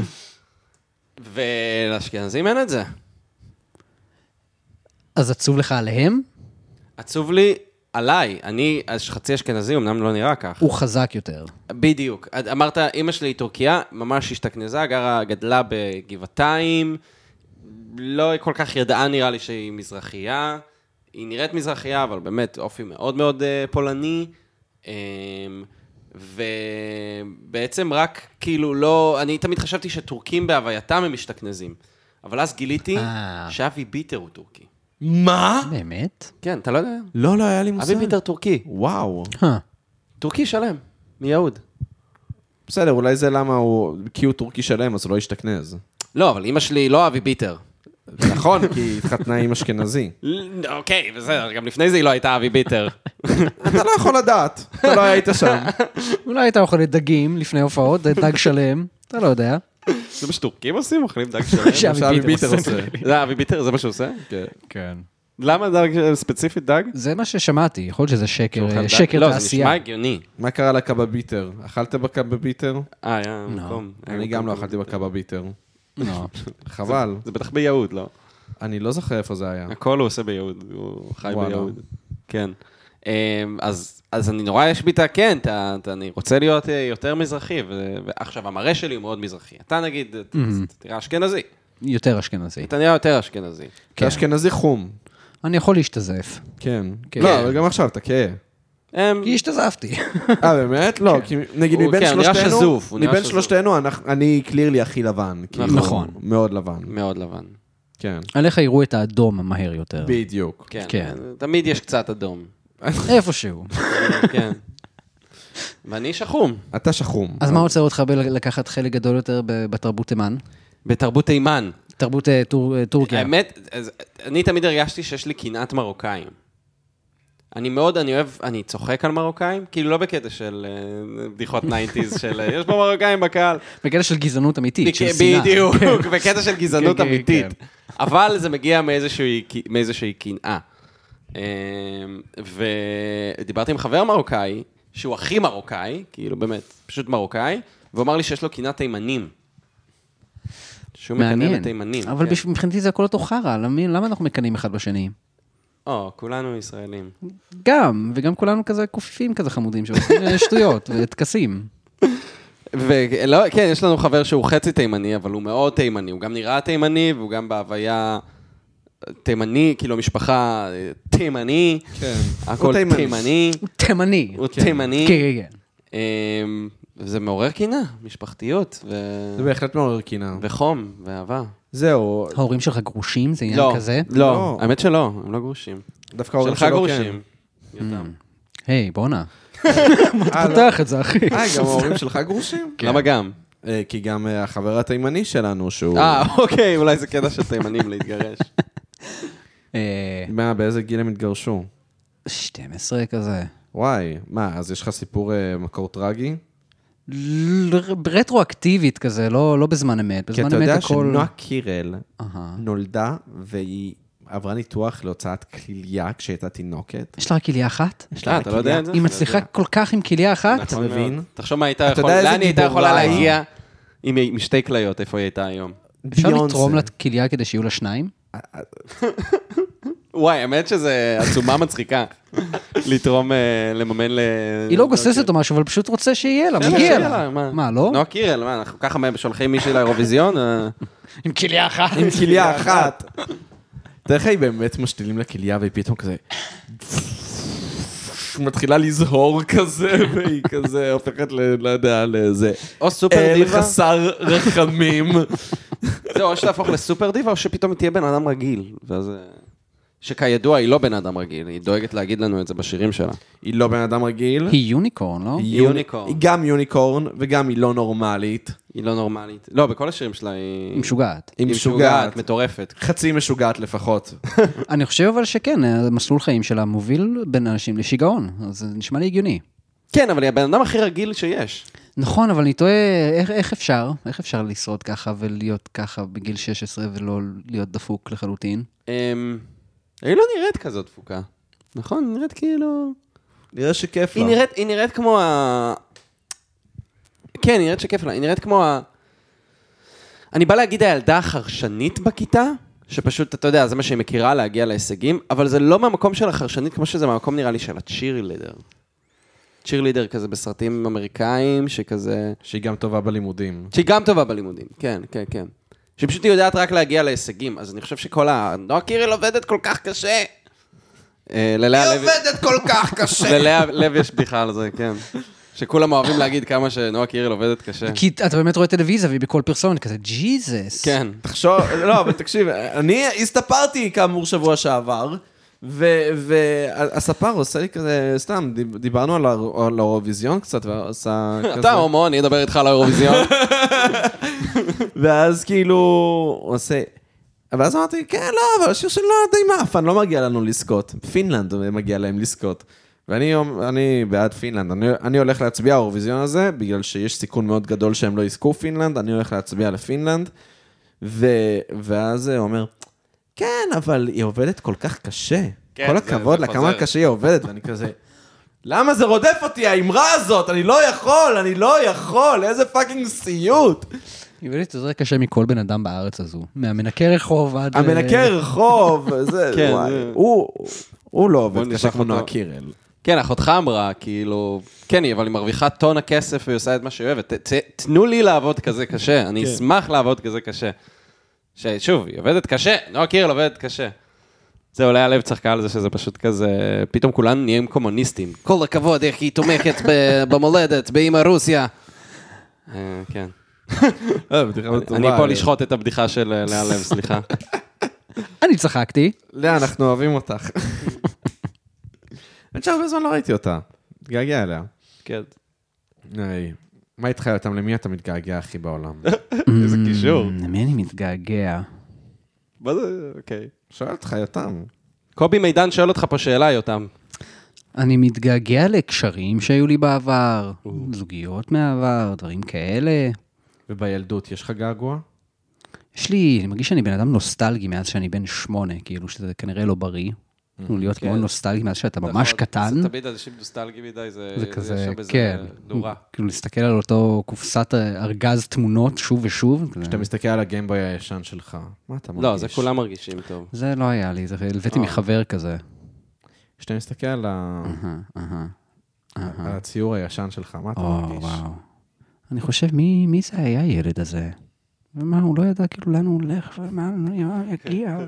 ולאשכנזים אין את זה.
אז עצוב לך עליהם?
עצוב לי עליי, אני אז חצי אשכנזי, אמנם לא נראה כך.
הוא חזק יותר.
בדיוק. את- אמרת, אימא שלי היא טורקיה, ממש השתכנזה, גרה, גדלה בגבעתיים, לא כל כך ידעה נראה לי שהיא מזרחייה. היא נראית מזרחייה, אבל באמת אופי מאוד מאוד אה, פולני. אה, ובעצם רק כאילו לא, אני תמיד חשבתי שטורקים בהווייתם הם משתכנזים. אבל אז גיליתי
אה.
שאבי ביטר הוא טורקי.
מה?
באמת?
כן, אתה לא יודע?
לא, לא היה לי מושג.
אבי ביטר טורקי.
וואו.
אה,
טורקי שלם, מיהוד.
בסדר, אולי זה למה הוא... כי הוא טורקי שלם, אז הוא לא השתכנז.
לא, אבל אימא שלי לא אבי ביטר.
נכון, כי היא התחתנה עם אשכנזי.
ל- אוקיי, בסדר, גם לפני זה היא לא הייתה אבי ביטר.
אתה לא יכול לדעת, אתה לא היית שם.
אולי הייתה אוכלת דגים לפני הופעות, זה דג שלם, אתה לא יודע.
זה מה שטורקים עושים? אוכלים דג שלם?
שאבי
שאבי
ביטר
ביטר עושה.
זה אבי ביטר, זה מה שהוא עושה?
כן.
למה דג, ספציפית דג?
זה מה ששמעתי, יכול להיות שזה שקר, אה, שקר
לא, זה
תעשייה.
נשמע הגיוני.
מה קרה לקבב ביטר? אכלת בקבב ביטר?
אה, היה מקום. היה
אני
מקום.
גם לא אכלתי בקבב ביטר.
לא.
חבל.
זה בטח ביהוד, לא?
אני לא זוכר איפה זה היה.
הכל הוא עושה ביהוד, הוא חי
וואלה.
ביהוד. כן. אמ, אז, אז אני נורא יש בי את ה... כן, את ה- את ה- אני רוצה להיות אה, יותר מזרחי, ו- ועכשיו המראה שלי הוא מאוד מזרחי. אתה נגיד, ת- ת- תראה אשכנזי,
יותר אשכנזי.
אתה נראה יותר אשכנזי.
אתה אשכנזי חום.
אני יכול להשתזף.
כן.
כן.
לא, אבל גם עכשיו אתה כהה.
אמ,
כי השתזפתי.
אה, באמת? לא, כי נגיד
הוא-
מבין
כן, הוא נראה
שלושתנו,
שזוף, הוא נראה
מבין
שזוף.
שלושתנו, אנחנו- אני קלירלי הכי לבן. כאילו,
נכון.
מאוד לבן.
מאוד לבן.
כן.
עליך יראו את האדום מהר יותר.
בדיוק.
כן.
כן.
תמיד יש קצת אדום.
איפשהו.
כן. ואני שחום.
אתה שחום.
אז מה עוצר אותך בלקחת חלק גדול יותר ב- בתרבות תימן?
בתרבות תימן.
תרבות אה, טור- אה, טורקיה.
כן. האמת, אז, אני תמיד הרגשתי שיש לי קנאת מרוקאים. אני מאוד, אני אוהב, אני צוחק על מרוקאים, כאילו לא בקטע של אה, בדיחות ניינטיז של אה, יש פה מרוקאים בקהל.
בקטע של גזענות אמיתית, של
בק-
שנאה.
כן, בדיוק, בקטע של גזענות
כן, כן,
אמיתית. אבל זה מגיע מאיזושהי ק- מאיזושהי קנאה. אה, ודיברתי עם חבר מרוקאי, שהוא הכי מרוקאי, כאילו באמת, פשוט מרוקאי, והוא אמר לי שיש לו קנאת תימנים. שהוא מקנא
מעניין.
בתימנים.
אבל
כן.
בש- מבחינתי זה הכל אותו חרא, למה למה אנחנו מקנאים אחד בשני?
או, כולנו ישראלים.
גם, וגם כולנו כזה קופיפים כזה חמודים שעושים אה, שטויות וטקסים.
ולא, כן, יש לנו חבר שהוא חצי תימני, אבל הוא מאוד תימני. הוא גם נראה תימני, והוא גם בהוויה תימני, כאילו המשפחה אה, תימני.
כן.
הכל
הוא
תימני.
הוא תימני.
הוא
כן.
תימני.
כן, כן, כן.
אמ, וזה מעורר קנאה, משפחתיות, ו...
זה בהחלט מעורר קינה.
וחום, ואהבה.
זהו,
ההורים שלך גרושים? זה עניין
לא,
כזה?
לא, האמת שלא, הם לא גרושים.
דווקא ההורים
שלך
שלו כן.
גרושים. יותם.
היי, בואנה.
אה, לא.
פותח את זה, אחי.
אה, גם ההורים שלך גרושים?
כן.
למה גם?
אה, כי גם אה, החבר התימני שלנו, שהוא...
אה, אוקיי, אולי זה קטע של תימנים להתגרש.
אה,
מה, באיזה גיל הם התגרשו?
12 כזה.
וואי, מה, אז יש לך סיפור אה, מקור טרגי?
ל- רטרואקטיבית כזה, לא לא בזמן אמת.
כי
בזמן
אתה
אמת
יודע
הכל...
שנועה קירל
אהה.
נולדה והיא עברה ניתוח להוצאת כליה כשהייתה תינוקת.
יש לה רק כליה אחת?
אה, אתה לא יודע את זה?
היא מצליחה כל כך עם כליה אחת?
נכון מאוד.
מבין?
תחשוב מה הייתה
אתה יודע
יכולה,
איזה
לאן היא הייתה
גיבורה
יכולה
היא?
להגיע עם עם שתי כליות, איפה היא הייתה היום.
אפשר
ביונסה.
לתרום לה כליה כדי שיהיו לה שניים?
וואי, האמת שזה עצומה מצחיקה. לתרום, אה, לממן ל...
היא לא גוססת או משהו, אבל פשוט רוצה שיהיה לה, מגיע לה. מה, לא?
נועה קירל, מה, אנחנו ככה שולחים מישהי לאירוויזיון? אה?
עם כליה אחת.
עם כליה אחת. תראה איך היא באמת משתילים לה כליה והיא פתאום כזה... מתחילה לזהור כזה, והיא כזה הופכת ל... לא יודע, לזה.
או סופר
אל
דיבה.
חסר רחמים.
זהו, או שתהפוך לסופר דיבה, או שפתאום היא תהיה בן אדם רגיל. ואז... אה, שכידוע, היא לא בן אדם רגיל, היא דואגת להגיד לנו את זה בשירים שלה.
היא לא בן אדם רגיל.
היא יוניקורן, לא?
היא יוני-
יוניקורן.
היא גם יוניקורן, וגם היא לא נורמלית.
היא לא נורמלית. לא, בכל השירים שלה היא...
היא משוגעת.
היא
היא
משוגעת.
משוגעת, מטורפת.
חצי משוגעת לפחות.
אני חושב אבל שכן, המסלול חיים שלה מוביל בין אנשים לשיגעון, אז זה נשמע לי הגיוני.
כן, אבל היא הבן אדם הכי רגיל שיש.
נכון, אבל אני תוהה, איך, איך אפשר? איך אפשר לשרוד ככה ולהיות ככה בגיל 16 ולא להיות דפוק לחלוטין?
אמ, היא לא נראית כזאת דפוקה. נכון, היא נראית כאילו...
נראה שכיף
היא
לה.
נראית, היא נראית כמו ה... כן, היא נראית שכיף לה, היא נראית כמו ה... אני בא להגיד הילדה החרשנית בכיתה, שפשוט, אתה יודע, זה מה שהיא מכירה, להגיע להישגים, אבל זה לא מהמקום של החרשנית, כמו שזה מהמקום, נראה לי, של הצ'ירלידר. צ'ירלידר כזה בסרטים אמריקאים, שכזה...
שהיא גם טובה בלימודים.
שהיא גם טובה בלימודים, כן, כן, כן. שפשוט היא יודעת רק להגיע להישגים, אז אני חושב שכל ה... נועה קירל עובדת כל כך קשה. אה, ללאה לוי...
עובדת כל כך קשה.
ללאה לב יש בדיחה על זה, כן. שכולם אוהבים להגיד כמה שנועה קירל עובדת קשה.
כי אתה באמת רואה טלוויזיה והיא בכל פרסומת כזה, ג'יזוס.
כן.
תחשוב, לא, אבל תקשיב, אני הסתפרתי כאמור שבוע שעבר, והספר עושה לי כזה, סתם, דיב- דיברנו על האור- על האירוויזיון קצת, ועשה כזה,
אתה הומו, אני אדבר איתך על האירוויזיון.
ואז כאילו, הוא עושה... אבל אז אמרתי, כן, לא, אבל השיר שלו די מאפן, לא מגיע לנו לזכות. פינלנד אה, מגיע להם לזכות. ואני אני בעד פינלנד, אני, אני הולך להצביע האירוויזיון הזה, בגלל שיש סיכון מאוד גדול שהם לא יזכו פינלנד, אני הולך להצביע לפינלנד. ו, ואז אה, הוא אומר, כן, אבל היא עובדת כל כך קשה.
כן,
כן, כל
זה-
הכבוד
זה
לה, כמה
חוזר.
קשה היא עובדת, ואני כזה... למה זה רודף אותי, האמרה הזאת? אני לא יכול, אני לא יכול, איזה פאקינג סיוט.
יוונית זה יותר קשה מכל בן אדם בארץ הזו. מהמנקה רחוב עד... אה, ל-
אה,
המנקה רחוב, זה,
כן,
וואי,
זה-
הוא, הוא לא עובד
בוא
קשה
נשלח
כמו
אותו.
נועה קירל.
כן, אחותך אמרה, כאילו, כן, היא, אבל היא מרוויחה טון הכסף והיא עושה את מה שהיא אוהבת. ת- ת- תנו לי לעבוד כזה קשה, אני אשמח לעבוד כזה קשה. ששוב, היא עובדת קשה, נועה קירל עובדת קשה. זה אולי הלב צחקה על זה שזה פשוט כזה, פתאום כולנו נהיים קומוניסטים. כל הכבוד, איך היא תומכת ב- במולדת, באימא רוסיה. אה, כן. אה, אני פה לשחוט את הבדיחה של אה, לאה לב, סליחה.
אני צחקתי.
לאה, אנחנו אוהבים אותך. האמת שהרבה זמן לא ראיתי אותה. התגעגע אליה.
כן.
היי. מה איתך יותם? למי אתה מתגעגע הכי בעולם?
איזה קישור.
למי Mm, אני מתגעגע?
מה זה? אוקיי.
שואל אותך יותם.
קובי מידן שואל אותך פה שאלה, יותם.
אני מתגעגע לקשרים שהיו לי בעבר, זוגיות מהעבר, דברים כאלה.
ובילדות יש לך געגוע?
יש לי, אני מרגיש שאני בן אדם נוסטלגי מאז שאני בן שמונה, כאילו שזה כנראה לא בריא. כאילו להיות מאוד נוסטלגי מאז שאתה ממש קטן.
Mm, כן. נכון, זה תמיד אנשים נוסטלגיים מדי, זה
זה
יש
כזה,
שם איזה
כן.
נורה.
כאילו להסתכל על אותו קופסת אה, ארגז תמונות שוב
כן.
ושוב. כזה.
כשאתה מסתכל על הגיימבוי הישן שלך, מה אתה מרגיש?
לא, זה כולם מרגישים טוב.
זה לא היה לי, זה הבאתי מחבר כזה.
כשאתה מסתכל על ה-
אהה, אהה.
על הציור הישן שלך, מה אתה
או,
מרגיש?
וואו. אני חושב, מי מי זה היה הילד הזה? ומה, הוא לא ידע כאילו לאן הוא הולך, ומה, מה יגיע,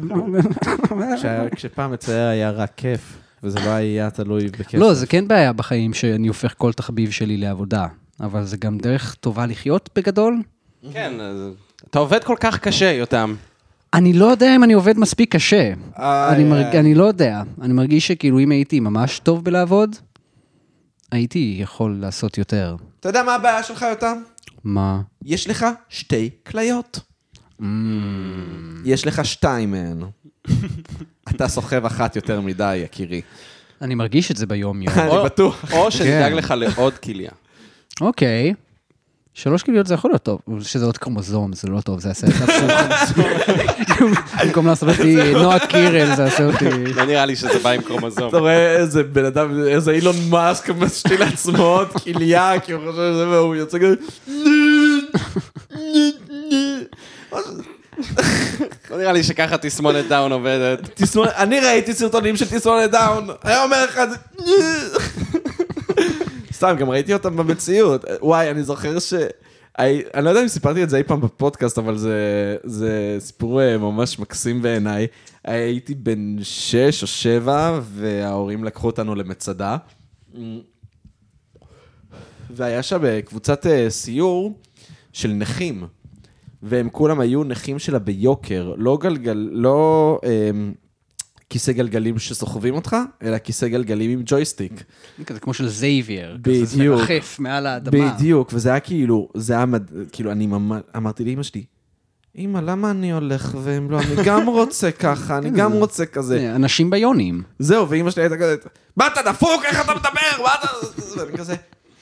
מה...
כשה- כשפעם לצייר היה רק כיף, וזה לא היה תלוי בכסף.
לא, זה כן בעיה בחיים שאני הופך כל תחביב שלי לעבודה, אבל זה גם דרך טובה לחיות בגדול.
כן, אז- אתה עובד כל כך קשה, יותם.
אני לא יודע אם אני עובד מספיק קשה. אני, מרג... אני לא יודע. אני מרגיש שכאילו אם הייתי ממש טוב בלעבוד, הייתי יכול לעשות יותר.
אתה יודע מה הבעיה שלך, יותם?
מה?
יש לך שתי כליות. Mm. יש לך שתיים מהן. אתה סוחב אחת יותר מדי, יקירי.
אני מרגיש את זה ביום-יום.
אני
או-
בטוח.
או
כן.
שנדאג לך לעוד כליה.
אוקיי. שלוש כליות זה יכול להיות טוב, שזה עוד קרומוזום, זה לא טוב, זה יעשה את הפוך. במקום לעשות אותי
לא-
נועה קירל, זה יעשה אותי...
לא נראה לי שזה בא עם קרומוזום.
אתה רואה איזה בן אדם, איזה אילון מאסק משתיל לעצמו עוד כליה, כי הוא חושב שזה, והוא יוצא כזה...
לא נראה לי שככה תסמונת דאון עובדת.
תסמונת, אני ראיתי סרטונים של תסמונת דאון, היה אומר לך את זה... סתם, גם ראיתי אותם במציאות. וואי, אני זוכר ש... הי- אני לא יודע אם סיפרתי את זה אי פעם בפודקאסט, אבל זה, זה סיפור אה, ממש מקסים בעיניי. הייתי בן שש או שבע, וההורים לקחו אותנו למצדה. והיה שם אה, קבוצת אה, סיור של נכים, והם כולם היו נכים שלה ביוקר, לא גלגל, לא אמ, כיסא גלגלים שסוחבים אותך, אלא כיסא גלגלים עם ג'ויסטיק.
כזה כמו של זייבייר. כזה
בדיוק.
מרחף מעל האדמה.
בדיוק, וזה היה כאילו, זה היה, מד... כאילו, אני ממש, אמרתי לאמא שלי, אמא, למה אני הולך והם לא, אני גם רוצה ככה, אני גם רוצה כזה.
אנשים ביונים.
זהו, ואימא שלי הייתה כזה, מה אתה דפוק, איך אתה מדבר, מה אתה... ואני כזה,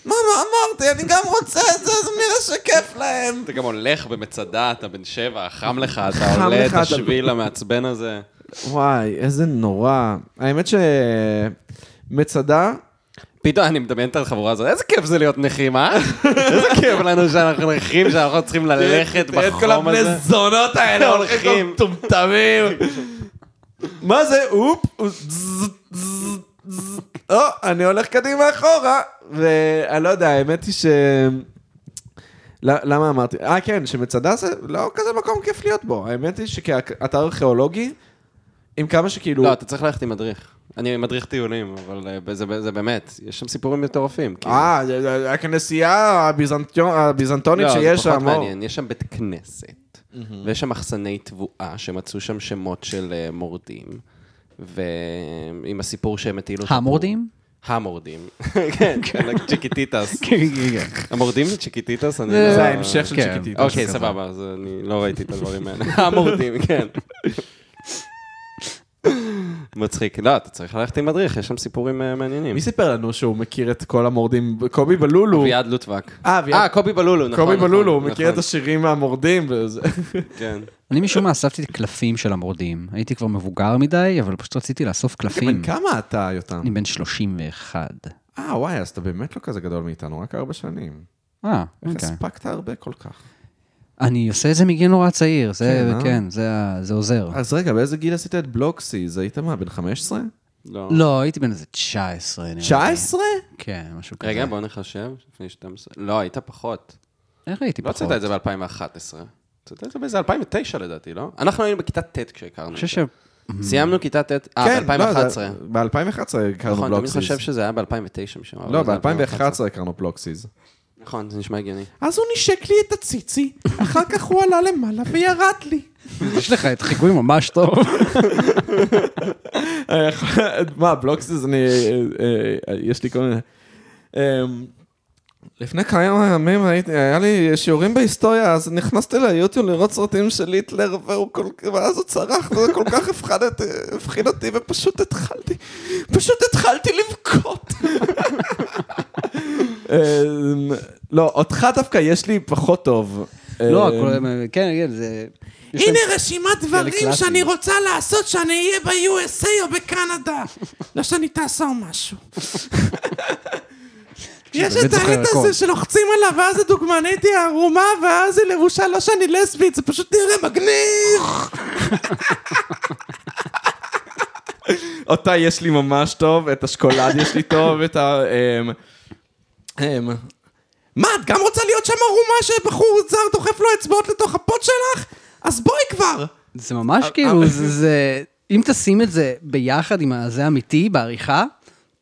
מה, מה אמרתי, אני גם רוצה את זה, זה נראה שכיף להם.
אתה גם הולך במצדה, אתה בן שבע, חם לך, אתה
חם
עולה את
לך, אתה-
השביל המעצבן הזה.
וואי, איזה נורא. האמת שמצדה,
פתאום אני מדמיין את החבורה הזאת, איזה כיף זה להיות נכים, אה? איזה כיף לנו שאנחנו נכים, שאנחנו צריכים ללכת בחום הזה.
את כל הבני לא, זונות האלה הולכים
הולכים.
מטומטמים. מה זה? אופ, ז, ז, ז. או, אני הולך קדימה אחורה. ואני לא יודע, האמת היא ש... ל- למה אמרתי? אה, כן, שמצדה זה לא כזה מקום כיף להיות בו. האמת היא שכאתר ארכיאולוגי, עם כמה שכאילו...
לא, אתה צריך ללכת עם מדריך. אני מדריך טיולים, אבל אה, זה- זה באמת, יש שם סיפורים מטורפים. כאילו.
אה, הכנסייה הביזנטיון- הביזנטונית
לא,
שיש
זה פחות
שם. או.
מעניין, יש שם בית כנסת, ויש שם מחסני תבואה שמצאו שם שמות של אה, מורדים, ועם הסיפור שהם הטילו... את
המורדים?
הפור- המורדים, כן, צ'יקיטיטס.
כן, כן, כן.
המורדים זה צ'יקיטיטס? אני
זה
לא-
ההמשך של
כן.
צ'יקיטיטה.
אוקיי, סבבה, אז אני לא ראיתי את הדברים האלה. המורדים, כן. מצחיק. לא, אתה צריך ללכת עם מדריך, יש שם סיפורים אה, מעניינים.
מי סיפר לנו שהוא מכיר את כל המורדים? קובי בלולו.
אביעד לוטבק.
אה, אביעד-
אה, קובי בלולו, נכון.
קובי
נכון,
בלולו, הוא
נכון,
מכיר את השירים מהמורדים וזה.
כן.
אני משום מה אספתי קלפים של המורדים. הייתי כבר מבוגר מדי, אבל פשוט רציתי לאסוף קלפים.
נכון.
בן כמה אתה, יותם?
אני בן 31.
אה, וואי, אז אתה באמת לא כזה גדול מאיתנו, רק ארבע שנים.
אה,
איך
אוקיי.
הספקת הרבה כל כך?
אני עושה את זה מגיל נורא צעיר, זה,
כן, אה?
כן, זה ה- זה עוזר.
אז רגע, באיזה גיל עשית את בלוקסיז? היית מה, בן 15?
אוקיי.
לא, הייתי בן איזה 19. נראה לי.
19?
כן, משהו כזה.
רגע, בוא נחשב, לפני 12. לא, היית פחות.
איך הייתי
לא
פחות?
הוצאת את זה ב-2011. הוצאת את זה באיזה 2009 לדעתי, לא? אנחנו היינו בכיתה ט' כשהכרנו.
אני חושב ש...
את זה. סיימנו כיתה ט',
לא,
אה,
כן,
ב-2011.
ב-2011 הכרנו
נכון, תמיד
בלוקסיז.
חושב שזה היה ב-2009 משם.
לא,
אבל זה
ב-2011 הכרנו בלוקסיז.
נכון, זה נשמע הגיוני.
אז הוא נשק לי את הציצי, אחר כך הוא עלה למעלה וירד לי.
יש לך את חיקוי ממש טוב.
מה, בלוקסיס, אני... אה, אה, יש לי כל מיני... אמ, לפני כמה ימים הייתי, היה לי שיעורים בהיסטוריה, אז נכנסתי ליוטיוב לראות סרטים של היטלר, והוא כל, ואז הוא צרח, וזה כל כך הפחד, הפחיד אותי, ופשוט התחלתי, פשוט התחלתי לבכות. אמ, לא, אותך דווקא יש לי פחות טוב.
לא,
אמ,
הכל- כן, כן, זה... יש
הנה
להם-
רשימת
כאלה
דברים
קלאסיים.
שאני רוצה לעשות שאני אהיה ב-USA או בקנדה. לא שאני תאסר משהו. יש
באמת
את
זוכר
העט
הכל.
הזה שלוחצים עליו, ואז הדוגמנית היא ערומה, ואז היא לבושה, לא שאני לסבית, זה פשוט נראה מגניב.
אותה יש לי ממש טוב, את השקולד יש לי טוב, את ה... אמ, אמ,
מה, את גם רוצה להיות שם ערומה שבחור זר דוחף לו אצבעות לתוך הפוט שלך? אז בואי כבר!
זה ממש כאילו, זה- זה... אם תשים את זה ביחד עם הזה אמיתי, בעריכה,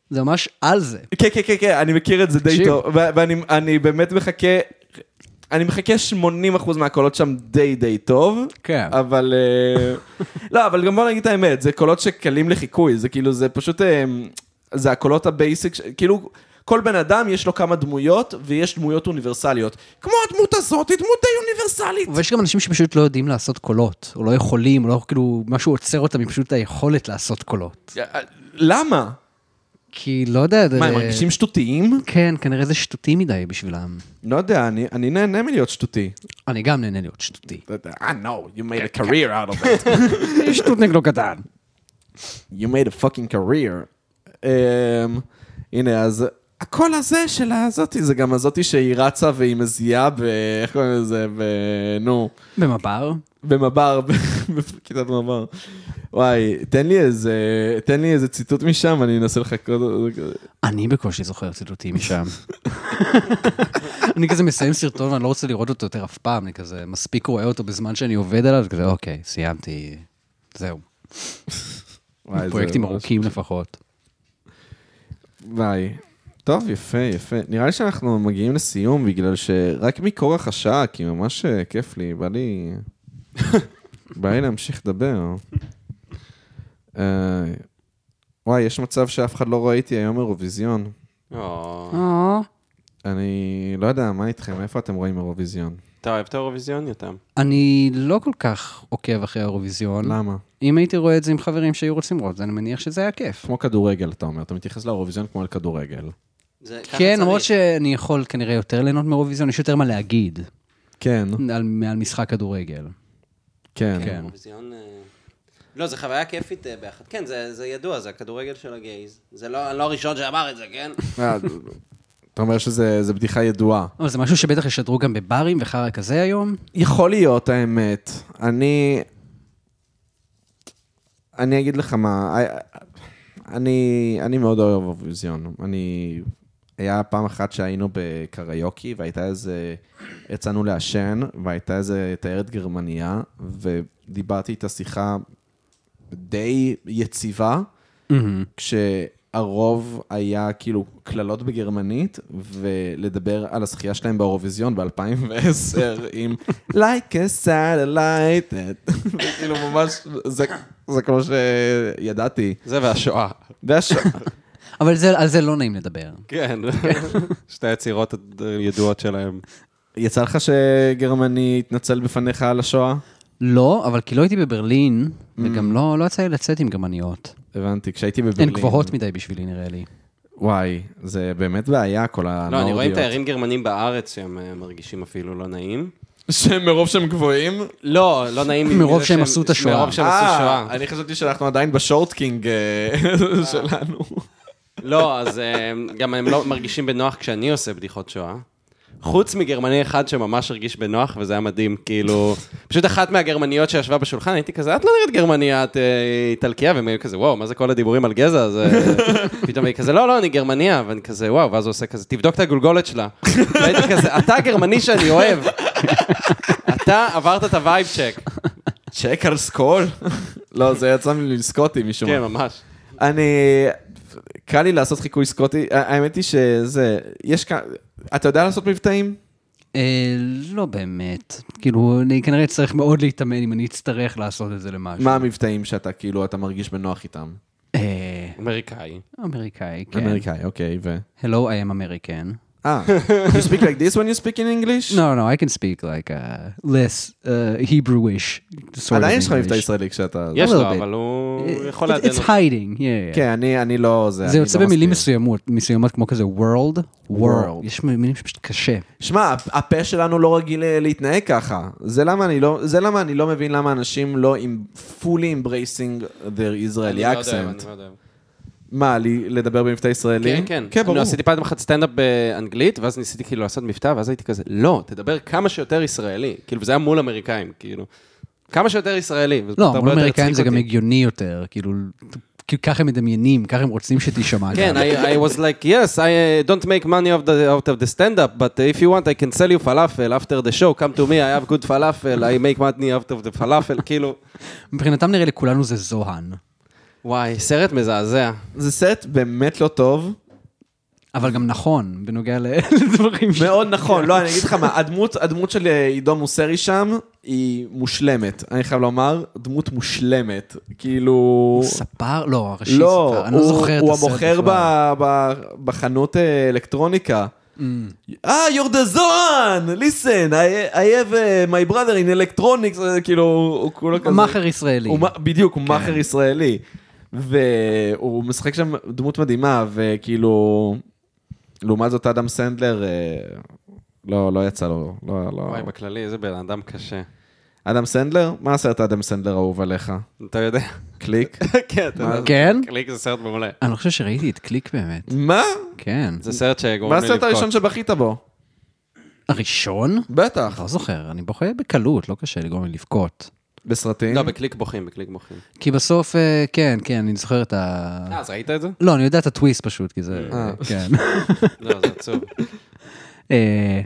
זה ממש על זה.
כן, כן, כן, כן, אני מכיר את זה די
תקשיב.
טוב, ו- ואני אני באמת מחכה, אני מחכה 80% מהקולות שם די די טוב,
כן.
אבל... אה, לא, אבל גם בוא נגיד את האמת, זה קולות שקלים לחיקוי, זה כאילו, זה פשוט, אה, זה הקולות הבייסיק, ש- כאילו... כל בן אדם יש לו כמה דמויות, ויש דמויות אוניברסליות.
כמו הדמות הזאת, היא דמות די אוניברסלית.
אבל יש גם אנשים שפשוט לא יודעים לעשות קולות, או לא יכולים, או לא כאילו, משהו עוצר אותם מפשוט היכולת לעשות קולות.
למה?
כי לא יודע, זה...
מה, הם מרגישים שטותיים?
כן, כנראה זה שטותי מדי בשבילם.
לא יודע, אני, אני נהנה מלהיות שטותי.
אני גם נהנה להיות שטותי.
I know, you made a career out of it.
שטות נגדו קטן.
You made a fucking career. Um, הנה, אז הקול הזה של הזאתי, זה גם הזאתי שהיא רצה והיא מזיעה ב... איך קוראים לזה? ב... נו,
במפר.
במב"ר, בכיתת מב"ר. וואי, תן לי איזה, תן לי איזה ציטוט משם, אני אנסה לחכות.
אני בקושי זוכר ציטוטים משם. אני כזה מסיים סרטון ואני לא רוצה לראות אותו יותר אף פעם, אני כזה מספיק רואה אותו בזמן שאני עובד עליו, כזה אוקיי, סיימתי, זהו.
וואי, אה, זה
פרויקטים
ממש-
ארוכים לפחות.
וואי. טוב, יפה, יפה. נראה לי שאנחנו מגיעים לסיום בגלל שרק מכורח השעה, כי ממש אה, כיף לי, בא לי... בא לי להמשיך לדבר. אה, וואי, יש מצב שאף אחד לא רואה איתי היום אירוויזיון.
או,
אה,
אני לא יודע, מה איתכם? איפה אתם רואים אירוויזיון?
אתה אוהב את האירוויזיון, יותם?
אני לא כל כך עוקב אחרי האירוויזיון.
למה?
אם הייתי רואה את זה עם חברים שהיו רוצים לראות, אז אני מניח שזה היה כיף.
כמו כדורגל, אתה אומר. אתה מתייחס לאירוויזיון כמו אל כדורגל.
כן, למרות שאני יכול כנראה יותר ליהנות מאירוויזיון, יש יותר מה להגיד
כן,
על מעל משחק כדורגל.
כן.
כן.
אירוויזיון... אה, לא, זו חוויה כיפית אה, ביחד. כן, זה זה ידוע, זה הכדורגל של הגייז. זה לא אני לא הראשון שאמר את זה, כן?
אה, אתה אומר שזה זה בדיחה ידועה.
אבל זה משהו שבטח ישדרו גם בברים וחרא כזה היום.
יכול להיות, האמת. אני... אני אגיד לך מה, אה, אני, אני מאוד אוהב אירוויזיון. אני... היה פעם אחת שהיינו בקריוקי, והייתה איזה... יצאנו לעשן, והייתה איזה תיירת גרמניה, ודיברתי איתה שיחה די יציבה, כשהרוב היה כאילו קללות בגרמנית, ולדבר על הזכייה שלהם באירוויזיון ב-2010 עם Like a satellite, וכאילו ממש, זה, זה כמו שידעתי.
זה והשואה.
והש...
אבל זה- על זה לא נעים לדבר.
כן, שתי היצירות הידועות שלהם.
יצא לך שגרמני התנצל בפניך על השואה?
לא, אבל כי לא הייתי בברלין,
Mm.
וגם לא לא יצא לי לצאת עם גרמניות.
הבנתי, כשהייתי בברלין.
הן גבוהות מדי בשבילי, נראה לי.
וואי, זה באמת בעיה, כל הנורדיות.
לא, אני רואה עם תיירים גרמנים בארץ שהם אה, מרגישים אפילו לא נעים.
שהם מרוב שהם גבוהים?
לא, לא נעים מזה
מרוב שהם עשו את השואה.
מרוב שהם עשו
אה,
שואה.
אני חשבתי שאנחנו עדיין בשורטקינג אה, שלנו.
לא, אז אה, גם הם לא מרגישים בנוח כשאני עושה בדיחות שואה. חוץ מגרמני אחד שממש הרגיש בנוח, וזה היה מדהים, כאילו... פשוט אחת מהגרמניות שישבה בשולחן, הייתי כזה, את לא נראית גרמניה, את אה, איטלקיה, והם היו כזה, וואו, מה זה כל הדיבורים על גזע? אז אה, פתאום היא כזה, לא, לא, אני גרמניה, ואני כזה, וואו, ואז הוא עושה כזה, תבדוק את הגולגולת שלה. והייתי כזה, אתה הגרמני שאני אוהב. אתה עברת את הווייב צ'ק.
צ'ק על סקול? לא, זה יצא לי סקוטי משום
כן,
מה.
ממש.
אני... קל לי לעשות חיקוי סקוטי, האמת היא שזה... יש כאן... אתה יודע לעשות מבטאים?
אה, לא באמת. כאילו, אני כנראה אצטרך מאוד להתאמן אם אני אצטרך לעשות את זה למשהו.
מה המבטאים שאתה כאילו, אתה מרגיש בנוח איתם?
אה,
אמריקאי.
אמריקאי, כן.
אמריקאי, אוקיי, ו...
Hello, I am American.
אה, you speak like this when you speak in English?
No, no, I can speak like uh, less uh, Hebrewish. sort of
עדיין יש לך מבטא
English.
ישראלי כשאתה...
יש
little
לו,
bit.
אבל
לא
הוא
It-
יכול
it's-
לעדן
It's
אותו.
hiding, yeah, yeah.
כן, אני- אני לא... אני
זה
לא
יוצא במילים
מסכים.
מסוימות, מסוימות כמו כזה world,
World.
world. יש מילים שפשוט קשה.
שמע, הפה שלנו לא רגיל להתנהג ככה. זה למה אני לא, זה למה אני לא מבין למה אנשים לא עם fully embracing their
אני
Israeli
מאוד אוהב, אני לא
accent.
מאוד אוהב.
מה, לי, לדבר במבטא ישראלי?
כן, כן.
כן, ברור.
אני עשיתי פעם אחת סטנדאפ באנגלית, ואז ניסיתי כאילו לעשות מבטא, ואז הייתי כזה, לא, תדבר כמה שיותר ישראלי. כאילו, וזה היה מול אמריקאים, כאילו. כמה שיותר ישראלי. וזה פשוט
לא,
הרבה
מול
יותר
אמריקאים
הצחיק
זה גם
אותי.
הגיוני יותר, כאילו, כאילו ככה הם מדמיינים, ככה הם רוצים שתישמע.
כן,
גם.
I, I was like, yes, I uh, don't make money of the, out of the stand-up, but if you want, I can sell you falafel after the show, come to me, I have good falafel, I make money out of the falafel, כאילו,
מבחינתם נראה לכולנו זה זוהן.
וואי, סרט מזעזע.
זה סט באמת לא טוב.
אבל גם נכון, בנוגע ל- לדברים ש...
מאוד נכון, לא, אני אגיד לך מה, הדמות, הדמות של אה, עידו מוסרי שם היא מושלמת. אני חייב לומר, דמות מושלמת. כאילו...
ספר? לא, הראשי
לא,
ספר, אני לא
הוא-
זוכר את הסרט
הוא המוכר
בכלל.
ב- ב- בחנות אה, אלקטרוניקה.
Mm.
אה, you're the zone! listen, I- I have uh, my brother in electronics, אה, כאילו, הוא כולו כזה.
מאכר ישראלי. כן.
הוא מ- בדיוק, הוא מאכר ישראלי. והוא משחק שם דמות מדהימה, וכאילו, לעומת זאת אדם סנדלר, אה, לא, לא יצא לו, לא, לא.
וואי, בכללי, איזה בן אדם קשה.
אדם סנדלר? מה הסרט אדם סנדלר אהוב עליך?
אתה יודע.
קליק?
כן, אתה יודע.
כן?
קליק זה סרט מעולה.
אני לא חושב שראיתי את קליק באמת.
מה?
כן.
זה סרט
מה
שגורם לי
הסרט
לבכות.
הראשון שבכית בו?
הראשון?
בטח.
לא זוכר, אני בוכה בקלות, לא קשה לגרום לי לבכות.
בסרטים?
לא, בקליק בוכים, בקליק בוכים.
כי בסוף, אה, כן, כן, אני זוכר את ה...
אה, אז ראית את זה?
לא, אני יודע את הטוויסט פשוט, כי זה...
אה.
כן.
לא, זה עצוב.
אה,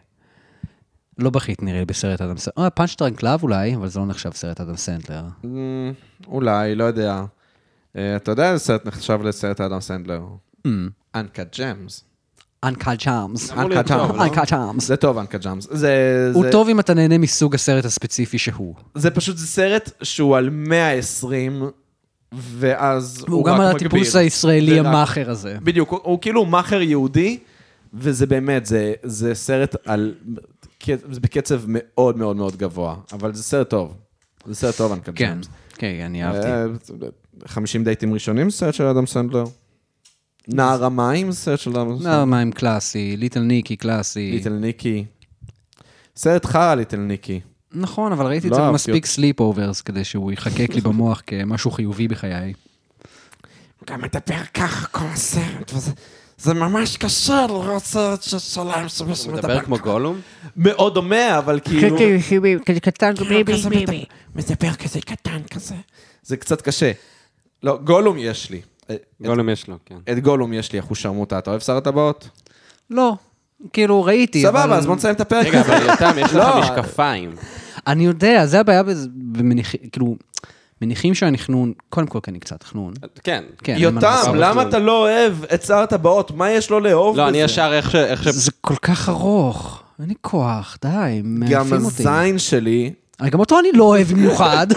לא בכית נראה לי בסרט אדם סנדלר. אה, פאנץ' טרנק לאב אולי, אבל זה לא נחשב סרט אדם סנדלר.
אמ, אולי, לא יודע. אה, אתה יודע איזה סרט נחשב לסרט אדם סנדלר? Uncut Gems.
אנקל צ'אמס.
אמור להיות
Uncut Gems.
טוב, לא?
אנקל צ'אמס.
זה טוב, Uncut Gems. זה...
הוא
זה-
טוב אם אתה נהנה מסוג הסרט הספציפי שהוא.
זה פשוט זה סרט שהוא על 120, ואז הוא רק מגביר.
הוא גם על הטיפוס הישראלי
זה רק-
המאכר הזה.
בדיוק, הוא- הוא כאילו מאכר יהודי, וזה באמת, זה- זה סרט על... זה בקצב מאוד מאוד מאוד גבוה, אבל זה סרט טוב. זה סרט טוב, Uncut
כן,
Gems.
כן, אני אהבתי.
אה, 50 דייטים ראשונים זה סרט של אדם סנדלר. נער המים זה סרט של אדם סנדלר.
נער מים קלאסי, ליטל ניקי קלאסי.
ליטל ניקי. סרט חרא ליטל ניקי.
נכון, אבל ראיתי את
לא
זה
אהבתי
במספיק סליפ אוברס כדי שהוא ייחקק לי במוח כמשהו חיובי בחיי.
גם מדבר ככה כל הסרט, וזה זה ממש קשה לראות סרט של שלהם שמישהו
הוא
מדבר
מדבר כמו גולום?
מאוד דומה, אבל כאילו,
קטן, ביבי,
כאילו, כזה מדבר-
ביבי.
מדבר כזה קטן כזה.
זה קצת קשה. לא, גולום יש לי. אה,
גולום יש לו, כן.
את גולום יש לי, אחושרמוטה. אתה אוהב שר הטבעות?
לא, כאילו ראיתי. אבל-
סבבה, אז בוא נסיים את הפרק
רגע,
הזה.
אבל יותם, יש לך
לא.
משקפיים.
אני יודע, זה הבעיה, בזה- במניח- כאילו, מניחים שהנכנון, קודם כל כי אני קצת חנון.
כן.
כן, אין מה
יותם,
לעשות.
למה אתה לא אוהב את שר הטבעות? מה יש לו לאהוב
לא, אני
בזה?
ישר איך ש... איך ש...
זה כל כך ארוך, אין לי כוח, די,
גם
מעייפים אותי.
הזין שלי...
אבל גם אותו אני לא אוהב במיוחד,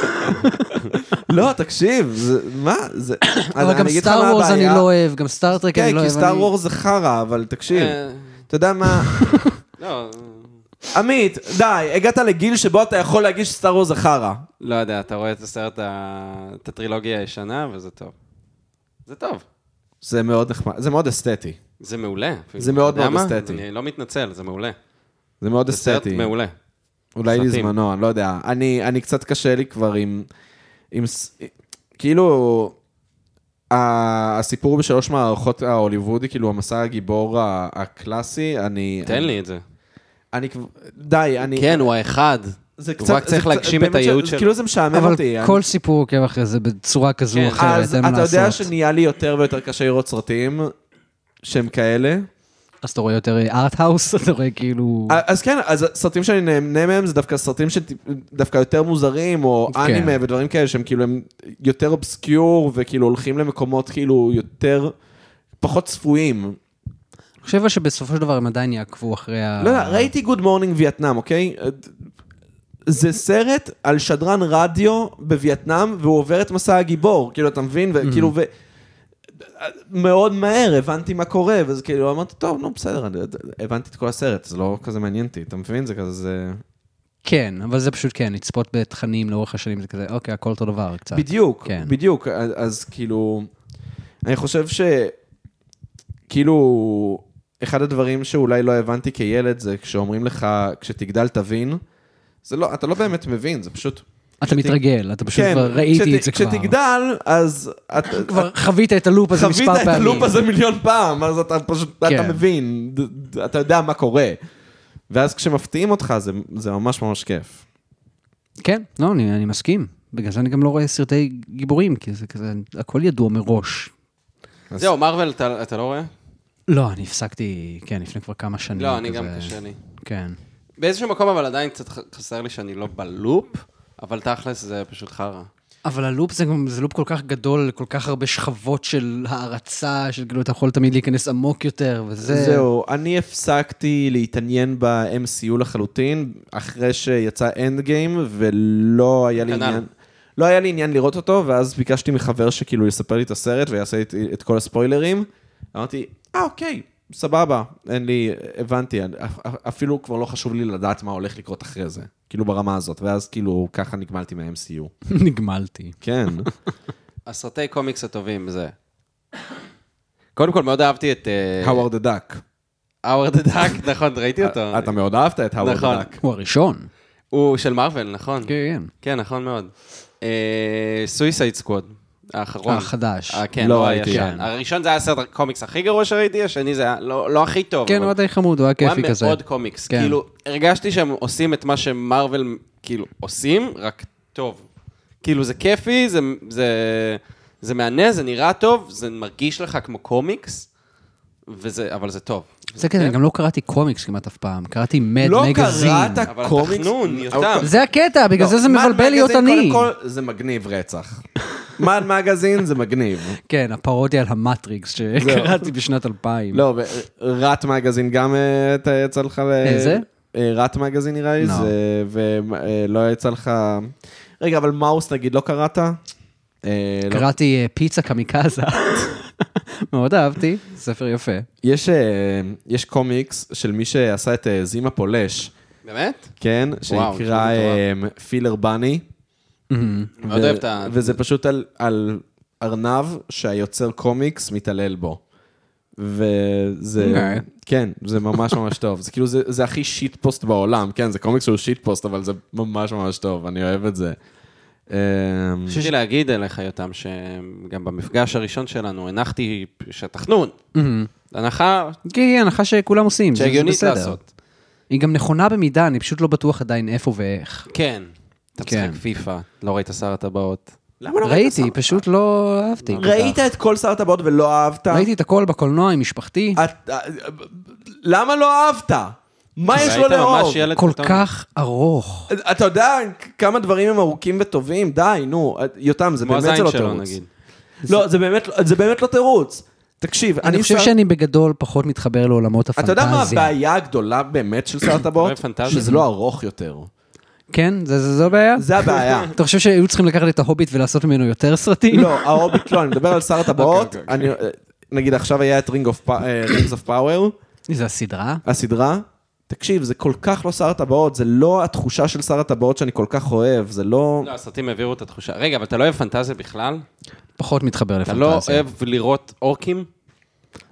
לא, תקשיב, זה- מה? זה... אז
אבל גם
אני אגיד לך
סטאר
מה
וורז אני
הבעיה.
לא אוהב, גם סטאר טרק אני
כן,
לא
כי
אוהב.
סטאר
אני-
וורס זה חרא, אבל תקשיב,
אה,
אתה יודע מה,
לא,
עמית, די, הגעת לגיל שבו אתה יכול להגיש סטאר וורס זה חרא.
לא יודע, אתה רואה את הסרט, ה- את הטרילוגיה הישנה, וזה טוב. זה טוב.
זה מאוד נחמד, זה מאוד אסתטי.
זה מעולה. אפילו.
זה מאוד
אתה יודע
מאוד
מה?
אסתטי.
אני לא מתנצל, זה מעולה.
זה מאוד
זה סרט
אסתטי.
מעולה.
אולי
סרטים.
לזמנו, אני לא יודע. אני, אני קצת קשה לי כבר עם... עם ס- כאילו, ה- הסיפור בשלוש מערכות ההוליוודי, כאילו המסע הגיבור ה- הקלאסי, אני...
תן לי את זה.
אני כבר... די, אני...
כן, הוא האחד.
זה
הוא רק צריך
זה
להגשים את
באמת ש-
הייעוד
זה
שלו.
כאילו זה משעמם
אבל
אותי. אני- כן,
כל סיפור עוקב אחרי זה בצורה כזו או אחרת,
אז
אין מה
אתה יודע
לעשות.
שנהיה לי יותר ויותר קשה לראות סרטים שהם כאלה.
אז אתה רואה יותר ארט-האוס, אתה רואה כאילו...
אז כן, אז סרטים שאני נהנה מהם זה דווקא סרטים שדווקא יותר מוזרים, או
כן.
אנימה ודברים כאלה שהם כאילו הם יותר אובסקיור, וכאילו הולכים למקומות כאילו יותר, פחות צפויים.
אני חושב אבל שבסופו של דבר הם עדיין יעקבו אחרי ה...
לא יודע, ראיתי גוד מורנינג וייטנאם, אוקיי? זה סרט על שדרן רדיו בווייטנאם, והוא עובר את מסע הגיבור, כאילו, אתה מבין? וכאילו, ו... מאוד מהר הבנתי מה קורה, וזה כאילו, אמרתי, טוב, נו, בסדר, אני- הבנתי את כל הסרט, זה לא כזה מעניין אותי, אתה מבין? זה כזה...
כן, אבל זה פשוט כן, לצפות בתכנים לאורך השנים זה כזה, אוקיי, הכל אותו דבר קצת.
בדיוק,
כן.
כן. בדיוק. אז, אז כאילו, אני חושב ש... כאילו, אחד הדברים שאולי לא הבנתי כילד זה כשאומרים לך, כשתגדל תבין, זה לא, אתה לא באמת מבין, זה פשוט...
אתה מתרגל, אתה פשוט כבר ראיתי את זה כבר.
כן, כשתגדל, אז אתה...
כבר חווית את הלופ הזה מספר
חווית
פעמים.
את הלופ הזה מיליון פעם, אז אתה פשוט, אתה
כן.
מבין, ד- ד- אתה יודע מה קורה. ואז כשמפתיעים אותך, זה, זה ממש ממש כיף.
כן, לא, אני, אני מסכים. בגלל זה אני גם לא רואה סרטי גיבורים, כי זה כזה, הכל ידוע מראש.
זהו, מרוויל, אתה אתה לא רואה?
לא, אני הפסקתי, כן, לפני כבר כמה שנים.
לא, אני
כזה-
גם קשה לי.
כן.
באיזשהו מקום, אבל עדיין קצת ח- חסר לי שאני לא בלופ, אבל תכלס זה פשוט חרא.
אבל הלופ זה גם, זה לופ כל כך גדול, כל כך הרבה שכבות של הערצה, של כאילו, אתה יכול תמיד להיכנס עמוק יותר, וזה...
זהו,
אה,
אני הפסקתי להתעניין ב-MCU לחלוטין, אחרי שיצא אנד גיים, ולא היה לי
כנ"ל.
עניין... לא היה לי עניין לראות אותו, ואז ביקשתי מחבר שכאילו יספר לי את הסרט ויעשה את, את כל הספוילרים. אמרתי, אה, אוקיי, סבבה, אין לי, הבנתי, אני- אפ- אפילו כבר לא חשוב לי לדעת מה הולך לקרות אחרי זה, כאילו ברמה הזאת, ואז כאילו ככה נגמלתי מה-MCU.
נגמלתי.
כן.
הסרטי קומיקס הטובים זה. קודם כל, מאוד אהבתי את... אה,
Howard the Duck.
האוורד הדאק, נכון, ראיתי אותו.
אתה מאוד אהבת את Howard the
נכון.
Duck.
הוא הראשון.
הוא של מארוול, נכון.
כן,
כן, נכון מאוד. סויסייד סקווד, האחרון.
החדש.
אה, כן,
לא
לא
ראיתי.
הישן.
כן.
הראשון זה היה הסרט הקומיקס הכי גרוע שראיתי, השני זה היה לא לא הכי טוב.
כן,
אבל-
הוא היה די חמוד, הוא היה כיפי כזה.
הוא היה מאוד קומיקס.
כן.
כאילו, הרגשתי שהם עושים את מה שמרוויל, כאילו, עושים, רק טוב. כאילו, זה כיפי, זה, זה, זה מהנה, זה נראה טוב, זה מרגיש לך כמו קומיקס, וזה, אבל זה טוב.
זה כזה, אני גם לא קראתי קומיקס כמעט אף פעם, קראתי מד
כן. לא
מגזין.
קראת אוקיי.
אבל
קומיקס?
התחנון, יותם.
זה הקטע, בגלל זה זה
Mad
מבלבל להיות
Magazine,
אני.
קודם כל, זה מגניב רצח. מד מגזין זה מגניב.
כן, הפרודיה על המטריקס שקראתי בשנת 2000.
לא, ו- ראט מגזין גם אה, אתה יצא לך... ל-
איזה?
אה, ראט מגזין נראה לי,
לא.
זה- ולא יצא לך... רגע, אבל מאוס נגיד לא קראת? אה, לא.
קראתי אה, פיצה קמיקזה. מאוד אהבתי, ספר יפה.
יש, אה, יש קומיקס של מי שעשה את אה, זימה פולש,
באמת?
כן?
וואו,
שנקרא
נשמע
אה, פילר בני.
מאוד
ו-
אוהב את ה...
וזה פשוט על, על ארנב שהיוצר קומיקס מתעלל בו. וזה,
אוקיי.
כן, זה ממש ממש טוב. זה כאילו, זה, זה הכי שיט פוסט בעולם, כן, זה קומיקס שהוא שיט פוסט, אבל זה ממש ממש טוב, אני אוהב את זה. אמ,
רציתי להגיד אליך, יותם, שגם במפגש הראשון שלנו הנחתי שתחנון. הנחה
כן, כן, הנחה שכולם עושים, זה זה בסדר.
שהגיונית לעשות.
היא גם נכונה במידה, אני פשוט לא בטוח עדיין איפה ואיך.
כן. אתה
כן.
משחק פיפא, לא ראית שר הטבעות.
למה לא ראית?
ראיתי, פשוט לא אהבתי. כל כך.
ראית את כל שר הטבעות ולא אהבת?
ראיתי את הכל בקולנוע עם משפחתי.
את- אה, למה לא אהבת? מה יש לו
ראית ממש
לאהוב?
ילד
כל
קטן.
כך ארוך.
אתה יודע כמה דברים הם ארוכים וטובים, די, נו, אה, יותם, זה
כמו
באמת זה
הזין
לא
שלו,
תירוץ.
נגיד.
לא, זה באמת, זה באמת לא תירוץ. תקשיב,
אני חושב
שר-
שאני בגדול פחות מתחבר לעולמות
אתה יודע מה
הפנטזיה.
הבעיה הגדולה באמת של סרט הבאות?
פנטזיה.
שזה לא ארוך יותר.
כן? זה- זה- זו הבעיה?
זה הבעיה.
אתה חושב שהיו צריכים לקחת את ההוביט ולעשות ממנו יותר סרטים?
לא, ההוביט לא, אני מדבר על שר הטבעות. אני- נגיד עכשיו היה את רינג אוף פאוור,
זה הסדרה?
הסדרה. תקשיב, זה כל כך לא שר הטבעות, זה לא התחושה של שר הטבעות שאני כל כך אוהב, זה לא...
לא, הסרטים העבירו את התחושה. רגע, אבל אתה לא אוהב פנטזיה בכלל?
פחות מתחבר
אתה
לפנטזיה.
לא אוהב לראות אורקים?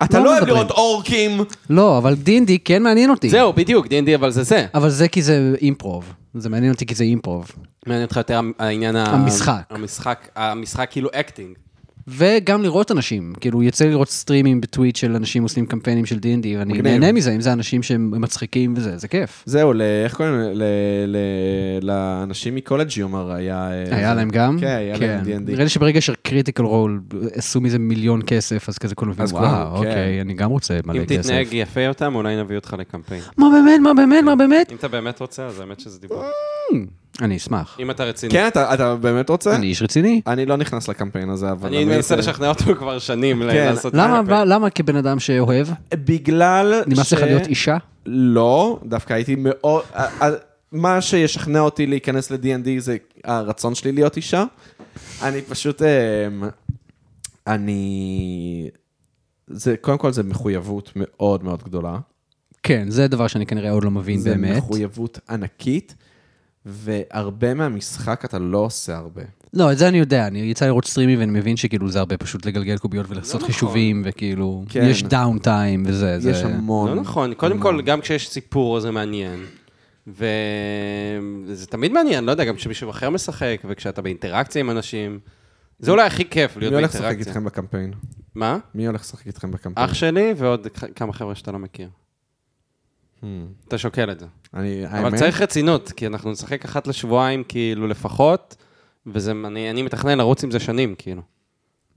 אתה
לא
לא אוהב
מדברים.
לראות אורקים!
לא, אבל דינדי כן מעניין אותי.
זהו, בדיוק, D&D, אבל זה זה.
אבל זה כי זה אימפרוב. זה מעניין אותי כי זה אימפרוב.
מעניין אותך יותר העניין ה...
המשחק.
המשחק, המשחק כאילו אקטינג.
וגם לראות אנשים. כאילו, יוצא לי לראות סטרימים בטוויט של אנשים עושים קמפיינים של D&D, ואני נהנה מזה, אם זה אנשים שהם מצחיקים וזה, זה כיף.
זהו, ל- איך קוראים ל- ל- ל- לאנשים מקולג' יאמר, היה... אה,
היה
זה-
להם גם?
כן, היה להם D&D.
נראה לי שברגע שקריטיקל רול עשו מזה מיליון כסף, אז כזה כל מבין,
אז
וואו,
כולם, כן.
אוקיי, אני גם רוצה מלא
אם
כסף.
תתנהג יפה יותר, אולי נביא אותך לקמפיין.
מה באמת, מה באמת, מה באמת?
אם אתה באמת רוצה, אז האמת שזה דיבור.
אני אשמח.
אם אתה רציני.
כן, אתה אתה באמת רוצה?
אני איש רציני.
אני לא נכנס לקמפיין הזה, אבל...
אני מנסה לשכנע אותו כבר שנים ל-
כן.
לעשות
לא למה,
קמפיין.
אבל- למה כבן אדם שאוהב,
בגלל ש...
נמאס לך להיות אישה?
לא, דווקא הייתי מאוד... ה- ה- מה שישכנע אותי להיכנס ל-D&D זה הרצון שלי להיות אישה. אני פשוט... אמ, אני... זה, קודם כל, זה מחויבות מאוד מאוד גדולה.
כן, זה דבר שאני כנראה עוד לא מבין
זה
באמת.
מחויבות ענקית, והרבה מהמשחק אתה לא עושה הרבה.
לא, את זה אני יודע, אני יצא לראות סטרימים ואני מבין שכאילו זה הרבה פשוט לגלגל קוביות ולעשות חישובים, וכאילו,
נכון. כן.
יש דאון טיים וזה,
יש
זה...
המון.
לא נכון, קודם
אה.
כל, גם כשיש סיפור זה מעניין. וזה תמיד מעניין, לא יודע, גם כשמישהו אחר משחק, וכשאתה באינטראקציה עם אנשים, זה אולי הכי כיף להיות
מי הולך לשחק
באינטראקציה.
איתכם אוקיי. בקמפיין?
מה?
מי הולך לשחק איתכם בקמפיין?
אח שלי ועוד כ- כמה חבר'ה שאתה לא מכיר. אתה שוקל את זה.
אני, האמת,
אבל צריך רצינות, כי אנחנו נשחק אחת לשבועיים, כאילו, לפחות, וזה, אני אני מתכנן לרוץ עם זה שנים, כאילו.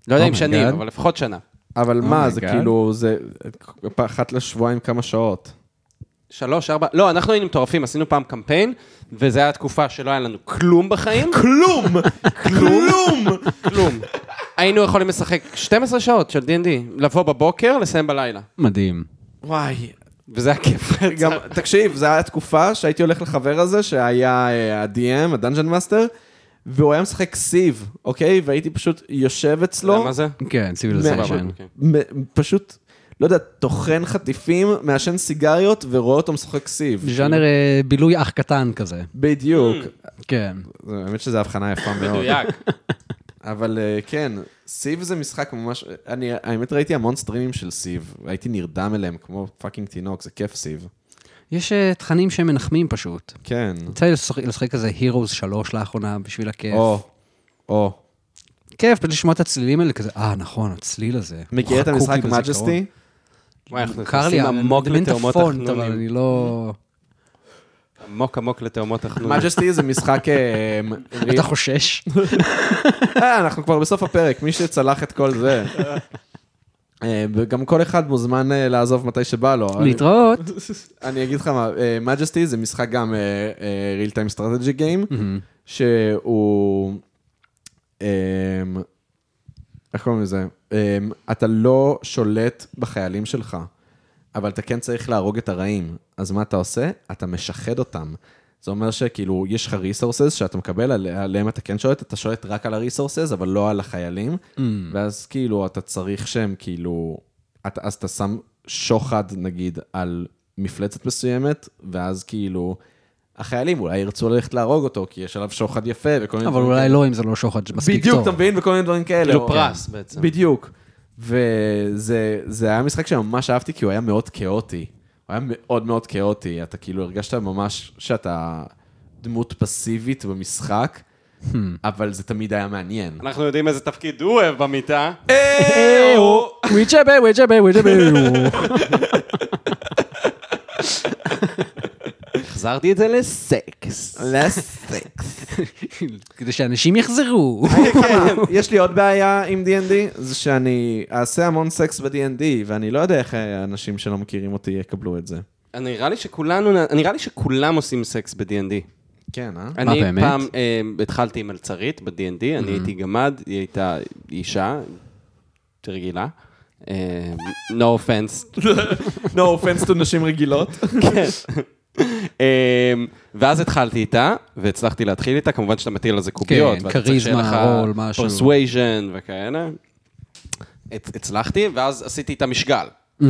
לא
Oh
יודע אם
my
שנים,
God.
אבל לפחות שנה.
אבל מה,
my
זה
God.
כאילו, זה אחת לשבועיים כמה שעות.
שלוש, ארבע, לא, אנחנו היינו מטורפים, עשינו פעם קמפיין, וזו הייתה תקופה שלא היה לנו כלום בחיים.
כלום! כלום!
כלום. היינו יכולים לשחק 12 שעות של D&D, לבוא בבוקר, לסיים בלילה.
מדהים.
וואי.
וזה היה כיף.
גם, תקשיב, זו הייתה תקופה שהייתי הולך לחבר הזה, שהיה אה, ה-DM, הדאנג'ן מאסטר, והוא היה משחק סיב, אוקיי? והייתי פשוט יושב אצלו.
מה זה?
כן, סיביליזיישן.
סבבה. אוקיי.
מ- פשוט, לא יודע, טוחן חטיפים, מעשן סיגריות ורואה אותו משחק סיב.
ז'אנר אה, בילוי אח קטן כזה,
בדיוק.
כן.
האמת שזו הבחנה יפה מאוד.
מדויק.
אבל אה, כן, סיב זה משחק ממש... אני, האמת, ראיתי המון סטרימים של סיב, הייתי נרדם אליהם כמו פאקינג תינוק, זה כיף סיב.
יש אה, תכנים שהם מנחמים פשוט.
כן.
יצא לי לשחק- לשחק כזה הירוס 3 לאחרונה בשביל הכיף.
או, או.
כיף פשוט לשמוע את הצלילים האלה כזה, אה, נכון, הצליל הזה.
מכיר את
הוא חקוק
המשחק
לי בזיכרון."
מג'סטי?
וואי, אנחנו
מוכר לי,
נכנסים עמוק
אני מבין את
לתאומות
הפונט, אבל
החנונים.
אני לא...
עמוק עמוק לתאומות החנונים.
מג'סטי זה משחק... אה, מ-
אתה חושש?
אה, אנחנו כבר בסוף הפרק, מי שצלח את כל זה. אה, וגם כל אחד מוזמן אה, לעזוב מתי שבא לו. אני-
להתראות.
אני אגיד לך מה, מג'סטי זה משחק גם real time strategy game, שהוא... אה, איך קוראים לזה? אה, אתה לא שולט בחיילים שלך, אבל אתה כן צריך להרוג את הרעים. אז מה אתה עושה? אתה משחד אותם. זה אומר שכאילו, יש לך resources שאתה מקבל, על- עליהם אתה כן שולט, אתה שולט רק על ה-resources, אבל לא על החיילים,
Mm.
ואז כאילו, אתה צריך שהם כאילו... אתה, אז אתה שם שוחד, נגיד, על מפלצת מסוימת, ואז כאילו, החיילים אולי ירצו ללכת להרוג אותו, כי יש עליו שוחד יפה, וכל מיני
אבל
דברים
אולי
כאלה.
לא אם זה לא שוחד מספיק טוב.
בדיוק, אתה מבין? וכל מיני דברים כאלה.
כאילו
או-
פרס בעצם.
בדיוק. וזה זה היה משחק שממש אהבתי, כי הוא היה מאוד כאוטי. הוא היה מאוד מאוד כאוטי. אתה כאילו הרגשת ממש שאתה דמות פסיבית במשחק,
Hmm.
אבל זה תמיד היה מעניין.
אנחנו יודעים איזה תפקיד הוא אוהב במיטה.
אה,
אה,
וויג'בה, וויג'בה, וויג'בה.
החזרתי את זה לסקס.
כדי שאנשים יחזרו.
יש לי עוד בעיה עם D&D, זה שאני אעשה המון סקס ב-D&D, ואני לא יודע איך האנשים שלא מכירים אותי יקבלו את זה.
נראה לי שכולנו, נראה לי שכולם עושים סקס ב-D&D.
כן, אה?
אני
באמת? Mm-hmm.
פעם אה, התחלתי עם מלצרית ב-D&D, אני הייתי גמד, היא הייתה אישה רגילה. אה, no offense.
No offense to נשים רגילות.
אה, ואז התחלתי איתה, והצלחתי להתחיל איתה, כמובן שאתה מטיל על זה קוביות.
כן,
ואתה צריך שיהיה
כריזמה,
לך
רול, משהו.
persuasion וכאלה. הצ- הצלחתי, ואז עשיתי איתה משגל.
Mm-hmm.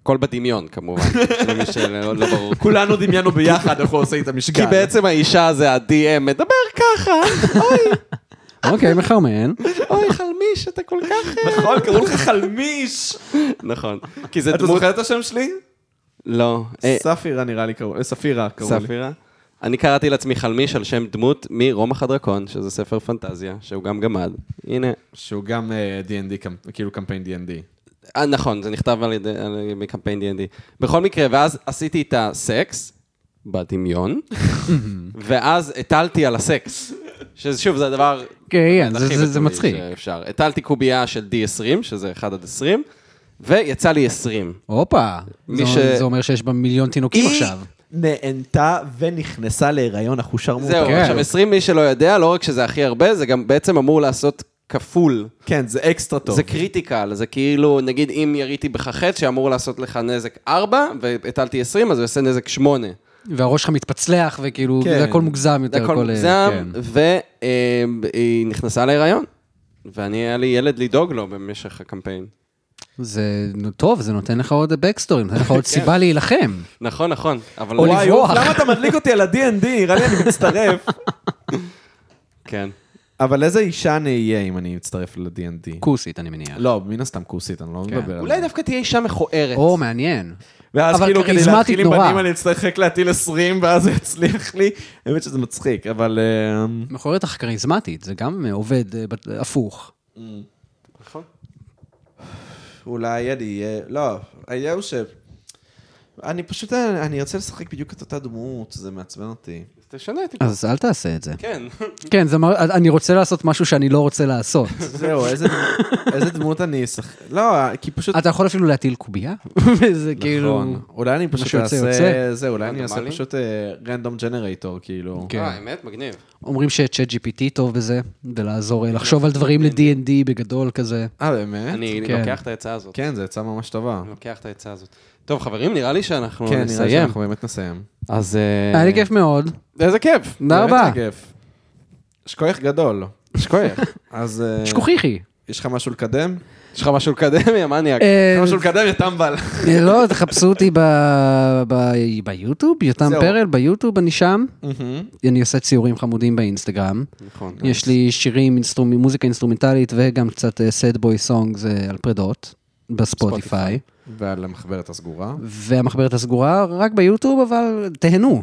הכל בדמיון כמובן, למי שלא לא ברור.
כולנו דמיינו ביחד איך הוא עושה איתה משגל.
כי בעצם האישה זה ה-DM מדבר ככה, אוי,
אוקיי, מחרמן.
אוי, חלמיש, אתה כל כך... אה,
נכון, קראו לך חלמיש.
נכון. כי זה
אתה
דמות...
זוכר את השם שלי?
לא. אה,
ספירה נראה לי קראו, אה, ספירה קראו לי.
ספירה. אני קראתי לעצמי חלמיש על שם דמות מרומח הדרקון, שזה ספר פנטזיה, שהוא גם גמד. הנה.
שהוא גם אה, D&D, קמפ- כאילו קמפיין D&D.
אה, נכון, זה נכתב על ידי, על, מקמפיין D&D. בכל מקרה, ואז עשיתי את הסקס, בדמיון, ואז הטלתי על הסקס. שזה שוב, זה הדבר
כן, זה-
הכי
זה- זה
בטוח
מצחיק.
שאפשר. הטלתי קובייה של D20, שזה 1 עד 20, ויצא לי 20.
הופה,
מי
זה-
ש-
זה אומר שיש בה מיליון תינוקים עכשיו.
נהנתה ונכנסה להיריון אחושרמוטה.
זהו,
כן.
עכשיו 20, מי שלא יודע, לא רק שזה הכי הרבה, זה גם בעצם אמור לעשות כפול.
כן, זה אקסטרה טוב.
זה קריטיקל, זה כאילו, נגיד אם יריתי בך חץ שאמור לעשות לך נזק 4, והטלתי 20, אז הוא יעשה נזק 8.
והראש שלך מתפצלח, וכאילו, זה הכל מוגזם יותר.
זה כן. הכל
אה,
מוגזם,
כן.
והיא נכנסה להיריון. ואני, היה לי ילד לדאוג לו במשך הקמפיין.
זה נו, טוב, זה נותן לך עוד backstory, נותן לך
כן.
עוד סיבה להילחם.
נכון, נכון, אבל...
או
וואי, אוף,
לברוח.
למה אתה מדליק אותי על ה-D&D? נראה לי אני מצטרף.
כן.
אבל איזה אישה אני אהיה אם אני אצטרף ל-D&D?
כוסית, אני מניח.
לא, מן הסתם כוסית, אני לא
כן.
מדבר על
אולי
זה.
דווקא תהיה אישה מכוערת.
או, מעניין.
ואז
אבל
כאילו, כדי
כריזמטית
להתחיל עם
נורא.
בנים, אני אצטרך רק להטיל 20, ואז הוא יצליח לי. האמת שזה מצחיק, אבל... אה,
מכוערת אך כריזמטית, זה גם אה, עובד אה, בת- הפוך.
אולי אני אהיה... לא, העניין הוא ש... אני פשוט... אני ארצה לשחק בדיוק את אותה דמות, זה מעצבן אותי.
אז תשנה את זה.
אז אל תעשה את זה.
כן.
כן, זה מר- אני רוצה לעשות משהו שאני לא רוצה לעשות.
זהו, איזה דמות- איזה דמות אני אשחק... לא, כי פשוט...
אתה יכול אפילו להטיל קובייה? זה כאילו...
נכון. אולי אני פשוט
משהו
אעשה...
יוצא, יוצא.
זה, אולי אני אעשה
רנדומלי?
פשוט רנדום ג'נרייטור, כאילו.
כן.
אה, האמת, מגניב.
אומרים שצ'אט GPT טוב בזה, ולעזור, אה, לחשוב על דברים ל-D&D בגדול כזה.
אה, באמת?
אני נכון,
כן.
לוקח את העצה הזאת.
כן, זו עצה ממש טובה.
אני לוקח את העצה הזאת. טוב, חברים, נראה לי שאנחנו
כן, נראה לי
נסיים.
שאנחנו באמת נסיים.
אז... אה,
היה לי כיף מאוד.
איזה כיף.
תודה רבה.
באמת היה כיף. שכוייך גדול. שכוייך. אז אה,
שכוכיחי.
יש לך משהו לקדם?
יש לך משהו לקדם, יא מניאק?
אה,
משהו לקדם, יא טמבל.
אה, לא, תחפשו אותי ב- ב- ביוטיוב, יותם
זהו.
פרל, ביוטיוב אני שם. אני עושה ציורים חמודים באינסטגרם.
נכון.
יש לי שירים, אינסטרומ- מוזיקה אינסטרומנטלית וגם קצת אה, sad boy songs אה, על פרדות בספוטיפיי.
ועל המחברת הסגורה.
והמחברת הסגורה רק ביוטיוב, אבל תהנו.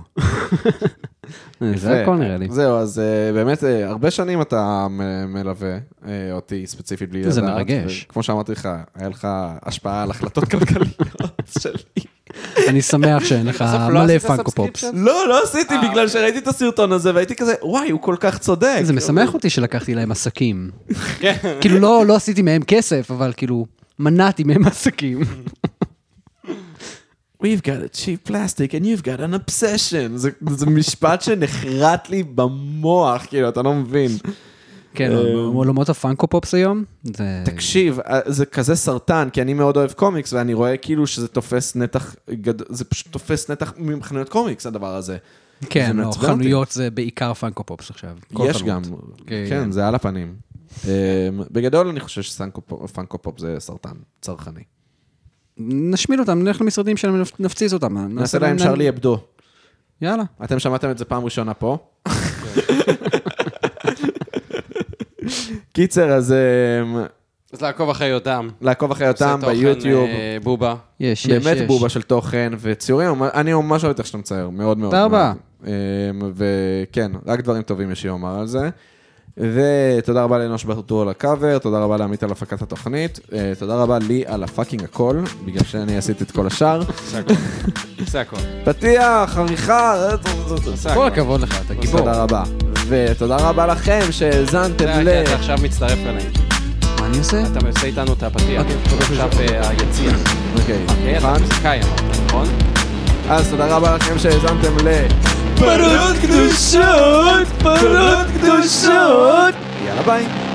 זה הכל נראה לי.
זהו, אז אה, באמת, אה, הרבה שנים אתה מ- מלווה אה, אותי ספציפית בלי לדעת.
זה מרגש.
וכמו שאמרתי לך, היה לך השפעה על החלטות כלכליות שלי.
אני שמח שאין לך
בסוף לא
מלא
עשית
פאנקו פופס.
subscription?
לא, לא עשיתי
אה,
בגלל שראיתי את הסרטון הזה והייתי כזה, וואי, הוא כל כך
כן,
צודק.
כאילו.
זה משמח אותי שלקחתי להם עסקים. כאילו, לא לא עשיתי מהם כסף, אבל כאילו, מנעתי מהם עסקים.
We've got a cheap plastic and you've got an obsession. זה- זה משפט שנחרט לי במוח, כאילו, אתה לא מבין.
כן,
אמ,
עולמות הפאנקו פופס היום, זה...
תקשיב, אה, זה כזה סרטן, כי אני מאוד אוהב קומיקס, ואני רואה כאילו שזה תופס נתח, גד- זה פשוט תופס נתח מחנויות קומיקס, הדבר הזה. זה
כן, לא,
מעצבן אותי.
חנויות זה בעיקר פאנקו פופס עכשיו. כל
יש
חנות.
גם,
כן.
כן, זה על הפנים. אה, בגדול, אני חושב שפאנקו פופ זה סרטן צרכני.
נשמיל אותם, נלך למשרדים שלהם, נפ- נפציץ אותם.
נעשה להם
לא
שרלי אבדו.
יאללה.
אתם שמעתם את זה פעם ראשונה פה? קיצר, אז אה,
אז לעקוב אחרי יותם.
לעקוב אחרי אותם
עושה תוכן,
ביוטיוב.
אה, בובה.
יש, יש, יש.
באמת בובה של תוכן וציורים, אני ממש אוהב את איך שאתה מצייר, מאוד מאוד.
תודה רבה.
מאוד. אמ, וכן, רק דברים טובים יש לי לומר על זה. ותודה רבה לאנוש ברטור על הקאבר, תודה רבה לעמית על הפקת התוכנית, אה, תודה רבה לי על הפאקינג הכל, בגלל שאני עשיתי את כל השאר.
זה הכל.
פתיח, עריכה, אה,
כל
זה הכל.
הכבוד לך, אתה גיבור.
תודה רבה. ותודה רבה לכם שהאזנתם
זה
ל...
היה, אתה עכשיו מצטרף אליי.
מה אני עושה?
אתה עושה איתנו את הפתיח.
אוקיי,
עכשיו אה, היציע.
אוקיי,
אוקיי, אתה
מוכן?
מוזיקאי אמרת, נכון?
אז תודה רבה לכם שהאזנתם ל...
פרות קדושות, פרות קדושות.
יאללה ביי.